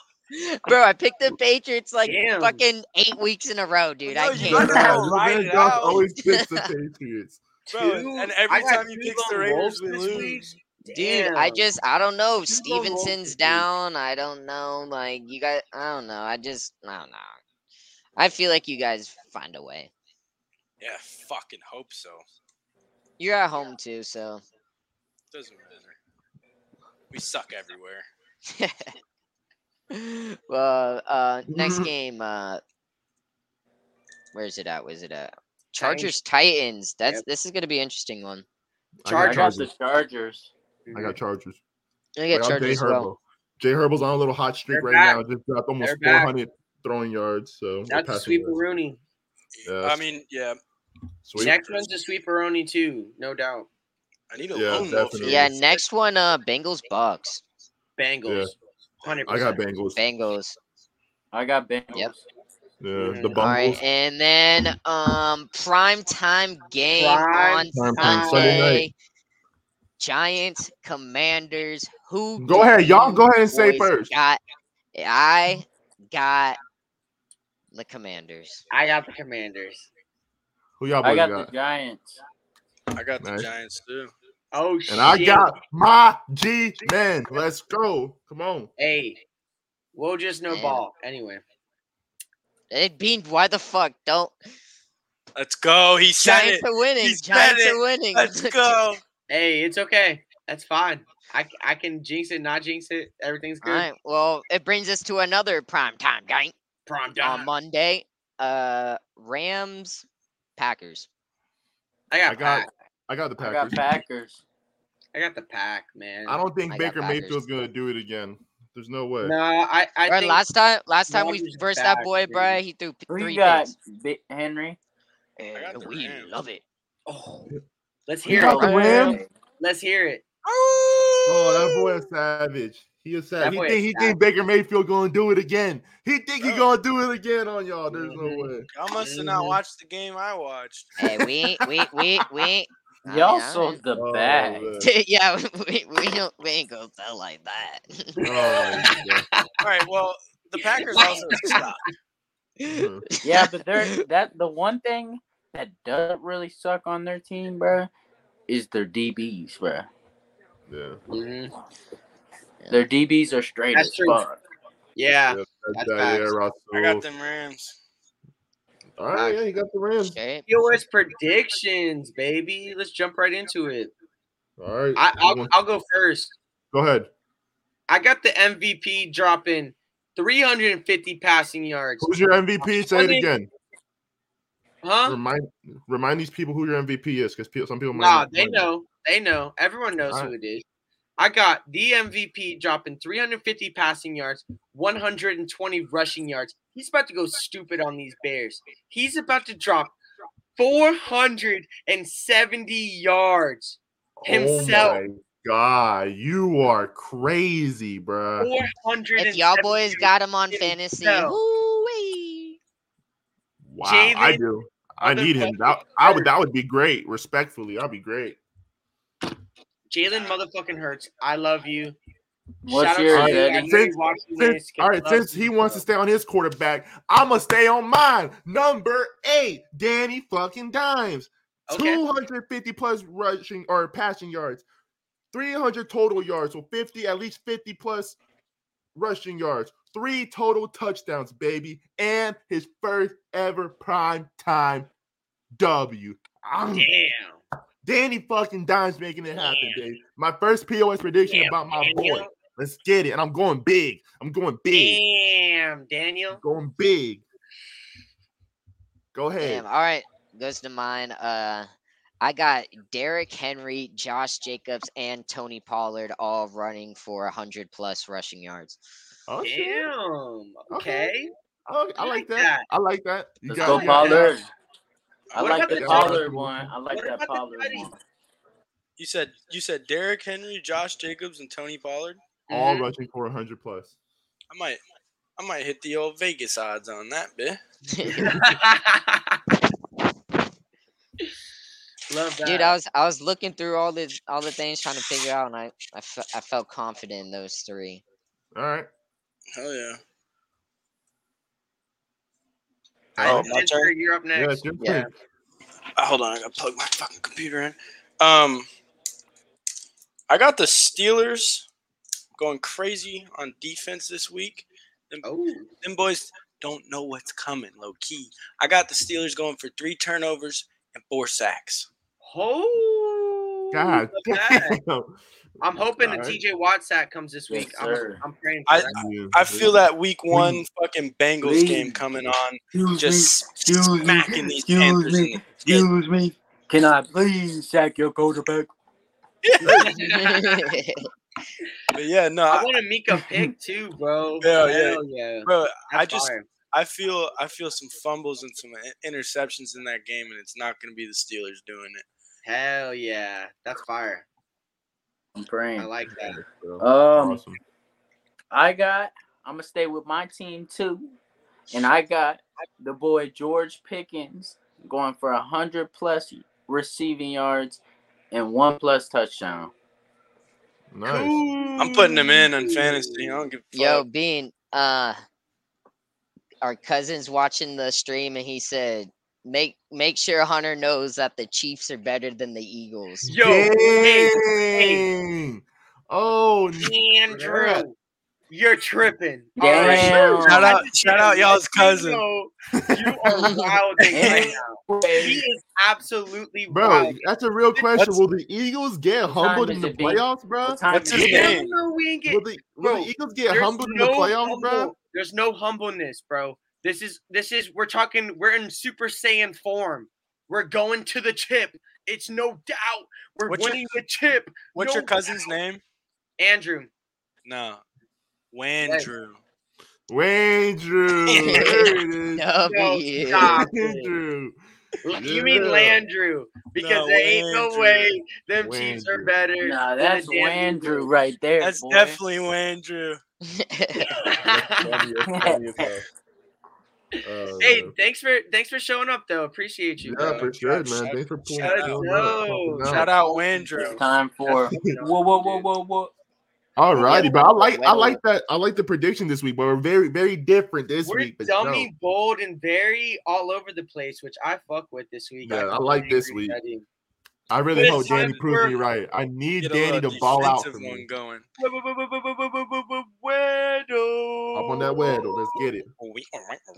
[SPEAKER 1] Bro, I picked the Patriots like
[SPEAKER 3] Damn.
[SPEAKER 1] fucking eight weeks in a row, dude.
[SPEAKER 4] No,
[SPEAKER 1] I
[SPEAKER 4] you
[SPEAKER 1] can't.
[SPEAKER 4] don't
[SPEAKER 2] Yeah,
[SPEAKER 4] know.
[SPEAKER 2] Little
[SPEAKER 4] Ride
[SPEAKER 2] Van
[SPEAKER 4] it
[SPEAKER 2] Gough
[SPEAKER 4] out.
[SPEAKER 2] always picks the Patriots.
[SPEAKER 4] Bro,
[SPEAKER 3] Two-
[SPEAKER 4] and every
[SPEAKER 3] I got
[SPEAKER 4] time you
[SPEAKER 3] two
[SPEAKER 4] pick the
[SPEAKER 3] lone
[SPEAKER 4] Raiders,
[SPEAKER 3] wolves
[SPEAKER 4] we
[SPEAKER 3] this week.
[SPEAKER 4] lose.
[SPEAKER 1] Dude, I
[SPEAKER 3] Damn.
[SPEAKER 1] just I don't know.
[SPEAKER 3] Who's on roll this
[SPEAKER 1] Stevenson's
[SPEAKER 3] week?
[SPEAKER 1] down. I don't know. Like you guys I don't know. I just I don't know. I feel like you guys find a way.
[SPEAKER 4] Yeah, fucking hope so.
[SPEAKER 1] You're at home too, so
[SPEAKER 4] Doesn't matter. We suck everywhere.
[SPEAKER 1] well uh next
[SPEAKER 2] Mhm.
[SPEAKER 1] game, uh where's it at? Where's it at? Chargers Titans. That's
[SPEAKER 3] Yep.
[SPEAKER 1] this is gonna be an interesting one.
[SPEAKER 2] I
[SPEAKER 5] I
[SPEAKER 2] got
[SPEAKER 3] Chargers.
[SPEAKER 5] got
[SPEAKER 2] Chargers.
[SPEAKER 5] the Chargers.
[SPEAKER 2] I got Chargers.
[SPEAKER 1] I get
[SPEAKER 2] Like, I'm
[SPEAKER 1] Chargers
[SPEAKER 2] Jay
[SPEAKER 1] as well.
[SPEAKER 2] Herbo. Jay Herbo's on a little hot streak
[SPEAKER 3] They're
[SPEAKER 2] right
[SPEAKER 3] back.
[SPEAKER 2] now. Just dropped almost
[SPEAKER 3] They're back.
[SPEAKER 2] 400 throwing yards. So we're
[SPEAKER 3] That's a
[SPEAKER 2] passing
[SPEAKER 3] sweep
[SPEAKER 2] yards.
[SPEAKER 3] Rooney.
[SPEAKER 2] Yeah.
[SPEAKER 4] I mean, yeah,
[SPEAKER 2] Sweep.
[SPEAKER 3] Next one's a sweep Rooney too, no doubt.
[SPEAKER 4] I need a
[SPEAKER 2] Yeah,
[SPEAKER 4] lone wolf.
[SPEAKER 2] definitely.
[SPEAKER 1] Yeah, next one, uh Bengals Bucks.
[SPEAKER 3] Bengals. Hundred
[SPEAKER 2] I got
[SPEAKER 3] percent.
[SPEAKER 2] Bengals.
[SPEAKER 1] Bengals.
[SPEAKER 5] I got Bengals.
[SPEAKER 1] Yep.
[SPEAKER 2] Yeah, the
[SPEAKER 3] Mhm.
[SPEAKER 1] All right,
[SPEAKER 2] Bungles.
[SPEAKER 1] and then um prime time game
[SPEAKER 3] Prime
[SPEAKER 1] on
[SPEAKER 2] time, Sunday
[SPEAKER 1] Sunday.
[SPEAKER 2] night.
[SPEAKER 1] Giants, Commanders. Who?
[SPEAKER 2] Go
[SPEAKER 1] do
[SPEAKER 2] ahead, y'all.
[SPEAKER 1] you
[SPEAKER 2] Go ahead and say
[SPEAKER 1] boys
[SPEAKER 2] first.
[SPEAKER 1] Got I got the Commanders.
[SPEAKER 3] I got the Commanders.
[SPEAKER 2] Who y'all
[SPEAKER 5] I
[SPEAKER 2] boys
[SPEAKER 5] got
[SPEAKER 2] got?
[SPEAKER 5] the Giants.
[SPEAKER 4] I got the
[SPEAKER 2] Nice.
[SPEAKER 4] Giants too.
[SPEAKER 3] Oh shit.
[SPEAKER 2] And I got my G man. Let's go. Come on.
[SPEAKER 3] Hey, we'll just no
[SPEAKER 1] Man.
[SPEAKER 3] ball anyway.
[SPEAKER 1] It being Eh, why the fuck don't
[SPEAKER 4] Let's go. He said
[SPEAKER 1] Giants
[SPEAKER 4] it.
[SPEAKER 1] are winning?
[SPEAKER 4] He's said
[SPEAKER 1] Giants
[SPEAKER 4] it.
[SPEAKER 1] are winning.
[SPEAKER 4] Let's go.
[SPEAKER 3] Hey, it's okay. That's fine. I, c- I can jinx it, not jinx it. Everything's good.
[SPEAKER 1] All right. Well, it brings us to another prime time game
[SPEAKER 2] Oh,
[SPEAKER 3] Prom
[SPEAKER 1] on Monday. Uh, Rams, Packers.
[SPEAKER 3] I got
[SPEAKER 2] I got
[SPEAKER 3] pack.
[SPEAKER 2] I got the
[SPEAKER 5] I got
[SPEAKER 2] Packers.
[SPEAKER 5] Packers.
[SPEAKER 3] I got the pack, man.
[SPEAKER 2] I don't think
[SPEAKER 1] I got
[SPEAKER 2] Baker
[SPEAKER 1] Packers.
[SPEAKER 2] Mayfield's gonna do it again. There's no way.
[SPEAKER 3] No, I I
[SPEAKER 1] Bruh,
[SPEAKER 3] think
[SPEAKER 1] last time, last time we
[SPEAKER 3] Rodgers is
[SPEAKER 1] versed that
[SPEAKER 3] back,
[SPEAKER 1] boy,
[SPEAKER 3] dude.
[SPEAKER 1] bruh, he threw p-
[SPEAKER 5] Who
[SPEAKER 1] three
[SPEAKER 5] you got,
[SPEAKER 1] picks.
[SPEAKER 5] Bi- Henry?
[SPEAKER 1] And
[SPEAKER 4] got the
[SPEAKER 1] we
[SPEAKER 4] Rams.
[SPEAKER 1] love it.
[SPEAKER 3] oh, let's
[SPEAKER 2] You
[SPEAKER 3] hear
[SPEAKER 2] got
[SPEAKER 3] it.
[SPEAKER 2] the Rams?
[SPEAKER 3] Let's hear it.
[SPEAKER 2] Oh, that boy is savage. He is
[SPEAKER 3] That
[SPEAKER 2] savage. He
[SPEAKER 3] boy Oh.
[SPEAKER 2] think
[SPEAKER 3] is
[SPEAKER 2] he think Baker Mayfield gonna do it again. He think he
[SPEAKER 4] Bro.
[SPEAKER 2] gonna do it again on y'all. There's no
[SPEAKER 3] Mhm.
[SPEAKER 2] way.
[SPEAKER 4] Y'all must have not
[SPEAKER 3] Mhm.
[SPEAKER 4] watched the game I watched.
[SPEAKER 1] Hey, we ain't, we, we, we ain't. I mean,
[SPEAKER 5] Y'all
[SPEAKER 1] I
[SPEAKER 5] sold the
[SPEAKER 2] Oh,
[SPEAKER 5] bag.
[SPEAKER 2] man.
[SPEAKER 1] don't- yeah, we, we don't, we ain't gonna sell like that.
[SPEAKER 2] Oh, my
[SPEAKER 4] All right, well, the Packers also suck.
[SPEAKER 2] God.
[SPEAKER 5] Yeah, but they're that the one thing that doesn't really suck on their team, bruh, is their DBs, bruh.
[SPEAKER 2] yeah.
[SPEAKER 3] Mhm.
[SPEAKER 5] Their DBs are straight
[SPEAKER 3] That's
[SPEAKER 5] as
[SPEAKER 3] true.
[SPEAKER 5] fuck.
[SPEAKER 3] Yeah,
[SPEAKER 2] That's
[SPEAKER 3] That's
[SPEAKER 2] that, yeah,
[SPEAKER 3] facts.
[SPEAKER 2] Russell.
[SPEAKER 4] I got them Rams.
[SPEAKER 2] All right, yeah, you got the Rams.
[SPEAKER 1] Straight.
[SPEAKER 3] Steelers predictions, baby. Let's jump right into it.
[SPEAKER 2] All right.
[SPEAKER 3] I, I'll,
[SPEAKER 2] Everyone-
[SPEAKER 3] I'll go first.
[SPEAKER 2] Go ahead.
[SPEAKER 3] I got the MVP dropping 350 passing yards.
[SPEAKER 2] Who's your MVP? Say it again.
[SPEAKER 3] Huh?
[SPEAKER 2] Remind remind these people who your MVP is because some people might.
[SPEAKER 3] Nah,
[SPEAKER 2] not
[SPEAKER 3] they know. They know. Everyone knows who it is. I got the MVP dropping 350 passing yards, 120 rushing yards. He's about to go stupid on these Bears. He's about to drop 470 yards himself.
[SPEAKER 2] Oh my god, you are crazy, bruh.
[SPEAKER 3] 470
[SPEAKER 1] If y'all boys got him on
[SPEAKER 3] didn't
[SPEAKER 1] fantasy,
[SPEAKER 3] sell.
[SPEAKER 1] woo-wee.
[SPEAKER 2] Wow, I
[SPEAKER 3] Jalen
[SPEAKER 2] do. I need him. That I would. That would be great. Respectfully, that'd be great.
[SPEAKER 3] Jalen motherfucking Hurts. I love you.
[SPEAKER 5] What's
[SPEAKER 3] Shout out
[SPEAKER 5] yours,
[SPEAKER 3] to you. I
[SPEAKER 5] Eddie?
[SPEAKER 3] know you're
[SPEAKER 2] Since-
[SPEAKER 3] watching
[SPEAKER 2] Since,
[SPEAKER 3] this.
[SPEAKER 2] all right,
[SPEAKER 3] Love
[SPEAKER 2] since
[SPEAKER 3] you,
[SPEAKER 2] he wants to
[SPEAKER 3] bro.
[SPEAKER 2] stay on his quarterback, I'ma stay on mine. Number eight, Danny fucking Dimes.
[SPEAKER 3] Okay.
[SPEAKER 2] 250 plus rushing or passing yards, 300 total yards, so 50 at least 50 plus rushing yards, three total touchdowns, baby, and his first ever prime time W. I'm
[SPEAKER 3] Damn.
[SPEAKER 2] Danny fucking Dimes making it happen, baby. My first POS prediction
[SPEAKER 3] Damn,
[SPEAKER 2] about my
[SPEAKER 3] Daniel.
[SPEAKER 2] boy. Let's get it. And I'm going big. I'm going big.
[SPEAKER 3] Damn, Daniel.
[SPEAKER 2] Going big. Go ahead.
[SPEAKER 1] Damn. All right, goes to mine. Uh, I got Derrick Henry, Josh Jacobs, and Tony Pollard all running for hundred plus rushing yards.
[SPEAKER 2] Oh, shit.
[SPEAKER 3] Damn.
[SPEAKER 2] Okay.
[SPEAKER 3] Okay.
[SPEAKER 2] I, I like
[SPEAKER 3] like
[SPEAKER 2] that.
[SPEAKER 3] that.
[SPEAKER 2] I like that. You
[SPEAKER 5] Let's
[SPEAKER 2] got-
[SPEAKER 5] go
[SPEAKER 2] you got-
[SPEAKER 5] Pollard. I
[SPEAKER 3] What
[SPEAKER 5] like
[SPEAKER 3] about
[SPEAKER 5] the
[SPEAKER 3] the
[SPEAKER 5] Pollard
[SPEAKER 2] Titans?
[SPEAKER 5] one. I like
[SPEAKER 3] What
[SPEAKER 5] that
[SPEAKER 3] about the
[SPEAKER 5] Pollard
[SPEAKER 3] Titans?
[SPEAKER 5] one.
[SPEAKER 4] You said you said Derrick Henry, Josh Jacobs, and Tony Pollard.
[SPEAKER 2] All
[SPEAKER 3] Mhm.
[SPEAKER 2] rushing for 100 plus.
[SPEAKER 4] I might I might hit the old Vegas odds on that bit.
[SPEAKER 3] Love that.
[SPEAKER 1] Dude, I was I was looking through all the all the things trying to figure out, and I I, fe- I felt confident in those three.
[SPEAKER 2] All right.
[SPEAKER 4] Hell yeah.
[SPEAKER 3] I-
[SPEAKER 4] Oh, my
[SPEAKER 3] Spencer,
[SPEAKER 4] turn.
[SPEAKER 3] You're up
[SPEAKER 2] Yeah,
[SPEAKER 3] next.
[SPEAKER 2] it's your
[SPEAKER 1] Yeah.
[SPEAKER 2] turn.
[SPEAKER 4] Uh, hold on, I gotta plug my fucking computer in. Um, I got the Steelers going crazy on defense this week.
[SPEAKER 3] Oh,
[SPEAKER 4] Them boys don't know what's coming, low key. I got the Steelers going for three turnovers and four sacks.
[SPEAKER 3] oh.
[SPEAKER 2] God
[SPEAKER 3] love that.
[SPEAKER 2] damn.
[SPEAKER 3] I'm hoping the
[SPEAKER 2] Alright.
[SPEAKER 3] TJ Watt sack comes this
[SPEAKER 5] Yes,
[SPEAKER 3] week. I'm,
[SPEAKER 5] sir.
[SPEAKER 3] I'm praying for that.
[SPEAKER 4] I feel that week one
[SPEAKER 2] Please.
[SPEAKER 4] fucking Bengals
[SPEAKER 5] Please.
[SPEAKER 4] game coming on,
[SPEAKER 5] Excuse
[SPEAKER 4] just
[SPEAKER 5] Excuse me.
[SPEAKER 4] smacking these
[SPEAKER 5] Excuse
[SPEAKER 4] Panthers.
[SPEAKER 5] me.
[SPEAKER 4] In the shit.
[SPEAKER 5] Excuse me. Can I please sack your quarterback?
[SPEAKER 4] But yeah, no,
[SPEAKER 3] I
[SPEAKER 4] I,
[SPEAKER 3] want to make a pick too, bro.
[SPEAKER 4] Yeah,
[SPEAKER 3] Hell yeah.
[SPEAKER 4] bro, I
[SPEAKER 3] That's
[SPEAKER 4] just
[SPEAKER 3] fire.
[SPEAKER 4] I feel I feel some fumbles and some in- interceptions in that game, and it's not going to be the Steelers doing it.
[SPEAKER 3] Hell yeah. That's fire.
[SPEAKER 5] I'm
[SPEAKER 3] I
[SPEAKER 5] praying.
[SPEAKER 3] like that.
[SPEAKER 5] Um,
[SPEAKER 2] Awesome.
[SPEAKER 5] I got. I'm gonna stay with my team too, and I got the boy George Pickens going for a hundred plus receiving yards and one plus touchdown.
[SPEAKER 2] Nice.
[SPEAKER 3] Cool.
[SPEAKER 4] I'm putting them in on fantasy. I don't give a
[SPEAKER 1] Yo,
[SPEAKER 4] fuck.
[SPEAKER 1] Bean, uh, our cousin's watching the stream, and he said, "Make make sure Hunter knows that the Chiefs are better than the Eagles."
[SPEAKER 3] Yo, hey, hey,
[SPEAKER 2] Dang. Oh,
[SPEAKER 3] Andrew, you're tripping.
[SPEAKER 5] Damn.
[SPEAKER 3] Alright.
[SPEAKER 5] Shout
[SPEAKER 4] out- shout out y'all's cousin.
[SPEAKER 3] You, know you are wilding right now. He is absolutely
[SPEAKER 2] Bro,
[SPEAKER 3] wild.
[SPEAKER 2] that's a real question.
[SPEAKER 4] That's-
[SPEAKER 2] Will the Eagles get humbled
[SPEAKER 5] time
[SPEAKER 2] in
[SPEAKER 5] is
[SPEAKER 2] the
[SPEAKER 5] it, Bean?
[SPEAKER 2] playoffs, bro?
[SPEAKER 5] What time
[SPEAKER 4] What's
[SPEAKER 5] is
[SPEAKER 4] his
[SPEAKER 5] it?
[SPEAKER 4] name?
[SPEAKER 3] Hell no, we ain't get-
[SPEAKER 2] Will the, will
[SPEAKER 3] Bro,
[SPEAKER 2] the Eagles get
[SPEAKER 3] There's
[SPEAKER 2] humbled
[SPEAKER 3] no
[SPEAKER 2] in the playoffs, bro?
[SPEAKER 3] humble- There's no humbleness, bro. This is this is we're talking. We're in Super Saiyan form. We're going to the chip. It's no doubt. We're
[SPEAKER 4] What's your-
[SPEAKER 3] winning the chip.
[SPEAKER 4] What's your
[SPEAKER 3] No
[SPEAKER 4] cousin's
[SPEAKER 3] doubt.
[SPEAKER 4] name?
[SPEAKER 3] Andrew?
[SPEAKER 4] No, Wandrew.
[SPEAKER 2] Wayne Drew. There it is.
[SPEAKER 1] W.
[SPEAKER 3] stop.
[SPEAKER 2] Andrew.
[SPEAKER 3] You mean
[SPEAKER 2] Yeah.
[SPEAKER 3] Landrew? Because
[SPEAKER 4] No,
[SPEAKER 3] there ain't no
[SPEAKER 4] Landrew.
[SPEAKER 3] way them Chiefs are
[SPEAKER 2] Landrew.
[SPEAKER 3] better.
[SPEAKER 5] Nah,
[SPEAKER 3] than
[SPEAKER 5] that's
[SPEAKER 3] the damn
[SPEAKER 5] Landrew
[SPEAKER 3] Eagles.
[SPEAKER 5] right there.
[SPEAKER 4] That's
[SPEAKER 5] boy.
[SPEAKER 4] definitely Wandrew.
[SPEAKER 2] Funny as- funny as hell. Oh,
[SPEAKER 3] hey,
[SPEAKER 2] man.
[SPEAKER 3] thanks for thanks for showing up though. Appreciate you.
[SPEAKER 2] yeah,
[SPEAKER 3] bro.
[SPEAKER 2] for sure, man.
[SPEAKER 4] Shout-
[SPEAKER 2] Thanks for pulling
[SPEAKER 4] shout
[SPEAKER 2] pulling
[SPEAKER 3] out.
[SPEAKER 2] up, helping
[SPEAKER 3] Yo,
[SPEAKER 2] out.
[SPEAKER 4] Shout out
[SPEAKER 5] it's
[SPEAKER 4] Wandrew.
[SPEAKER 5] time for
[SPEAKER 3] That's
[SPEAKER 5] whoa, whoa, whoa, whoa, whoa.
[SPEAKER 2] Alrighty, but I
[SPEAKER 1] Well,
[SPEAKER 2] like I
[SPEAKER 1] well.
[SPEAKER 2] like that I like the prediction this week, but we're very very different this
[SPEAKER 3] We're
[SPEAKER 2] week. But no.
[SPEAKER 3] dummy bold and very all over the place, which I fuck with this week.
[SPEAKER 2] Yeah,
[SPEAKER 3] can
[SPEAKER 2] I like
[SPEAKER 3] agree
[SPEAKER 2] this
[SPEAKER 3] with
[SPEAKER 2] week.
[SPEAKER 3] that either.
[SPEAKER 2] I really
[SPEAKER 3] it's
[SPEAKER 2] hope
[SPEAKER 3] time
[SPEAKER 2] Danny proves
[SPEAKER 3] for-
[SPEAKER 2] me right. I need
[SPEAKER 4] Get a
[SPEAKER 2] Danny
[SPEAKER 4] little
[SPEAKER 2] to ball out
[SPEAKER 4] defensive
[SPEAKER 2] for
[SPEAKER 4] one
[SPEAKER 2] me.
[SPEAKER 4] going.
[SPEAKER 2] Up on that window. Let's get it.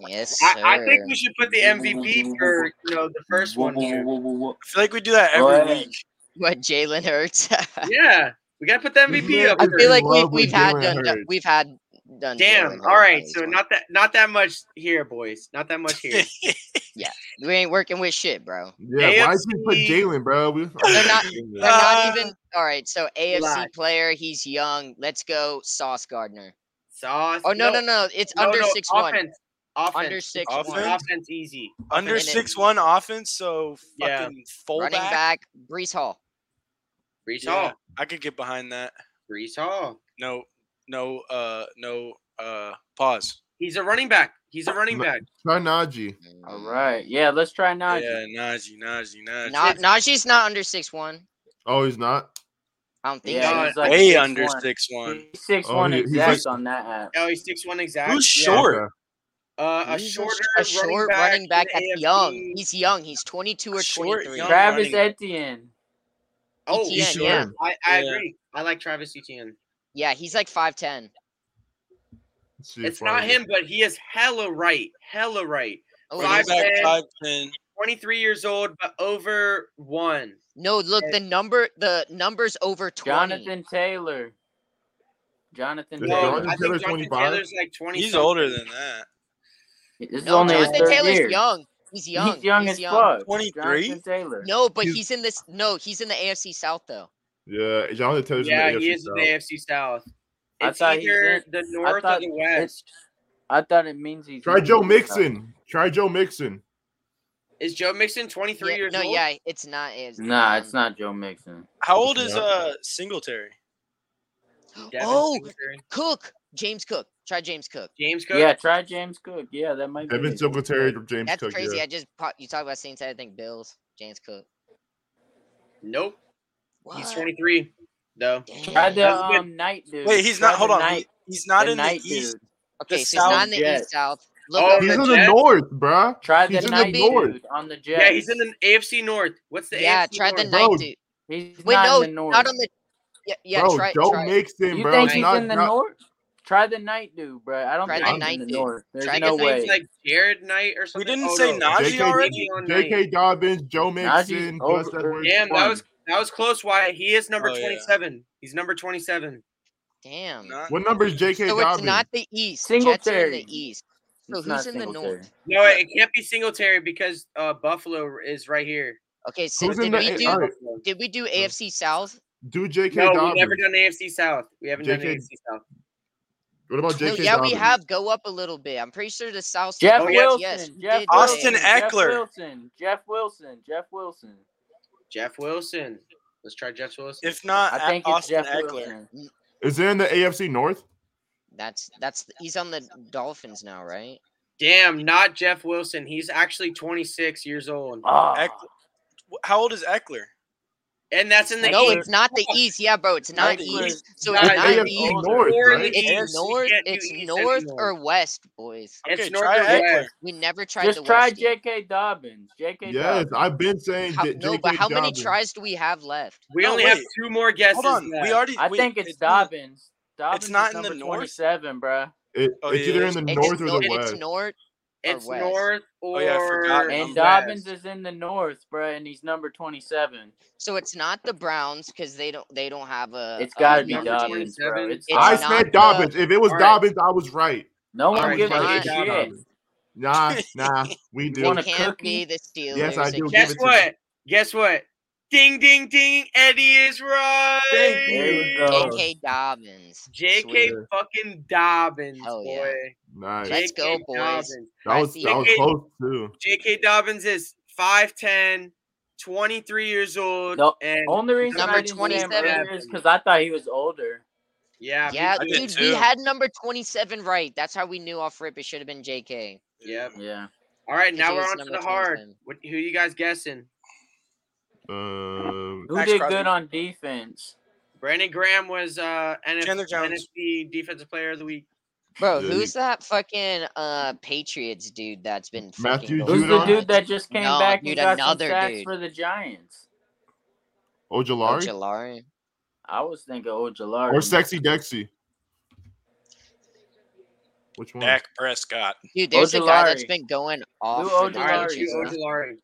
[SPEAKER 1] Yes,
[SPEAKER 3] I,
[SPEAKER 1] sir.
[SPEAKER 3] I think we should put the MVP for you know the first
[SPEAKER 5] Whoa,
[SPEAKER 3] one
[SPEAKER 5] whoa,
[SPEAKER 3] here.
[SPEAKER 5] whoa, whoa, whoa.
[SPEAKER 4] I feel like we do that every
[SPEAKER 5] Go ahead.
[SPEAKER 4] week.
[SPEAKER 1] What Jalen Hurts?
[SPEAKER 3] Yeah, We gotta put the MVP up.
[SPEAKER 1] I
[SPEAKER 2] You're
[SPEAKER 3] first.
[SPEAKER 1] feel
[SPEAKER 2] in
[SPEAKER 1] like we've
[SPEAKER 2] love
[SPEAKER 1] we've
[SPEAKER 2] with
[SPEAKER 1] had
[SPEAKER 2] Jalen
[SPEAKER 1] done, done
[SPEAKER 2] Hurts.
[SPEAKER 1] we've had done.
[SPEAKER 3] Damn.
[SPEAKER 1] Jalen
[SPEAKER 3] All
[SPEAKER 1] Hurts
[SPEAKER 3] right.
[SPEAKER 1] on
[SPEAKER 3] So
[SPEAKER 1] this
[SPEAKER 3] not that not that much here, boys. Not that much here.
[SPEAKER 1] one. we ain't working with shit, bro.
[SPEAKER 2] Yeah, why'd you put
[SPEAKER 3] AFC
[SPEAKER 2] Jalen, bro? We,
[SPEAKER 1] They're not- They're
[SPEAKER 4] Uh,
[SPEAKER 1] not even all right. So AFC
[SPEAKER 3] lie.
[SPEAKER 1] player, he's young. Let's go, Sauce Gardner.
[SPEAKER 3] Sauce.
[SPEAKER 1] Oh no, no, no! It's under six one.
[SPEAKER 3] offense, one. Offense.
[SPEAKER 1] Under six
[SPEAKER 4] Offense?
[SPEAKER 1] one.
[SPEAKER 3] Offense easy.
[SPEAKER 4] under
[SPEAKER 1] offense.
[SPEAKER 4] six one offense, so
[SPEAKER 3] Yeah.
[SPEAKER 4] fucking fullback.
[SPEAKER 1] Running back, Brees Hall.
[SPEAKER 3] Brees
[SPEAKER 4] Yeah,
[SPEAKER 3] Hall.
[SPEAKER 4] I could get behind that.
[SPEAKER 3] Brees Hall.
[SPEAKER 4] No, no, uh, no, uh, pause.
[SPEAKER 3] He's a running back. He's a running
[SPEAKER 2] No.
[SPEAKER 3] back.
[SPEAKER 2] Try Najee.
[SPEAKER 5] All right. Yeah, let's try Najee.
[SPEAKER 4] Yeah, Najee, Najee, Najee.
[SPEAKER 1] Na- Najee's not under six one.
[SPEAKER 2] Oh, he's not.
[SPEAKER 1] I don't think
[SPEAKER 5] Yeah,
[SPEAKER 1] so.
[SPEAKER 3] God.
[SPEAKER 5] he's like Mm,
[SPEAKER 4] Way
[SPEAKER 5] 6'1".
[SPEAKER 4] under six one.
[SPEAKER 5] He's six
[SPEAKER 2] Oh,
[SPEAKER 5] one
[SPEAKER 2] he- he's
[SPEAKER 5] exact
[SPEAKER 2] like-
[SPEAKER 5] on that app.
[SPEAKER 3] Oh, he's six one exact.
[SPEAKER 4] Who's
[SPEAKER 3] Yeah.
[SPEAKER 4] short?
[SPEAKER 2] Okay.
[SPEAKER 3] Uh, a
[SPEAKER 1] He's
[SPEAKER 3] shorter,
[SPEAKER 1] sh- a short running back,
[SPEAKER 3] in the
[SPEAKER 1] that's
[SPEAKER 3] AFC.
[SPEAKER 1] young. He's young. He's twenty two
[SPEAKER 4] A
[SPEAKER 1] or
[SPEAKER 4] short,
[SPEAKER 1] twenty three.
[SPEAKER 4] young-
[SPEAKER 5] Travis
[SPEAKER 4] running back.
[SPEAKER 5] Etienne.
[SPEAKER 3] oh,
[SPEAKER 1] Etienne,
[SPEAKER 2] He's
[SPEAKER 1] E yeah,
[SPEAKER 2] short.
[SPEAKER 3] I, I
[SPEAKER 4] Yeah.
[SPEAKER 3] agree. I like Travis Etienne.
[SPEAKER 1] yeah, he's like five ten.
[SPEAKER 2] Let's see
[SPEAKER 3] It's
[SPEAKER 2] if I-
[SPEAKER 3] not him, but he is hella right. Hella right.
[SPEAKER 1] Oh,
[SPEAKER 3] Five
[SPEAKER 4] Running back,
[SPEAKER 3] ten.
[SPEAKER 4] five ten.
[SPEAKER 3] Twenty three years old, but over one.
[SPEAKER 1] no, look, the number, the numbers over twenty.
[SPEAKER 5] Jonathan Taylor. Jonathan
[SPEAKER 2] Is
[SPEAKER 3] No,
[SPEAKER 5] Taylor.
[SPEAKER 2] Jonathan
[SPEAKER 3] I
[SPEAKER 2] Taylor
[SPEAKER 3] think Jonathan
[SPEAKER 2] 25?
[SPEAKER 3] Taylor's like twenty.
[SPEAKER 4] He's older than that.
[SPEAKER 5] This is
[SPEAKER 1] no,
[SPEAKER 5] only his
[SPEAKER 1] Jonathan
[SPEAKER 5] third
[SPEAKER 1] Taylor's
[SPEAKER 5] year.
[SPEAKER 1] young. He's young.
[SPEAKER 5] He's young as fuck.
[SPEAKER 4] 23?
[SPEAKER 5] Jonathan Taylor.
[SPEAKER 1] No, but
[SPEAKER 2] He's-
[SPEAKER 1] he's in this. No, he's in the AFC South though.
[SPEAKER 2] Yeah, Jonathan Taylor's
[SPEAKER 3] Yeah,
[SPEAKER 2] in the
[SPEAKER 3] he
[SPEAKER 2] AFC
[SPEAKER 3] is in
[SPEAKER 2] South.
[SPEAKER 3] the AFC South.
[SPEAKER 5] I
[SPEAKER 3] It's
[SPEAKER 5] thought he's
[SPEAKER 3] either
[SPEAKER 5] in-
[SPEAKER 3] the north
[SPEAKER 5] thought
[SPEAKER 3] or the west.
[SPEAKER 5] I thought it means he's
[SPEAKER 2] Try
[SPEAKER 5] in
[SPEAKER 2] Joe
[SPEAKER 5] the-
[SPEAKER 2] Mixon. Try Joe Mixon.
[SPEAKER 3] Is Joe Mixon twenty three
[SPEAKER 1] Yeah,
[SPEAKER 3] years
[SPEAKER 1] no,
[SPEAKER 3] old?
[SPEAKER 1] yeah, it's not. It's
[SPEAKER 5] Nah, it's
[SPEAKER 1] um,
[SPEAKER 5] not Joe Mixon.
[SPEAKER 4] How old is
[SPEAKER 2] Yeah.
[SPEAKER 4] uh Singletary?
[SPEAKER 3] Devin
[SPEAKER 1] Oh.
[SPEAKER 3] Singletary.
[SPEAKER 1] Cook, James Cook. Try James Cook.
[SPEAKER 3] James Cook.
[SPEAKER 5] Yeah, try James Cook. Yeah, that might be.
[SPEAKER 2] Evan
[SPEAKER 5] it.
[SPEAKER 2] Singletary, James
[SPEAKER 1] That's
[SPEAKER 2] Cook.
[SPEAKER 1] crazy.
[SPEAKER 2] yeah.
[SPEAKER 1] I just pop, you talk about Saints. I think Bills. James Cook.
[SPEAKER 3] Nope.
[SPEAKER 1] What?
[SPEAKER 3] He's twenty three though.
[SPEAKER 5] Try
[SPEAKER 1] Dang.
[SPEAKER 5] the
[SPEAKER 3] That's good.
[SPEAKER 5] um, night dude.
[SPEAKER 4] Wait, he's not.
[SPEAKER 5] Try
[SPEAKER 4] Hold
[SPEAKER 5] the
[SPEAKER 4] on.
[SPEAKER 5] Night,
[SPEAKER 4] he- he's not
[SPEAKER 5] the
[SPEAKER 4] in the
[SPEAKER 5] night
[SPEAKER 4] East.
[SPEAKER 5] dude.
[SPEAKER 4] the
[SPEAKER 1] okay, so he's
[SPEAKER 4] South
[SPEAKER 1] not in the
[SPEAKER 5] Jets.
[SPEAKER 1] East South.
[SPEAKER 3] Oh,
[SPEAKER 1] Look,
[SPEAKER 2] He's
[SPEAKER 1] up
[SPEAKER 2] in
[SPEAKER 1] the-
[SPEAKER 3] the
[SPEAKER 2] the
[SPEAKER 3] Jets?
[SPEAKER 2] north, bruh.
[SPEAKER 5] Try the
[SPEAKER 2] He's in the
[SPEAKER 5] night
[SPEAKER 2] north.
[SPEAKER 5] dude on the Jets.
[SPEAKER 3] Yeah, he's in the AFC North. What's the
[SPEAKER 1] yeah,
[SPEAKER 3] AFC
[SPEAKER 1] try the
[SPEAKER 3] North?
[SPEAKER 1] night
[SPEAKER 2] Bro,
[SPEAKER 1] dude.
[SPEAKER 5] He's
[SPEAKER 1] Wait,
[SPEAKER 5] not
[SPEAKER 1] no,
[SPEAKER 5] in the north.
[SPEAKER 1] not on the. Yeah, yeah.
[SPEAKER 2] bro,
[SPEAKER 1] try,
[SPEAKER 2] Joe
[SPEAKER 1] try.
[SPEAKER 2] Mixon,
[SPEAKER 5] you
[SPEAKER 2] bro.
[SPEAKER 5] think
[SPEAKER 2] it's
[SPEAKER 5] he's
[SPEAKER 2] not,
[SPEAKER 5] in the
[SPEAKER 2] not-
[SPEAKER 5] north? Try the night dude, bro. I don't
[SPEAKER 1] Try
[SPEAKER 5] think
[SPEAKER 2] the
[SPEAKER 5] he's
[SPEAKER 1] night
[SPEAKER 5] in the
[SPEAKER 1] dude.
[SPEAKER 5] north. There's
[SPEAKER 1] Try the
[SPEAKER 5] no
[SPEAKER 1] night
[SPEAKER 5] way.
[SPEAKER 3] It's like Jared Knight or something.
[SPEAKER 4] didn't
[SPEAKER 3] Oh,
[SPEAKER 4] say
[SPEAKER 3] no.
[SPEAKER 4] Najee
[SPEAKER 2] JK
[SPEAKER 4] already?
[SPEAKER 3] Le'Veon Knight.
[SPEAKER 2] J.K. Dobbins, Joe Mixon,
[SPEAKER 5] Najee's
[SPEAKER 2] plus
[SPEAKER 5] over-
[SPEAKER 2] Edwards.
[SPEAKER 3] Damn, that
[SPEAKER 5] one.
[SPEAKER 3] was that was close. Wyatt, he is number
[SPEAKER 4] Oh, yeah.
[SPEAKER 3] twenty-seven. He's number twenty-seven.
[SPEAKER 1] Damn.
[SPEAKER 4] Not-
[SPEAKER 2] What number is J.K.
[SPEAKER 1] so it's
[SPEAKER 2] Dobbins?
[SPEAKER 1] not the East. Jets are in
[SPEAKER 5] Singletary.
[SPEAKER 1] the East. So
[SPEAKER 5] It's
[SPEAKER 1] who's
[SPEAKER 5] not
[SPEAKER 1] in the
[SPEAKER 5] Singletary.
[SPEAKER 1] North?
[SPEAKER 3] No, it can't be Singletary because uh, Buffalo is right here.
[SPEAKER 1] Okay, so
[SPEAKER 2] Who's
[SPEAKER 1] did
[SPEAKER 2] in
[SPEAKER 1] we
[SPEAKER 2] the-
[SPEAKER 1] do?
[SPEAKER 2] all right.
[SPEAKER 3] Buffalo.
[SPEAKER 1] Did we do AFC South?
[SPEAKER 2] Do J.K.
[SPEAKER 3] No,
[SPEAKER 2] Dobbins.
[SPEAKER 3] we've never done AFC South. We haven't done
[SPEAKER 2] JK
[SPEAKER 3] AFC South.
[SPEAKER 2] What about
[SPEAKER 1] No,
[SPEAKER 2] J.K.
[SPEAKER 1] yeah,
[SPEAKER 2] Dobbins?
[SPEAKER 1] we have. Go up a little bit. I'm pretty sure the South.
[SPEAKER 5] Jeff
[SPEAKER 3] Oh,
[SPEAKER 1] South-
[SPEAKER 3] yes,
[SPEAKER 5] Wilson.
[SPEAKER 1] yes, we
[SPEAKER 5] Jeff
[SPEAKER 1] did do
[SPEAKER 5] Wilson,
[SPEAKER 4] Austin
[SPEAKER 1] it.
[SPEAKER 5] Jeff
[SPEAKER 4] Eckler.
[SPEAKER 5] Wilson. Jeff Wilson. Jeff Wilson.
[SPEAKER 3] Jeff Wilson. Let's try Jeff Wilson.
[SPEAKER 4] If not,
[SPEAKER 5] I think it's
[SPEAKER 4] Austin
[SPEAKER 5] Jeff
[SPEAKER 4] Eckler.
[SPEAKER 5] Wilson.
[SPEAKER 2] Is it in the AFC North?
[SPEAKER 1] That's that's he's on the Dolphins now, right?
[SPEAKER 3] Damn, not Jeff Wilson. He's actually 26 years old.
[SPEAKER 5] Ah,
[SPEAKER 4] Eckler. Wh- How old is Eckler?
[SPEAKER 3] And that's in the
[SPEAKER 1] No,
[SPEAKER 3] East.
[SPEAKER 1] it's not the East. Yeah, bro, it's not
[SPEAKER 4] the
[SPEAKER 1] East.
[SPEAKER 4] East.
[SPEAKER 1] So
[SPEAKER 3] Not
[SPEAKER 1] it's
[SPEAKER 2] That's
[SPEAKER 3] the
[SPEAKER 1] not
[SPEAKER 2] AFC
[SPEAKER 1] East.
[SPEAKER 3] East.
[SPEAKER 2] North,
[SPEAKER 3] Or in
[SPEAKER 2] right?
[SPEAKER 3] the East.
[SPEAKER 1] It's
[SPEAKER 3] You
[SPEAKER 1] north.
[SPEAKER 3] can't do
[SPEAKER 1] It's
[SPEAKER 3] East
[SPEAKER 1] north
[SPEAKER 3] anymore.
[SPEAKER 1] or west, boys.
[SPEAKER 3] It's
[SPEAKER 4] Okay,
[SPEAKER 3] north
[SPEAKER 4] try
[SPEAKER 3] or
[SPEAKER 4] Eckler.
[SPEAKER 3] west.
[SPEAKER 1] We never tried
[SPEAKER 5] Just
[SPEAKER 1] the
[SPEAKER 5] try
[SPEAKER 1] west. yet.
[SPEAKER 5] J.K. Dobbins. J.K.
[SPEAKER 2] Yes,
[SPEAKER 5] Dobbins.
[SPEAKER 2] I've been saying
[SPEAKER 1] How,
[SPEAKER 2] J- J.K.
[SPEAKER 1] no, but how many
[SPEAKER 2] Dobbins.
[SPEAKER 1] tries do we have left?
[SPEAKER 3] We
[SPEAKER 4] No,
[SPEAKER 3] only have
[SPEAKER 4] wait.
[SPEAKER 3] two more guesses.
[SPEAKER 4] Hold on.
[SPEAKER 3] left.
[SPEAKER 4] We already.
[SPEAKER 5] I
[SPEAKER 4] wait,
[SPEAKER 5] think it's,
[SPEAKER 4] it's not-
[SPEAKER 5] Dobbins. Dobbins is
[SPEAKER 4] not in the
[SPEAKER 5] number
[SPEAKER 4] north?
[SPEAKER 5] 27, bruh.
[SPEAKER 2] It,
[SPEAKER 4] Oh,
[SPEAKER 2] it's
[SPEAKER 4] yeah,
[SPEAKER 2] either in
[SPEAKER 4] it's-
[SPEAKER 2] the
[SPEAKER 1] It's,
[SPEAKER 2] north or
[SPEAKER 1] nor-
[SPEAKER 2] the
[SPEAKER 1] it's
[SPEAKER 2] west.
[SPEAKER 1] north. or
[SPEAKER 3] It's
[SPEAKER 1] west.
[SPEAKER 3] north or
[SPEAKER 4] Oh, yeah, I forgot
[SPEAKER 5] And
[SPEAKER 4] Number-
[SPEAKER 5] Dobbins
[SPEAKER 3] west.
[SPEAKER 5] is in the north, bruh, and he's number 27.
[SPEAKER 1] So it's not the Browns because they don't they don't have a.
[SPEAKER 5] It's
[SPEAKER 1] a
[SPEAKER 5] got to be
[SPEAKER 1] number
[SPEAKER 3] number
[SPEAKER 1] two.
[SPEAKER 5] Dobbins,
[SPEAKER 3] 27.
[SPEAKER 5] bro. It's
[SPEAKER 1] It's
[SPEAKER 2] I
[SPEAKER 5] Dobbins.
[SPEAKER 1] not
[SPEAKER 2] said
[SPEAKER 1] the-
[SPEAKER 2] Dobbins. If it was
[SPEAKER 3] All right.
[SPEAKER 2] Dobbins, I was right.
[SPEAKER 5] No
[SPEAKER 2] I
[SPEAKER 5] one
[SPEAKER 1] right,
[SPEAKER 2] was
[SPEAKER 5] gives
[SPEAKER 1] fine.
[SPEAKER 5] a
[SPEAKER 2] right.
[SPEAKER 1] J.K.
[SPEAKER 2] J.K.
[SPEAKER 5] shit.
[SPEAKER 2] Dobbins. Nah, nah, we
[SPEAKER 5] You
[SPEAKER 2] do.
[SPEAKER 5] wanna
[SPEAKER 1] It can't
[SPEAKER 5] cookie?
[SPEAKER 1] be the Steelers.
[SPEAKER 2] Yes, I
[SPEAKER 1] It
[SPEAKER 2] do. Give
[SPEAKER 1] can't
[SPEAKER 3] Guess
[SPEAKER 2] it to me.
[SPEAKER 3] what? Guess what? Ding, ding, ding. Eddie is right.
[SPEAKER 4] Thank
[SPEAKER 5] you. There we go.
[SPEAKER 1] J.K. Dobbins.
[SPEAKER 3] J.K.
[SPEAKER 1] Sweet.
[SPEAKER 3] fucking Dobbins,
[SPEAKER 1] Hell yeah.
[SPEAKER 3] boy.
[SPEAKER 2] Nice.
[SPEAKER 1] Let's go,
[SPEAKER 3] J.K.
[SPEAKER 1] boys.
[SPEAKER 3] Dobbins.
[SPEAKER 2] That was that was
[SPEAKER 3] J.K.
[SPEAKER 2] close too.
[SPEAKER 3] J.K. Dobbins is 5'10", 23 years old.
[SPEAKER 5] No,
[SPEAKER 3] and
[SPEAKER 5] Only reason
[SPEAKER 1] Number
[SPEAKER 5] I didn't say him
[SPEAKER 1] 27.
[SPEAKER 5] earlier is because I thought he was older.
[SPEAKER 3] Yeah, me
[SPEAKER 1] Yeah,
[SPEAKER 4] I
[SPEAKER 3] too.
[SPEAKER 4] did
[SPEAKER 1] dude, we
[SPEAKER 4] too.
[SPEAKER 1] had number twenty-seven right. That's how we knew off rip it should have been J.K.
[SPEAKER 3] Yeah.
[SPEAKER 5] Yeah.
[SPEAKER 3] All right,
[SPEAKER 1] Because
[SPEAKER 3] now
[SPEAKER 1] he
[SPEAKER 3] we're
[SPEAKER 1] was
[SPEAKER 3] on to
[SPEAKER 1] number
[SPEAKER 3] the hard.
[SPEAKER 1] 27.
[SPEAKER 3] What, who you guys guessing?
[SPEAKER 2] Um,
[SPEAKER 5] Who
[SPEAKER 4] Max
[SPEAKER 5] did
[SPEAKER 4] Crosby.
[SPEAKER 5] good on defense?
[SPEAKER 3] Brandon Graham was uh, NF-
[SPEAKER 4] Chandler Jones.
[SPEAKER 3] NFC Defensive Player of the Week.
[SPEAKER 1] Bro,
[SPEAKER 2] Yeah,
[SPEAKER 1] who's that fucking uh Patriots dude that's been fucking
[SPEAKER 2] Matthew
[SPEAKER 1] going
[SPEAKER 5] Who's the
[SPEAKER 2] Judon?
[SPEAKER 5] dude that just came
[SPEAKER 1] No,
[SPEAKER 5] back and
[SPEAKER 1] dude,
[SPEAKER 5] got some
[SPEAKER 1] another
[SPEAKER 5] sacks
[SPEAKER 1] dude.
[SPEAKER 5] for the Giants?
[SPEAKER 1] Oh,
[SPEAKER 2] Ojolari
[SPEAKER 1] Ja'Lari?
[SPEAKER 5] I was thinking Ojalari.
[SPEAKER 2] or Sexy Dexy? Which one?
[SPEAKER 4] Dak Prescott.
[SPEAKER 1] Dude, there's a guy that's
[SPEAKER 5] Ojolari.
[SPEAKER 1] been going off.
[SPEAKER 5] Lou
[SPEAKER 1] for the
[SPEAKER 3] All right,
[SPEAKER 5] Ojolari.
[SPEAKER 3] let's
[SPEAKER 1] Patriots,
[SPEAKER 3] do
[SPEAKER 1] huh?
[SPEAKER 3] Ojolari.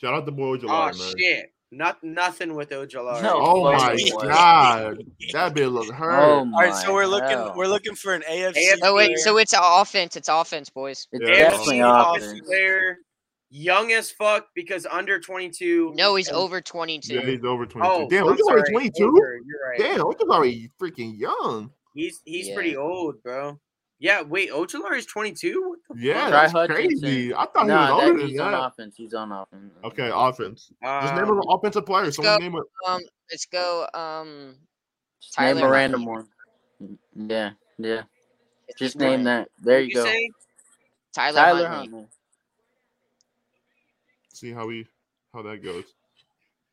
[SPEAKER 2] Shout out the boy
[SPEAKER 3] Oh,
[SPEAKER 2] Ojolari, man.
[SPEAKER 3] shit. Not nothing with Ojolari.
[SPEAKER 5] No.
[SPEAKER 2] Oh my
[SPEAKER 5] Fucking what?
[SPEAKER 2] god, that bit look
[SPEAKER 5] Oh
[SPEAKER 2] hurt.
[SPEAKER 5] my
[SPEAKER 4] All right, so we're looking
[SPEAKER 5] hell.
[SPEAKER 4] we're looking for an AFC.
[SPEAKER 3] AFC.
[SPEAKER 4] player.
[SPEAKER 1] Oh wait, so it's offense. It's offense, boys.
[SPEAKER 5] It's
[SPEAKER 2] Yeah.
[SPEAKER 5] definitely
[SPEAKER 4] Offense.
[SPEAKER 5] offense.
[SPEAKER 3] player, young as fuck because under 22.
[SPEAKER 1] No, he's
[SPEAKER 3] and-
[SPEAKER 1] over twenty-two.
[SPEAKER 2] Yeah, he's over twenty-two.
[SPEAKER 3] Oh,
[SPEAKER 2] Damn,
[SPEAKER 3] I'm
[SPEAKER 2] he's already
[SPEAKER 3] sorry,
[SPEAKER 2] twenty-two.
[SPEAKER 3] over, You're right.
[SPEAKER 2] Damn, he's already freaking young.
[SPEAKER 3] He's he's
[SPEAKER 1] Yeah.
[SPEAKER 3] pretty old, bro. Yeah, wait, Ojolari's 22? What the
[SPEAKER 2] Yeah,
[SPEAKER 5] Try
[SPEAKER 2] that's
[SPEAKER 5] Hutchinson.
[SPEAKER 2] crazy. I thought he
[SPEAKER 5] Nah,
[SPEAKER 2] was
[SPEAKER 5] that-
[SPEAKER 2] older than
[SPEAKER 5] he's on
[SPEAKER 2] that.
[SPEAKER 5] offense. He's on offense.
[SPEAKER 2] Okay, offense.
[SPEAKER 3] fuck?
[SPEAKER 2] Just
[SPEAKER 3] Uh,
[SPEAKER 2] name an offensive player. Someone name it.
[SPEAKER 1] Um, let's go. Um,
[SPEAKER 5] Just name a
[SPEAKER 1] Tyler
[SPEAKER 5] random
[SPEAKER 1] Lockett.
[SPEAKER 5] one. Yeah, yeah.
[SPEAKER 1] it's
[SPEAKER 5] Just
[SPEAKER 1] his
[SPEAKER 5] name
[SPEAKER 1] name.
[SPEAKER 5] that. There
[SPEAKER 3] who'd
[SPEAKER 5] you go.
[SPEAKER 3] say?
[SPEAKER 1] Tyler,
[SPEAKER 5] Tyler
[SPEAKER 1] Huntley.
[SPEAKER 5] Huntley.
[SPEAKER 2] See how we how that goes.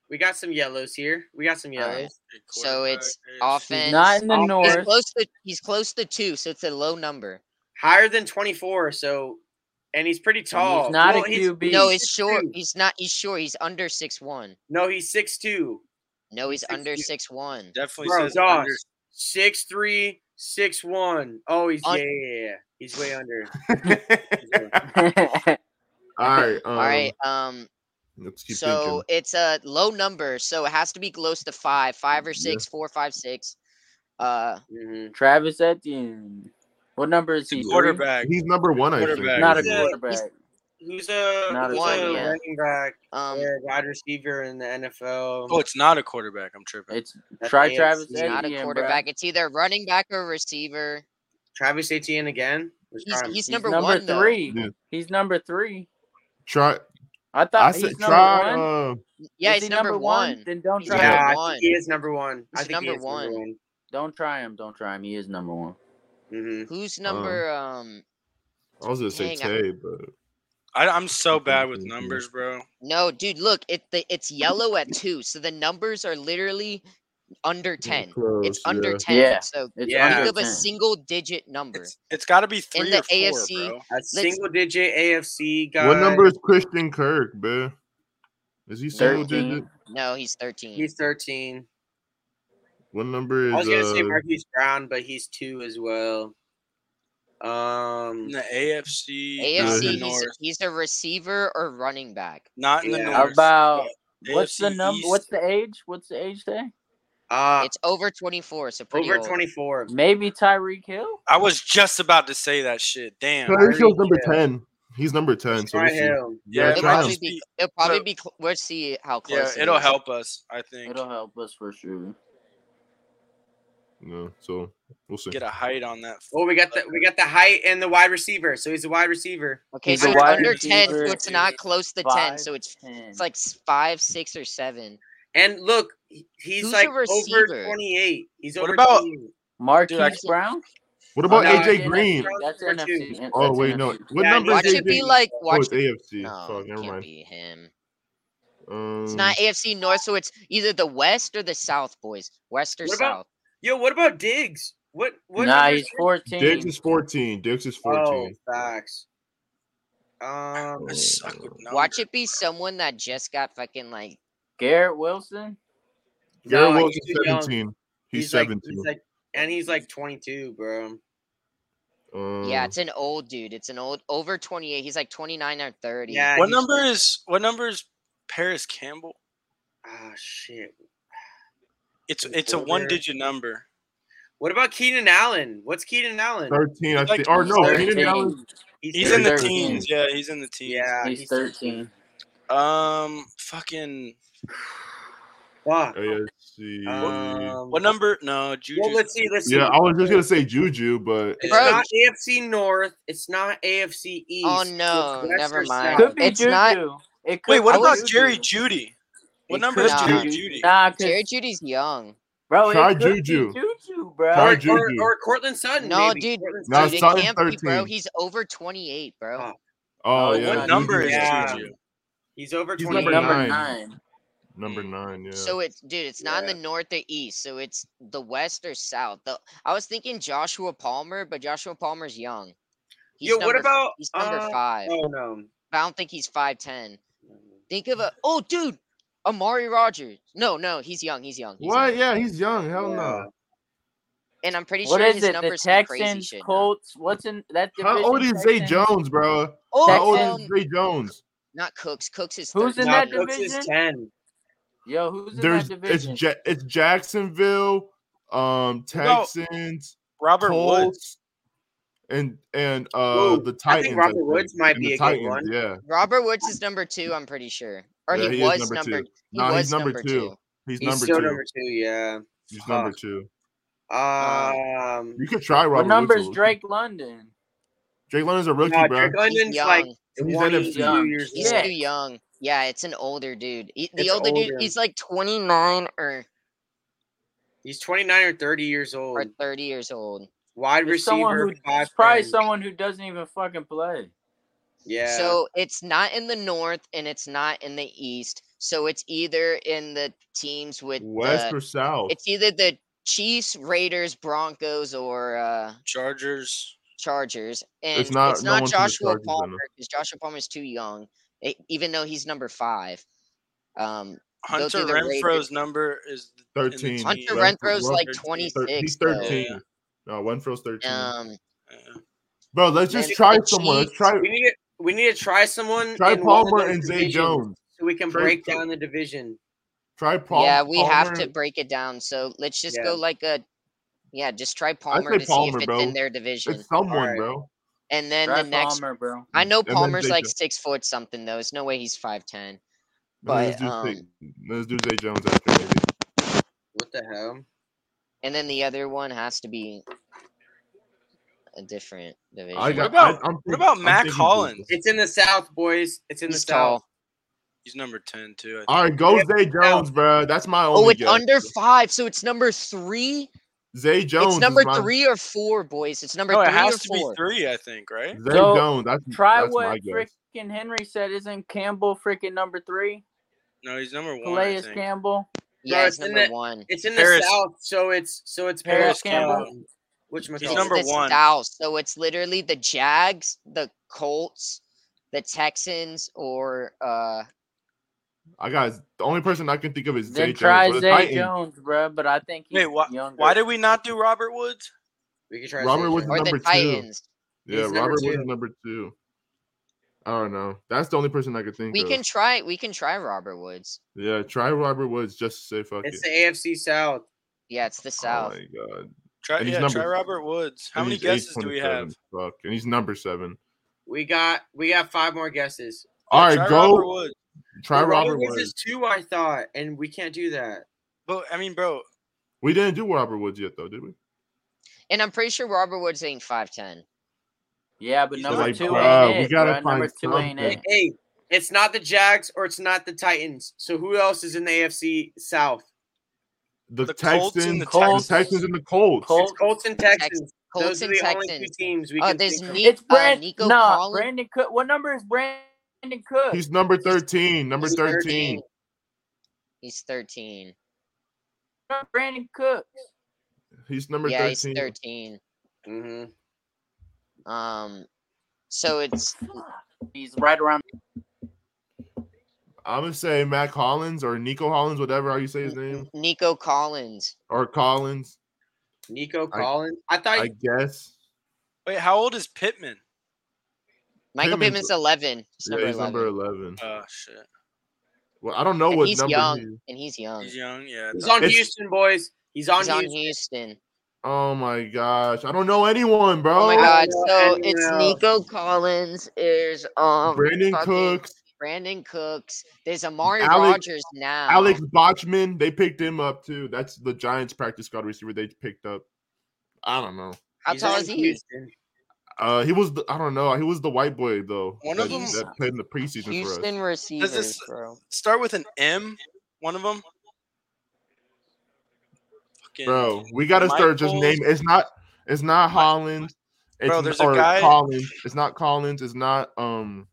[SPEAKER 3] We got some yellows here. We got some
[SPEAKER 1] All right.
[SPEAKER 3] yellows.
[SPEAKER 1] So it's
[SPEAKER 4] Quarterback.
[SPEAKER 1] offense.
[SPEAKER 5] Not in the
[SPEAKER 2] Offense.
[SPEAKER 1] he's
[SPEAKER 5] north.
[SPEAKER 1] close to he's close to two, so it's a low number.
[SPEAKER 3] Higher than 24, so and he's pretty tall.
[SPEAKER 5] He's not a
[SPEAKER 3] Well, he's-
[SPEAKER 5] QB.
[SPEAKER 1] No,
[SPEAKER 3] he's
[SPEAKER 1] he's short.
[SPEAKER 3] 6'2".
[SPEAKER 1] He's not. He's short. He's under six one.
[SPEAKER 3] No, he's 6'2,
[SPEAKER 1] No, he's
[SPEAKER 3] He's
[SPEAKER 1] under
[SPEAKER 3] 6'2".
[SPEAKER 1] six one.
[SPEAKER 4] Definitely
[SPEAKER 3] Bro,
[SPEAKER 4] says
[SPEAKER 3] Josh.
[SPEAKER 4] under-
[SPEAKER 3] 6'3, 6'1. Oh, he's
[SPEAKER 1] Un-
[SPEAKER 3] yeah, yeah, yeah. He's way under.
[SPEAKER 2] All right. Um,
[SPEAKER 1] All right. Um.
[SPEAKER 2] Let's keep
[SPEAKER 1] So it's a low number, so it has to be close to five, five or
[SPEAKER 2] Yeah.
[SPEAKER 1] six, four, five, six. Uh,
[SPEAKER 3] Mhm.
[SPEAKER 5] Travis Etienne. What number is he? Three?
[SPEAKER 4] quarterback.
[SPEAKER 2] thinking. He's number one, I think.
[SPEAKER 4] Quarterback.
[SPEAKER 5] Not a
[SPEAKER 3] He's a-
[SPEAKER 5] quarterback.
[SPEAKER 3] Who's a,
[SPEAKER 5] Not
[SPEAKER 3] who's
[SPEAKER 1] a
[SPEAKER 3] a
[SPEAKER 1] one, yeah.
[SPEAKER 3] running back
[SPEAKER 1] um,
[SPEAKER 3] or a wide receiver in the NFL?
[SPEAKER 4] Oh, it's not a quarterback. I'm tripping.
[SPEAKER 5] It's
[SPEAKER 3] That's
[SPEAKER 5] try
[SPEAKER 3] AFC.
[SPEAKER 5] Travis
[SPEAKER 1] he's not
[SPEAKER 5] Etienne,
[SPEAKER 1] a
[SPEAKER 5] bruh.
[SPEAKER 1] quarterback. It's either running back or receiver.
[SPEAKER 3] Travis Etienne again? Let's
[SPEAKER 1] He's,
[SPEAKER 3] try him.
[SPEAKER 1] he's
[SPEAKER 5] He's
[SPEAKER 1] number,
[SPEAKER 5] number,
[SPEAKER 1] one though.
[SPEAKER 5] three.
[SPEAKER 2] Yeah.
[SPEAKER 5] He's number three.
[SPEAKER 2] Try.
[SPEAKER 5] I
[SPEAKER 2] I
[SPEAKER 5] thought
[SPEAKER 2] said
[SPEAKER 5] he's number
[SPEAKER 2] try.
[SPEAKER 5] one.
[SPEAKER 2] Uh,
[SPEAKER 1] Yeah,
[SPEAKER 5] Is
[SPEAKER 1] he's
[SPEAKER 5] he
[SPEAKER 1] number, one.
[SPEAKER 5] Then don't
[SPEAKER 1] He's
[SPEAKER 5] try
[SPEAKER 1] number
[SPEAKER 5] him.
[SPEAKER 3] yeah, I
[SPEAKER 1] one.
[SPEAKER 3] think he is number one. I
[SPEAKER 1] He's
[SPEAKER 3] think he
[SPEAKER 1] number
[SPEAKER 3] is number one.
[SPEAKER 5] Don't try him. Don't try him. He is number one.
[SPEAKER 3] hmm
[SPEAKER 1] Who's number um
[SPEAKER 2] I was gonna say
[SPEAKER 1] Dang, I-
[SPEAKER 2] Tay, but
[SPEAKER 4] I, I'm so
[SPEAKER 2] Okay,
[SPEAKER 4] bad with
[SPEAKER 2] okay, okay.
[SPEAKER 4] numbers, bro.
[SPEAKER 1] no dude look it the, it's yellow at two so the numbers are literally under 10
[SPEAKER 2] close,
[SPEAKER 1] it's under
[SPEAKER 2] yeah.
[SPEAKER 1] 10
[SPEAKER 5] Yeah.
[SPEAKER 1] so
[SPEAKER 5] It's
[SPEAKER 3] Yeah.
[SPEAKER 1] think
[SPEAKER 5] under
[SPEAKER 1] of a
[SPEAKER 5] 10.
[SPEAKER 1] single digit number
[SPEAKER 4] It's it's got to be three
[SPEAKER 1] the
[SPEAKER 4] or four,
[SPEAKER 1] AFC
[SPEAKER 4] bro.
[SPEAKER 3] A single digit AFC guy.
[SPEAKER 2] What number is Christian Kirk, man? Is he single
[SPEAKER 5] Thirteen.
[SPEAKER 2] digit?
[SPEAKER 1] no he's 13
[SPEAKER 3] He's 13.
[SPEAKER 2] What number is?
[SPEAKER 3] I was gonna say
[SPEAKER 2] uh,
[SPEAKER 3] Marquise Brown, but he's two as well.
[SPEAKER 4] In
[SPEAKER 3] Um,
[SPEAKER 4] the AFC, not in
[SPEAKER 1] afc
[SPEAKER 4] the
[SPEAKER 1] he's,
[SPEAKER 4] north,
[SPEAKER 1] he's a receiver or running back
[SPEAKER 4] not in the
[SPEAKER 3] Yeah.
[SPEAKER 4] north.
[SPEAKER 5] About
[SPEAKER 4] but
[SPEAKER 5] what's the
[SPEAKER 4] AFC
[SPEAKER 5] number?
[SPEAKER 4] East.
[SPEAKER 5] What's the age? What's the age there?
[SPEAKER 3] uh,
[SPEAKER 1] it's over 24 so pretty
[SPEAKER 3] over
[SPEAKER 1] old.
[SPEAKER 3] 24.
[SPEAKER 5] Maybe Tyreek Hill.
[SPEAKER 4] I was just about to say that shit. Damn.
[SPEAKER 2] Tyreek
[SPEAKER 3] Tyreek
[SPEAKER 2] Hill's number
[SPEAKER 3] Hill.
[SPEAKER 2] ten. He's number ten. So
[SPEAKER 3] Try
[SPEAKER 2] we'll see.
[SPEAKER 3] him.
[SPEAKER 2] Yeah,
[SPEAKER 1] it'll
[SPEAKER 2] try him.
[SPEAKER 1] probably be it'll probably be cl- we'll see how
[SPEAKER 4] Yeah,
[SPEAKER 1] close it
[SPEAKER 4] it'll
[SPEAKER 1] is.
[SPEAKER 4] help us. I think
[SPEAKER 5] It'll help us for sure.
[SPEAKER 2] No, so we'll see.
[SPEAKER 4] get a height on that.
[SPEAKER 3] Well, we got the we got the height and the wide receiver, so he's a wide receiver.
[SPEAKER 1] okay
[SPEAKER 5] He's
[SPEAKER 1] so
[SPEAKER 5] a
[SPEAKER 1] it's
[SPEAKER 5] wide
[SPEAKER 1] under 10 so
[SPEAKER 5] receiver,
[SPEAKER 1] it's not close to 10
[SPEAKER 5] five,
[SPEAKER 1] so it's
[SPEAKER 5] ten.
[SPEAKER 1] it's like s- five six or seven
[SPEAKER 3] And look, he- he's
[SPEAKER 1] Who's a
[SPEAKER 3] like over
[SPEAKER 1] receiver?
[SPEAKER 3] 28. He's
[SPEAKER 4] What
[SPEAKER 3] over
[SPEAKER 4] about-
[SPEAKER 3] 28.
[SPEAKER 5] Marquise
[SPEAKER 4] Dude, I
[SPEAKER 1] can't-
[SPEAKER 5] Brown.
[SPEAKER 2] What about
[SPEAKER 3] Oh, no,
[SPEAKER 2] AJ
[SPEAKER 3] it's-
[SPEAKER 2] Green?
[SPEAKER 5] That's
[SPEAKER 3] Number two.
[SPEAKER 5] NFC. That's
[SPEAKER 2] Oh wait, no.
[SPEAKER 5] NFC.
[SPEAKER 2] What
[SPEAKER 3] Yeah, I
[SPEAKER 2] number
[SPEAKER 3] know.
[SPEAKER 2] is
[SPEAKER 1] watch
[SPEAKER 3] Who's
[SPEAKER 2] AJ?
[SPEAKER 1] it be like
[SPEAKER 2] Oh,
[SPEAKER 1] watch
[SPEAKER 2] it's AFC.
[SPEAKER 1] no
[SPEAKER 2] Fuck,
[SPEAKER 1] it
[SPEAKER 2] never
[SPEAKER 1] can't
[SPEAKER 2] mind.
[SPEAKER 1] be him
[SPEAKER 2] Um,
[SPEAKER 1] It's not AFC North, so it's either the West or the South, boys. West or
[SPEAKER 3] What about-
[SPEAKER 1] South.
[SPEAKER 3] Yo, what about Diggs? What what?
[SPEAKER 5] Nah,
[SPEAKER 3] number is
[SPEAKER 5] he's fourteen.
[SPEAKER 2] Dix is fourteen. Dix is
[SPEAKER 3] he? Oh,
[SPEAKER 2] fourteen.
[SPEAKER 3] facts. Um,
[SPEAKER 4] I suck with numbers.
[SPEAKER 1] Watch it be someone that just got fucking like
[SPEAKER 5] Garrett Wilson.
[SPEAKER 2] Garrett
[SPEAKER 3] no,
[SPEAKER 2] Wilson
[SPEAKER 3] too young.
[SPEAKER 2] seventeen. He's,
[SPEAKER 3] Like,
[SPEAKER 2] seventeen.
[SPEAKER 3] he's like, and he's like 22, bro.
[SPEAKER 2] um,
[SPEAKER 1] yeah, it's an old dude. It's an old over twenty eight. He's like twenty nine or thirty.
[SPEAKER 3] Yeah.
[SPEAKER 4] What
[SPEAKER 3] he's-
[SPEAKER 4] number is what number is Paris Campbell?
[SPEAKER 3] Ah, shit.
[SPEAKER 4] It's
[SPEAKER 3] He's
[SPEAKER 4] it's a
[SPEAKER 3] older.
[SPEAKER 4] one digit number.
[SPEAKER 3] What about Keenan Allen? What's Keenan Allen?
[SPEAKER 2] thirteen. I
[SPEAKER 4] He's like
[SPEAKER 2] think. Or no, Keenan
[SPEAKER 5] 13.
[SPEAKER 2] Allen.
[SPEAKER 4] He's in the
[SPEAKER 5] 13.
[SPEAKER 4] teens. Yeah, he's in the teens.
[SPEAKER 3] Yeah,
[SPEAKER 5] He's thirteen.
[SPEAKER 4] Um, fucking
[SPEAKER 3] Fuck.
[SPEAKER 2] AFC.
[SPEAKER 3] Um,
[SPEAKER 4] what number? No,
[SPEAKER 3] Well,
[SPEAKER 4] Juju.
[SPEAKER 3] let's see. Let's see.
[SPEAKER 2] yeah, I was just gonna say Juju, but
[SPEAKER 3] It's
[SPEAKER 1] Bro.
[SPEAKER 3] not AFC North. It's not AFC East.
[SPEAKER 1] Oh
[SPEAKER 3] it's
[SPEAKER 1] no,
[SPEAKER 3] West
[SPEAKER 1] never
[SPEAKER 3] or
[SPEAKER 1] mind.
[SPEAKER 3] South.
[SPEAKER 5] Could be
[SPEAKER 1] It's
[SPEAKER 5] Juju.
[SPEAKER 1] not-
[SPEAKER 5] It could
[SPEAKER 4] Wait, what
[SPEAKER 5] be
[SPEAKER 4] about
[SPEAKER 5] Juju.
[SPEAKER 4] Jerry Judy? What
[SPEAKER 5] It
[SPEAKER 4] number
[SPEAKER 5] could
[SPEAKER 4] is
[SPEAKER 1] Nah.
[SPEAKER 5] be
[SPEAKER 4] Jerry Judy?
[SPEAKER 5] Nah, 'cause-
[SPEAKER 1] Jared Judy's young.
[SPEAKER 5] bro,
[SPEAKER 2] Try
[SPEAKER 5] it could
[SPEAKER 2] Juju.
[SPEAKER 5] Be Juju, bro.
[SPEAKER 2] Try
[SPEAKER 3] Or,
[SPEAKER 2] Juju.
[SPEAKER 3] or, or Cortland Sutton.
[SPEAKER 1] No,
[SPEAKER 3] maybe.
[SPEAKER 1] dude.
[SPEAKER 3] Cortland
[SPEAKER 2] No,
[SPEAKER 1] Dude,
[SPEAKER 3] Sutton.
[SPEAKER 2] Sutton's
[SPEAKER 1] it can't be, bro.
[SPEAKER 2] 13.
[SPEAKER 1] He's over twenty eight, bro.
[SPEAKER 3] Oh,
[SPEAKER 2] oh,
[SPEAKER 5] Oh, what
[SPEAKER 2] yeah.
[SPEAKER 4] What
[SPEAKER 2] Juju
[SPEAKER 4] number is
[SPEAKER 3] Yeah.
[SPEAKER 4] Juju?
[SPEAKER 3] He's over
[SPEAKER 2] He's
[SPEAKER 3] 20.
[SPEAKER 2] number
[SPEAKER 5] number
[SPEAKER 2] nine.
[SPEAKER 5] nine.
[SPEAKER 2] number nine? Yeah.
[SPEAKER 1] So it's dude, it's not in
[SPEAKER 3] Yeah.
[SPEAKER 1] the north or east, so it's the west or south. The, I was thinking Joshua Palmer, but Joshua Palmer's young. He's
[SPEAKER 3] Yo, what
[SPEAKER 1] number-
[SPEAKER 3] about?
[SPEAKER 1] he's number
[SPEAKER 3] uh,
[SPEAKER 1] five?
[SPEAKER 3] Oh no.
[SPEAKER 1] I don't think he's five ten. Think of a oh dude, Amari Rogers. No, no, he's young. He's young. he's
[SPEAKER 2] what?
[SPEAKER 1] young.
[SPEAKER 2] Yeah, he's young. Hell
[SPEAKER 3] Yeah.
[SPEAKER 2] no.
[SPEAKER 1] And I'm pretty
[SPEAKER 5] What
[SPEAKER 1] sure
[SPEAKER 5] is
[SPEAKER 1] his
[SPEAKER 5] it? The
[SPEAKER 1] number's some crazy
[SPEAKER 5] Texans,
[SPEAKER 1] shit. now.
[SPEAKER 5] Colts. What's in that division?
[SPEAKER 2] How old is Zay
[SPEAKER 5] Texans?
[SPEAKER 2] Jones, bro? How
[SPEAKER 1] Oh,
[SPEAKER 2] old
[SPEAKER 1] um,
[SPEAKER 2] is Zay Jones?
[SPEAKER 1] not Cooks. Cooks is
[SPEAKER 5] Who's in
[SPEAKER 1] thirteen.
[SPEAKER 3] No,
[SPEAKER 5] that
[SPEAKER 3] Brooks is
[SPEAKER 5] division?
[SPEAKER 3] ten.
[SPEAKER 5] Yo, who's in
[SPEAKER 2] There's
[SPEAKER 5] that
[SPEAKER 2] it's
[SPEAKER 5] division?
[SPEAKER 2] ja- it's Jacksonville, um, Texans,
[SPEAKER 4] Robert Woods.
[SPEAKER 2] Colts, and and uh
[SPEAKER 3] Ooh,
[SPEAKER 2] the
[SPEAKER 3] I
[SPEAKER 2] Titans.
[SPEAKER 3] think Robert Woods might
[SPEAKER 2] And
[SPEAKER 3] be
[SPEAKER 2] the
[SPEAKER 3] a good
[SPEAKER 2] Titans,
[SPEAKER 3] one.
[SPEAKER 2] Yeah,
[SPEAKER 1] Robert Woods is number two, I'm pretty sure. Or
[SPEAKER 2] Yeah,
[SPEAKER 1] he,
[SPEAKER 2] he is
[SPEAKER 1] was
[SPEAKER 2] number
[SPEAKER 1] number.
[SPEAKER 2] two.
[SPEAKER 1] He
[SPEAKER 2] Nah,
[SPEAKER 1] was
[SPEAKER 2] he's number two. he's
[SPEAKER 3] He's
[SPEAKER 2] number
[SPEAKER 3] still
[SPEAKER 2] two.
[SPEAKER 3] number two, yeah.
[SPEAKER 2] He's number two.
[SPEAKER 3] Um,
[SPEAKER 2] You could try Robert.
[SPEAKER 5] what
[SPEAKER 2] Woods,
[SPEAKER 5] number's
[SPEAKER 2] though.
[SPEAKER 5] Drake London?
[SPEAKER 2] Drake London's a rookie,
[SPEAKER 3] nah,
[SPEAKER 2] bro.
[SPEAKER 3] Drake
[SPEAKER 1] He's
[SPEAKER 3] London's
[SPEAKER 1] young.
[SPEAKER 3] like
[SPEAKER 2] And he's
[SPEAKER 3] 22
[SPEAKER 5] young.
[SPEAKER 3] years
[SPEAKER 1] he's
[SPEAKER 5] Yeah.
[SPEAKER 3] old.
[SPEAKER 1] too young. Yeah, it's an older dude. He- the
[SPEAKER 3] It's
[SPEAKER 1] older dude,
[SPEAKER 3] older.
[SPEAKER 1] he's like 29 or,
[SPEAKER 3] He's 29 or 30 years old.
[SPEAKER 1] or 30 years old.
[SPEAKER 3] Wide
[SPEAKER 5] It's someone
[SPEAKER 3] receiver.
[SPEAKER 5] who
[SPEAKER 3] five
[SPEAKER 5] it's probably
[SPEAKER 3] ten.
[SPEAKER 5] someone who doesn't even fucking play.
[SPEAKER 3] Yeah.
[SPEAKER 1] So it's not in the north and it's not in the east. So it's either in the teams with
[SPEAKER 2] West
[SPEAKER 1] the,
[SPEAKER 2] or South?
[SPEAKER 1] it's either the Chiefs, Raiders, Broncos, or uh,
[SPEAKER 4] Chargers.
[SPEAKER 1] Chargers. And it's
[SPEAKER 2] not-
[SPEAKER 1] not,
[SPEAKER 2] no one's in the
[SPEAKER 1] Joshua
[SPEAKER 2] Chargers, I know.
[SPEAKER 1] Palmer because Joshua Palmer's too young, e- even though he's number five. Um, They'll do
[SPEAKER 4] Hunter
[SPEAKER 1] the Raiders.
[SPEAKER 4] Renfro's number is in the
[SPEAKER 2] Thirteen.
[SPEAKER 4] team.
[SPEAKER 1] Hunter
[SPEAKER 2] Wen-
[SPEAKER 1] Renfro's like
[SPEAKER 4] Wen-
[SPEAKER 1] 26.
[SPEAKER 2] Thir- he's
[SPEAKER 1] though.
[SPEAKER 2] thirteen. No, Winfield's thirteen.
[SPEAKER 1] Um,
[SPEAKER 4] Uh,
[SPEAKER 2] bro, let's
[SPEAKER 1] and
[SPEAKER 2] just try
[SPEAKER 1] the
[SPEAKER 2] someone. Let's
[SPEAKER 1] Chiefs-
[SPEAKER 2] try
[SPEAKER 3] we need to, we need to try someone.
[SPEAKER 2] try
[SPEAKER 3] in one of
[SPEAKER 2] Palmer
[SPEAKER 3] those
[SPEAKER 2] and Zay
[SPEAKER 3] divisions
[SPEAKER 2] Jones.
[SPEAKER 3] so we can
[SPEAKER 2] Try-
[SPEAKER 3] break
[SPEAKER 2] try-
[SPEAKER 3] down the division.
[SPEAKER 2] Try Palmer.
[SPEAKER 1] yeah, we have to
[SPEAKER 2] Palmer.
[SPEAKER 1] break it down. So let's just
[SPEAKER 3] Yeah.
[SPEAKER 1] go like a, yeah, just try Palmer
[SPEAKER 2] say
[SPEAKER 1] to see
[SPEAKER 2] Palmer,
[SPEAKER 1] if it's
[SPEAKER 2] bro.
[SPEAKER 1] in their division,
[SPEAKER 2] It's someone,
[SPEAKER 3] Alright.
[SPEAKER 2] bro.
[SPEAKER 1] and then
[SPEAKER 5] Try
[SPEAKER 1] the next.
[SPEAKER 5] Palmer, bro.
[SPEAKER 1] I know
[SPEAKER 2] And then
[SPEAKER 1] Palmer's like
[SPEAKER 2] Jacob.
[SPEAKER 1] six foot something though. There's no way he's five ten.
[SPEAKER 2] Let's
[SPEAKER 1] But
[SPEAKER 2] do, Zay-
[SPEAKER 1] um,
[SPEAKER 2] let's do Zay Jones after. Maybe.
[SPEAKER 3] What the hell?
[SPEAKER 1] and then the other one has to be a different division.
[SPEAKER 2] I got.
[SPEAKER 4] about-
[SPEAKER 2] I, am
[SPEAKER 4] what about Mac Hollins?
[SPEAKER 3] It's in the South, boys. It's in
[SPEAKER 1] he's
[SPEAKER 3] the South.
[SPEAKER 1] tall.
[SPEAKER 4] he's number ten too. I
[SPEAKER 2] All right, go
[SPEAKER 3] Yeah,
[SPEAKER 2] Zay Jones, bro. That's my only.
[SPEAKER 1] Oh, it's
[SPEAKER 2] guess.
[SPEAKER 1] under five, so it's number three.
[SPEAKER 2] Zay Jones.
[SPEAKER 1] it's number
[SPEAKER 2] is my,
[SPEAKER 1] three or four, boys. It's number
[SPEAKER 4] No, it
[SPEAKER 1] three
[SPEAKER 4] has
[SPEAKER 1] or
[SPEAKER 4] to
[SPEAKER 1] four.
[SPEAKER 4] be three. I think right.
[SPEAKER 2] Zay
[SPEAKER 5] So,
[SPEAKER 2] Jones. That's
[SPEAKER 5] Try
[SPEAKER 2] Hmm, that's my
[SPEAKER 5] what
[SPEAKER 2] guess.
[SPEAKER 5] freaking Henry said. Isn't Campbell freaking number three?
[SPEAKER 4] No, he's number one. I
[SPEAKER 5] Calais
[SPEAKER 4] think.
[SPEAKER 5] Campbell.
[SPEAKER 1] Yeah,
[SPEAKER 3] Bro,
[SPEAKER 1] it's
[SPEAKER 3] it's in
[SPEAKER 1] number
[SPEAKER 3] the-
[SPEAKER 1] one.
[SPEAKER 3] It's in
[SPEAKER 4] Paris-
[SPEAKER 3] the South, so it's so it's
[SPEAKER 5] Paris
[SPEAKER 3] Paris,
[SPEAKER 5] Campbell.
[SPEAKER 3] Which
[SPEAKER 4] He's
[SPEAKER 1] It's
[SPEAKER 4] number
[SPEAKER 1] the
[SPEAKER 4] one.
[SPEAKER 1] South, so it's literally the Jags, the Colts, the Texans, or uh,
[SPEAKER 2] I got the only person I can think of is Zay
[SPEAKER 5] Then
[SPEAKER 2] Jones.
[SPEAKER 5] try
[SPEAKER 2] but the
[SPEAKER 5] Zay
[SPEAKER 2] Titans-
[SPEAKER 5] Jones, bro. But I think he's
[SPEAKER 4] Wait, why,
[SPEAKER 5] younger.
[SPEAKER 4] why did we not do Robert Woods?
[SPEAKER 3] We could try. to Oh,
[SPEAKER 2] Robert
[SPEAKER 3] say
[SPEAKER 2] Woods-
[SPEAKER 1] or
[SPEAKER 2] number
[SPEAKER 1] the
[SPEAKER 2] two.
[SPEAKER 1] Titans.
[SPEAKER 2] Yeah,
[SPEAKER 3] He's number
[SPEAKER 2] Robert Woods
[SPEAKER 3] two.
[SPEAKER 2] is number two. I don't know. That's the only person I could think
[SPEAKER 1] We
[SPEAKER 2] of.
[SPEAKER 1] can try. We can try Robert Woods.
[SPEAKER 2] Yeah, try Robert Woods just to say fuck
[SPEAKER 3] It's
[SPEAKER 2] it.
[SPEAKER 3] the AFC South.
[SPEAKER 1] Yeah, it's
[SPEAKER 2] Oh
[SPEAKER 1] the South.
[SPEAKER 2] my god.
[SPEAKER 4] Try,
[SPEAKER 2] And he's
[SPEAKER 4] yeah,
[SPEAKER 2] number-
[SPEAKER 4] try Robert Woods. How
[SPEAKER 2] And
[SPEAKER 4] many
[SPEAKER 2] he's age
[SPEAKER 4] guesses do we have?
[SPEAKER 2] 27, Fuck, and he's number seven.
[SPEAKER 3] We got we got five more guesses.
[SPEAKER 2] All right,
[SPEAKER 4] try
[SPEAKER 2] go
[SPEAKER 4] Robert Woods.
[SPEAKER 2] try
[SPEAKER 3] But
[SPEAKER 2] Robert
[SPEAKER 3] Woods
[SPEAKER 2] Woods.
[SPEAKER 3] is two, I thought, and we can't do that.
[SPEAKER 4] But I mean, bro,
[SPEAKER 2] We didn't do Robert Woods yet though, did we?
[SPEAKER 1] And I'm pretty sure Robert Woods ain't five ten.
[SPEAKER 5] Yeah, but
[SPEAKER 4] He's
[SPEAKER 5] number
[SPEAKER 4] like,
[SPEAKER 5] two
[SPEAKER 2] bruh,
[SPEAKER 5] ain't
[SPEAKER 2] we
[SPEAKER 5] it.
[SPEAKER 2] gotta
[SPEAKER 5] bruh. Number
[SPEAKER 2] find
[SPEAKER 5] two ain't
[SPEAKER 2] something.
[SPEAKER 5] it.
[SPEAKER 3] Hey, it's not the Jags or it's not the Titans. So who else is in the AFC South?
[SPEAKER 2] The,
[SPEAKER 4] The Colts
[SPEAKER 2] Texans,
[SPEAKER 4] and
[SPEAKER 2] the
[SPEAKER 4] the
[SPEAKER 5] Colts.
[SPEAKER 2] Texans and the Colts.
[SPEAKER 5] Colts.
[SPEAKER 3] It's Colts and Texans.
[SPEAKER 1] Colts
[SPEAKER 3] Those are
[SPEAKER 1] and
[SPEAKER 3] the only two
[SPEAKER 1] Texans.
[SPEAKER 3] teams we
[SPEAKER 1] Oh,
[SPEAKER 3] can.
[SPEAKER 1] there's
[SPEAKER 3] think of.
[SPEAKER 1] Nick,
[SPEAKER 5] It's
[SPEAKER 1] uh,
[SPEAKER 5] Brand.
[SPEAKER 1] Nico
[SPEAKER 5] nah,
[SPEAKER 1] Collins.
[SPEAKER 5] Brandon Cook. What number is Brandon Cook?
[SPEAKER 2] He's number thirteen. Number
[SPEAKER 1] He's
[SPEAKER 2] thirteen.
[SPEAKER 1] He's thirteen.
[SPEAKER 5] Brandon Cook.
[SPEAKER 2] He's number
[SPEAKER 1] yeah, he's
[SPEAKER 2] thirteen.
[SPEAKER 1] thirteen.
[SPEAKER 3] Mhm.
[SPEAKER 1] Um, so it's
[SPEAKER 5] He's right around.
[SPEAKER 2] I'm gonna say Mac Hollins or Nico Hollins, whatever how you say his
[SPEAKER 1] Mm-hmm.
[SPEAKER 2] name,
[SPEAKER 1] Nico Collins.
[SPEAKER 2] or Collins.
[SPEAKER 3] Nico
[SPEAKER 2] I-
[SPEAKER 3] Collins. I thought
[SPEAKER 2] I guess.
[SPEAKER 4] wait, how old is Pittman?
[SPEAKER 1] Michael
[SPEAKER 2] Pittman's-
[SPEAKER 1] Pittman's eleven. He's
[SPEAKER 2] Yeah,
[SPEAKER 1] number
[SPEAKER 2] he's
[SPEAKER 1] 11.
[SPEAKER 2] number eleven.
[SPEAKER 4] Oh shit,
[SPEAKER 2] Well, I don't know
[SPEAKER 1] And
[SPEAKER 2] what
[SPEAKER 1] he's
[SPEAKER 2] number.
[SPEAKER 1] young,
[SPEAKER 2] he-
[SPEAKER 1] and he's young.
[SPEAKER 4] he's young. Yeah, I
[SPEAKER 3] he's
[SPEAKER 4] thought-
[SPEAKER 3] on
[SPEAKER 2] It's-
[SPEAKER 3] Houston, boys. He's on
[SPEAKER 1] He's on
[SPEAKER 3] Houston.
[SPEAKER 1] Houston.
[SPEAKER 2] Oh my gosh, I don't know anyone, bro.
[SPEAKER 1] Oh my
[SPEAKER 3] I
[SPEAKER 1] god!
[SPEAKER 3] don't know
[SPEAKER 1] So it's
[SPEAKER 3] anyone else.
[SPEAKER 1] Nico Collins. There's um
[SPEAKER 2] Brandon
[SPEAKER 1] fucking
[SPEAKER 2] Cooks,
[SPEAKER 1] Brandon Cooks. There's Amari
[SPEAKER 2] Alex-
[SPEAKER 1] Rogers now.
[SPEAKER 2] Alex Botchman, they picked him up too. That's the Giants practice squad receiver they picked up. I don't know.
[SPEAKER 1] How
[SPEAKER 3] He's
[SPEAKER 1] tall
[SPEAKER 3] on
[SPEAKER 1] is he?
[SPEAKER 3] Houston.
[SPEAKER 2] Uh, he was the, I don't know. He was the white boy though.
[SPEAKER 4] One of
[SPEAKER 2] that,
[SPEAKER 1] them's-
[SPEAKER 2] that played in the preseason for us.
[SPEAKER 1] Houston receivers, bro.
[SPEAKER 4] Start with an M. One of them. Fucking,
[SPEAKER 2] Bro, we gotta start just
[SPEAKER 4] Michaels.
[SPEAKER 2] name. It's not. It's not Holland. It's
[SPEAKER 4] Bro,
[SPEAKER 2] n-
[SPEAKER 4] there's a
[SPEAKER 2] or
[SPEAKER 4] guy-
[SPEAKER 2] Collins. It's not Collins. It's not um,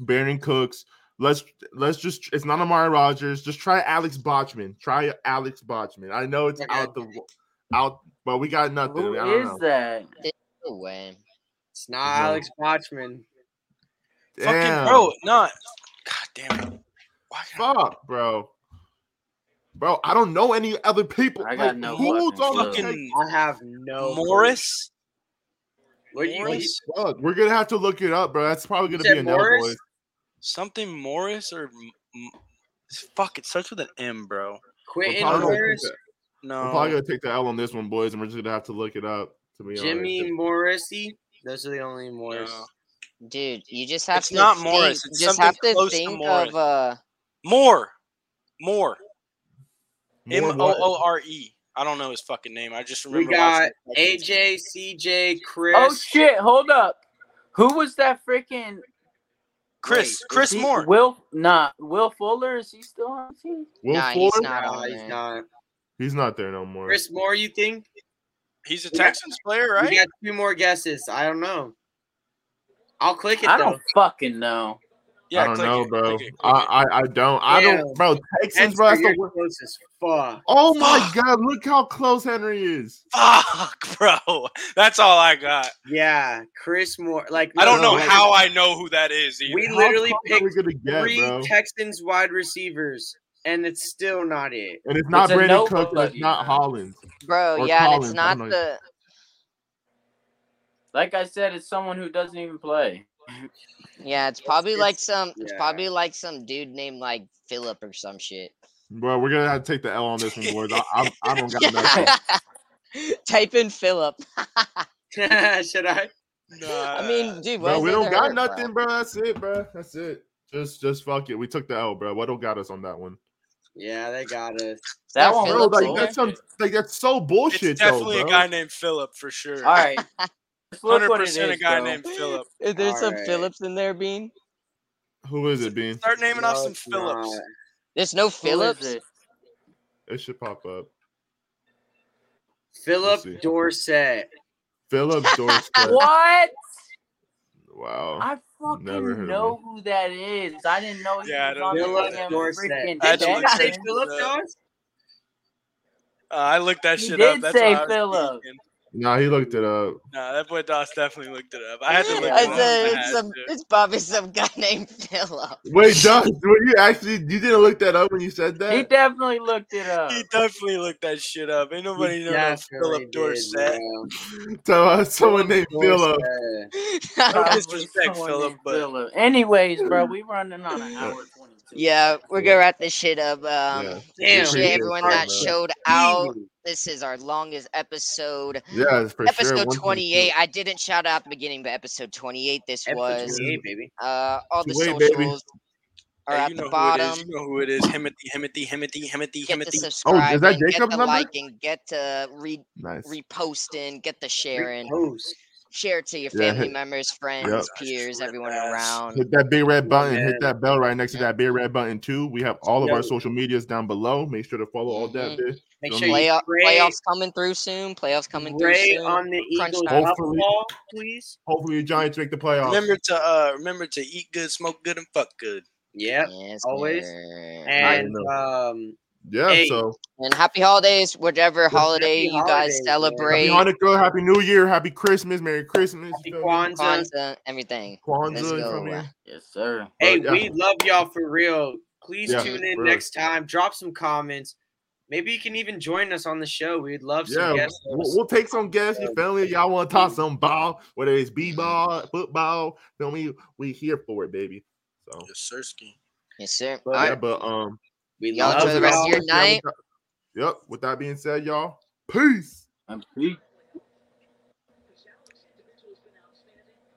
[SPEAKER 2] Baron Cooks. Let's let's just. It's not Amari Rogers. Just try Alex Botchman. Try Alex Botchman. I know it's
[SPEAKER 3] Okay.
[SPEAKER 2] out the out, but we got nothing.
[SPEAKER 5] Who
[SPEAKER 2] I don't
[SPEAKER 5] is
[SPEAKER 2] know.
[SPEAKER 5] that?
[SPEAKER 1] No way.
[SPEAKER 3] It's not
[SPEAKER 2] No.
[SPEAKER 3] Alex Botchman.
[SPEAKER 2] Damn.
[SPEAKER 4] fucking bro, not. God damn it. Why can't I-
[SPEAKER 2] Fuck, bro. Bro, I don't know any other people.
[SPEAKER 5] I got no
[SPEAKER 2] who's
[SPEAKER 5] fucking
[SPEAKER 2] on the
[SPEAKER 5] clue.
[SPEAKER 2] Texans?
[SPEAKER 4] fucking
[SPEAKER 3] I have no clue.
[SPEAKER 4] Morris?
[SPEAKER 3] What do you mean?
[SPEAKER 4] Morris?
[SPEAKER 2] Fuck, We're gonna have to look it up, bro. That's probably
[SPEAKER 3] You
[SPEAKER 2] gonna
[SPEAKER 3] said
[SPEAKER 2] be another
[SPEAKER 3] Morris?
[SPEAKER 2] boy.
[SPEAKER 4] Something Morris or M- M- Fuck, it starts with an M, bro.
[SPEAKER 2] We're
[SPEAKER 3] Quentin
[SPEAKER 2] probably, gonna take
[SPEAKER 3] Morris,
[SPEAKER 2] that- we're probably
[SPEAKER 4] No.
[SPEAKER 2] gonna take the L on this one, boys, and we're just gonna have to look it up. To be
[SPEAKER 3] Jimmy
[SPEAKER 2] honest.
[SPEAKER 3] Morrissey. Those are the only Morris.
[SPEAKER 4] No. Oh,
[SPEAKER 1] Dude, you just have
[SPEAKER 4] It's
[SPEAKER 1] to
[SPEAKER 4] not
[SPEAKER 1] think,
[SPEAKER 4] Morris,
[SPEAKER 1] you
[SPEAKER 4] it's
[SPEAKER 1] just
[SPEAKER 4] something
[SPEAKER 1] have to
[SPEAKER 4] close to
[SPEAKER 1] think
[SPEAKER 4] Morris.
[SPEAKER 1] of uh
[SPEAKER 4] More. More. M
[SPEAKER 2] More
[SPEAKER 4] O
[SPEAKER 2] what?
[SPEAKER 4] O R E. I don't know his fucking name. I just
[SPEAKER 3] We
[SPEAKER 4] remember.
[SPEAKER 3] got
[SPEAKER 4] watching-
[SPEAKER 3] AJ, CJ, Chris.
[SPEAKER 5] Oh shit! Hold up. Who was that freaking
[SPEAKER 4] Chris.
[SPEAKER 5] wait,
[SPEAKER 4] Chris
[SPEAKER 5] is he-
[SPEAKER 4] Moore.
[SPEAKER 5] Will nah. Will Fuller is he still on the team?
[SPEAKER 2] Will
[SPEAKER 1] Nah, he's
[SPEAKER 2] Fuller?
[SPEAKER 1] not.
[SPEAKER 3] Nah,
[SPEAKER 1] on
[SPEAKER 3] he's
[SPEAKER 1] there.
[SPEAKER 3] not.
[SPEAKER 2] He's not there no more.
[SPEAKER 3] Chris Moore, you think?
[SPEAKER 4] He's a
[SPEAKER 3] We got-
[SPEAKER 4] Texans player, right?
[SPEAKER 3] We got two more guesses. I don't know. I'll click it
[SPEAKER 5] I
[SPEAKER 3] though.
[SPEAKER 5] don't fucking know.
[SPEAKER 4] yeah,
[SPEAKER 2] I don't
[SPEAKER 4] click
[SPEAKER 2] know,
[SPEAKER 4] it,
[SPEAKER 2] bro.
[SPEAKER 4] click it, click
[SPEAKER 2] I,
[SPEAKER 4] it.
[SPEAKER 2] I I don't. I
[SPEAKER 3] Yeah.
[SPEAKER 2] don't, bro. Texans, bro. That's
[SPEAKER 3] you're
[SPEAKER 2] the wor-
[SPEAKER 3] close as fuck.
[SPEAKER 2] Oh my god! Look how close Henry is.
[SPEAKER 4] Fuck, bro. That's all I got.
[SPEAKER 3] Yeah, Chris Moore. Like
[SPEAKER 4] I don't
[SPEAKER 2] No,
[SPEAKER 4] know
[SPEAKER 2] like-
[SPEAKER 4] how I know who that is either.
[SPEAKER 3] We
[SPEAKER 2] How
[SPEAKER 3] literally
[SPEAKER 2] close are
[SPEAKER 3] picked
[SPEAKER 2] we gonna get,
[SPEAKER 3] three
[SPEAKER 2] bro?
[SPEAKER 3] Texans wide receivers, and it's still not it.
[SPEAKER 2] And it's not
[SPEAKER 5] It's a
[SPEAKER 2] Brandon
[SPEAKER 5] no
[SPEAKER 2] Cook. and It's
[SPEAKER 5] buddy,
[SPEAKER 2] not
[SPEAKER 5] bro.
[SPEAKER 2] Hollins.
[SPEAKER 1] bro,
[SPEAKER 2] Or
[SPEAKER 1] yeah, and
[SPEAKER 2] Collins,
[SPEAKER 1] it's
[SPEAKER 2] I
[SPEAKER 1] not
[SPEAKER 2] don't know.
[SPEAKER 1] the
[SPEAKER 5] Like I said, it's someone who doesn't even play.
[SPEAKER 1] yeah, it's probably
[SPEAKER 3] it's-
[SPEAKER 1] like some it's
[SPEAKER 3] yeah.
[SPEAKER 1] probably like some dude named like Philip or some shit.
[SPEAKER 2] Bro, we're gonna have to take the L on this one, boys. I, I, I don't got nothing.
[SPEAKER 1] Type in Philip.
[SPEAKER 3] Should I?
[SPEAKER 1] I
[SPEAKER 4] Uh,
[SPEAKER 1] mean, dude, what
[SPEAKER 2] Bro,
[SPEAKER 1] is
[SPEAKER 2] we
[SPEAKER 1] there
[SPEAKER 2] don't
[SPEAKER 1] to
[SPEAKER 2] got
[SPEAKER 1] hurt, bro?
[SPEAKER 2] nothing, bro. That's it, bro. That's it. Just, just fuck it. We took the L, bro. What don't got us on that one?
[SPEAKER 3] Yeah, they got us.
[SPEAKER 5] That
[SPEAKER 1] not
[SPEAKER 5] one
[SPEAKER 2] Bro,
[SPEAKER 1] Phillip
[SPEAKER 5] was
[SPEAKER 2] like
[SPEAKER 1] Phillips.
[SPEAKER 2] that's
[SPEAKER 5] bullshit.
[SPEAKER 2] some, like that's so
[SPEAKER 4] it's
[SPEAKER 2] bullshit.
[SPEAKER 4] definitely
[SPEAKER 2] though,
[SPEAKER 4] a
[SPEAKER 2] bro.
[SPEAKER 4] guy named Philip for sure.
[SPEAKER 5] All right. Just look
[SPEAKER 4] Hundred
[SPEAKER 5] what it is.
[SPEAKER 4] percent a guy
[SPEAKER 5] bro.
[SPEAKER 4] named Philip.
[SPEAKER 1] Is there some
[SPEAKER 3] Alright.
[SPEAKER 1] Phillips in there, Bean?
[SPEAKER 2] Who is it, Bean?
[SPEAKER 4] Start naming off
[SPEAKER 3] No,
[SPEAKER 4] some
[SPEAKER 3] it's
[SPEAKER 4] Phillips.
[SPEAKER 3] not.
[SPEAKER 1] There's no
[SPEAKER 5] Who is
[SPEAKER 1] Phillips.
[SPEAKER 5] it?
[SPEAKER 2] It should pop up. see.
[SPEAKER 3] Philip Dorset.
[SPEAKER 2] Philip Dorset.
[SPEAKER 5] What?
[SPEAKER 2] Wow.
[SPEAKER 5] I
[SPEAKER 2] Oh, Never heard
[SPEAKER 5] fucking
[SPEAKER 2] of
[SPEAKER 5] know who that is. I didn't know he
[SPEAKER 4] Yeah, I
[SPEAKER 5] was
[SPEAKER 4] don't
[SPEAKER 5] on
[SPEAKER 4] know
[SPEAKER 5] the
[SPEAKER 4] who
[SPEAKER 3] Philip
[SPEAKER 4] that
[SPEAKER 5] damn
[SPEAKER 3] Dorset.
[SPEAKER 5] freaking
[SPEAKER 4] I
[SPEAKER 3] Did
[SPEAKER 4] don't
[SPEAKER 3] you
[SPEAKER 4] know.
[SPEAKER 3] say
[SPEAKER 5] Texans.
[SPEAKER 3] Philip Dorset?
[SPEAKER 4] Uh, I looked that
[SPEAKER 5] He
[SPEAKER 4] shit
[SPEAKER 5] did
[SPEAKER 4] up. That's
[SPEAKER 5] say
[SPEAKER 4] what I was
[SPEAKER 5] Phillip.
[SPEAKER 4] thinking.
[SPEAKER 2] Nah, he looked it up.
[SPEAKER 4] Nah, that boy Doss definitely looked it up. I had to look.
[SPEAKER 1] I
[SPEAKER 4] it up. I
[SPEAKER 1] said it's,
[SPEAKER 4] had
[SPEAKER 1] some,
[SPEAKER 4] to.
[SPEAKER 1] it's probably some guy named Philip.
[SPEAKER 2] Wait, Doug, were you actually you didn't look that up when you said that?
[SPEAKER 5] He definitely looked it up.
[SPEAKER 4] He definitely looked that shit up. Ain't nobody
[SPEAKER 3] You
[SPEAKER 4] know no
[SPEAKER 3] definitely
[SPEAKER 4] Philip
[SPEAKER 3] did,
[SPEAKER 4] Dorset.
[SPEAKER 3] bro.
[SPEAKER 2] So, uh, someone named Philip.
[SPEAKER 3] Dorset.
[SPEAKER 4] No
[SPEAKER 2] Uh,
[SPEAKER 5] Probably
[SPEAKER 4] disrespect,
[SPEAKER 5] someone
[SPEAKER 4] Phillip,
[SPEAKER 5] named
[SPEAKER 4] but
[SPEAKER 5] Phillip. Anyways, bro, we running on an hour twenty-two.
[SPEAKER 1] yeah, we're gonna wrap this shit up. Um,
[SPEAKER 2] Yeah.
[SPEAKER 3] Damn.
[SPEAKER 1] appreciate
[SPEAKER 2] appreciate
[SPEAKER 1] everyone
[SPEAKER 2] it,
[SPEAKER 1] that
[SPEAKER 2] bro.
[SPEAKER 1] showed out. This is our longest episode.
[SPEAKER 2] Yeah, it's for sure.
[SPEAKER 1] episode
[SPEAKER 2] 1.2.
[SPEAKER 1] 28. I didn't shout out at the beginning, but episode 28 this
[SPEAKER 3] Episode
[SPEAKER 1] was.
[SPEAKER 3] 28, baby.
[SPEAKER 1] Uh, all the
[SPEAKER 2] Wait, baby.
[SPEAKER 1] socials are
[SPEAKER 4] Yeah,
[SPEAKER 1] at
[SPEAKER 4] you
[SPEAKER 1] the
[SPEAKER 4] know who it
[SPEAKER 1] bottom.
[SPEAKER 4] is. You know who it is. Himothy, Himothy, Himothy, Himothy,
[SPEAKER 1] Get to
[SPEAKER 4] Himothy.
[SPEAKER 1] subscribing, get
[SPEAKER 2] Oh, Jacob's
[SPEAKER 1] to
[SPEAKER 2] number?
[SPEAKER 1] liking, get to re-
[SPEAKER 2] Nice.
[SPEAKER 1] reposting, get to sharing,
[SPEAKER 3] Post.
[SPEAKER 1] share it to your
[SPEAKER 2] Yeah,
[SPEAKER 1] family
[SPEAKER 2] hit-
[SPEAKER 1] members, friends,
[SPEAKER 2] Yep.
[SPEAKER 1] peers,
[SPEAKER 4] Rip
[SPEAKER 1] everyone
[SPEAKER 4] ass.
[SPEAKER 1] around.
[SPEAKER 2] Hit that big red button.
[SPEAKER 3] man.
[SPEAKER 2] Hit that bell right next to
[SPEAKER 1] Yep.
[SPEAKER 2] that big red button too. We have all of
[SPEAKER 3] Yo.
[SPEAKER 2] our social medias down below. Make sure to follow all that.
[SPEAKER 1] Mhm.
[SPEAKER 2] Bitch.
[SPEAKER 3] Make
[SPEAKER 2] Don't
[SPEAKER 3] sure
[SPEAKER 2] leave.
[SPEAKER 3] you
[SPEAKER 1] Playoff,
[SPEAKER 3] pray,
[SPEAKER 1] playoffs coming through soon. Playoffs coming through
[SPEAKER 3] pray
[SPEAKER 1] soon.
[SPEAKER 3] on the Eagles
[SPEAKER 1] time.
[SPEAKER 3] up
[SPEAKER 2] Hopefully-
[SPEAKER 3] ball, please.
[SPEAKER 2] Hopefully, the Giants make the playoffs.
[SPEAKER 4] Remember to uh, remember to eat good, smoke good, and fuck good.
[SPEAKER 3] Yep.
[SPEAKER 1] Yes,
[SPEAKER 3] always.
[SPEAKER 1] sir.
[SPEAKER 3] And
[SPEAKER 2] know.
[SPEAKER 3] um,
[SPEAKER 2] yeah.
[SPEAKER 3] Hey.
[SPEAKER 2] So
[SPEAKER 1] And happy holidays, whatever
[SPEAKER 3] happy
[SPEAKER 1] holiday you
[SPEAKER 3] holidays,
[SPEAKER 1] guys
[SPEAKER 3] man.
[SPEAKER 1] celebrate.
[SPEAKER 2] happy Hanukkah, happy New Year, happy Christmas, Merry Christmas,
[SPEAKER 3] happy
[SPEAKER 2] you feel me?
[SPEAKER 3] Kwanzaa.
[SPEAKER 1] Kwanzaa, everything.
[SPEAKER 2] Kwanzaa,
[SPEAKER 1] Let's
[SPEAKER 2] you
[SPEAKER 1] go.
[SPEAKER 2] feel me?
[SPEAKER 5] Yes, sir.
[SPEAKER 3] Hey,
[SPEAKER 2] But, Oh, yeah.
[SPEAKER 3] we love y'all for real. Please
[SPEAKER 2] Yeah,
[SPEAKER 3] tune in
[SPEAKER 2] for
[SPEAKER 3] next time. Drop some comments. Maybe you can even join us on the show. We'd love some
[SPEAKER 2] Yeah,
[SPEAKER 3] guests.
[SPEAKER 2] we'll, we'll take some guests. You feel me? Y'all want to talk some ball, whether it's b ball, football. Feel me? We here for it, baby. So,
[SPEAKER 4] Yosersky.
[SPEAKER 1] Yes, sir.
[SPEAKER 2] but,
[SPEAKER 1] All
[SPEAKER 2] yeah,
[SPEAKER 1] right.
[SPEAKER 2] but um,
[SPEAKER 3] we
[SPEAKER 1] Y'all
[SPEAKER 3] love
[SPEAKER 1] enjoy the rest of
[SPEAKER 3] y'all.
[SPEAKER 1] your
[SPEAKER 2] Yeah, with
[SPEAKER 1] night.
[SPEAKER 2] that- Yep. With that being said, y'all, peace.
[SPEAKER 5] I'm Pete.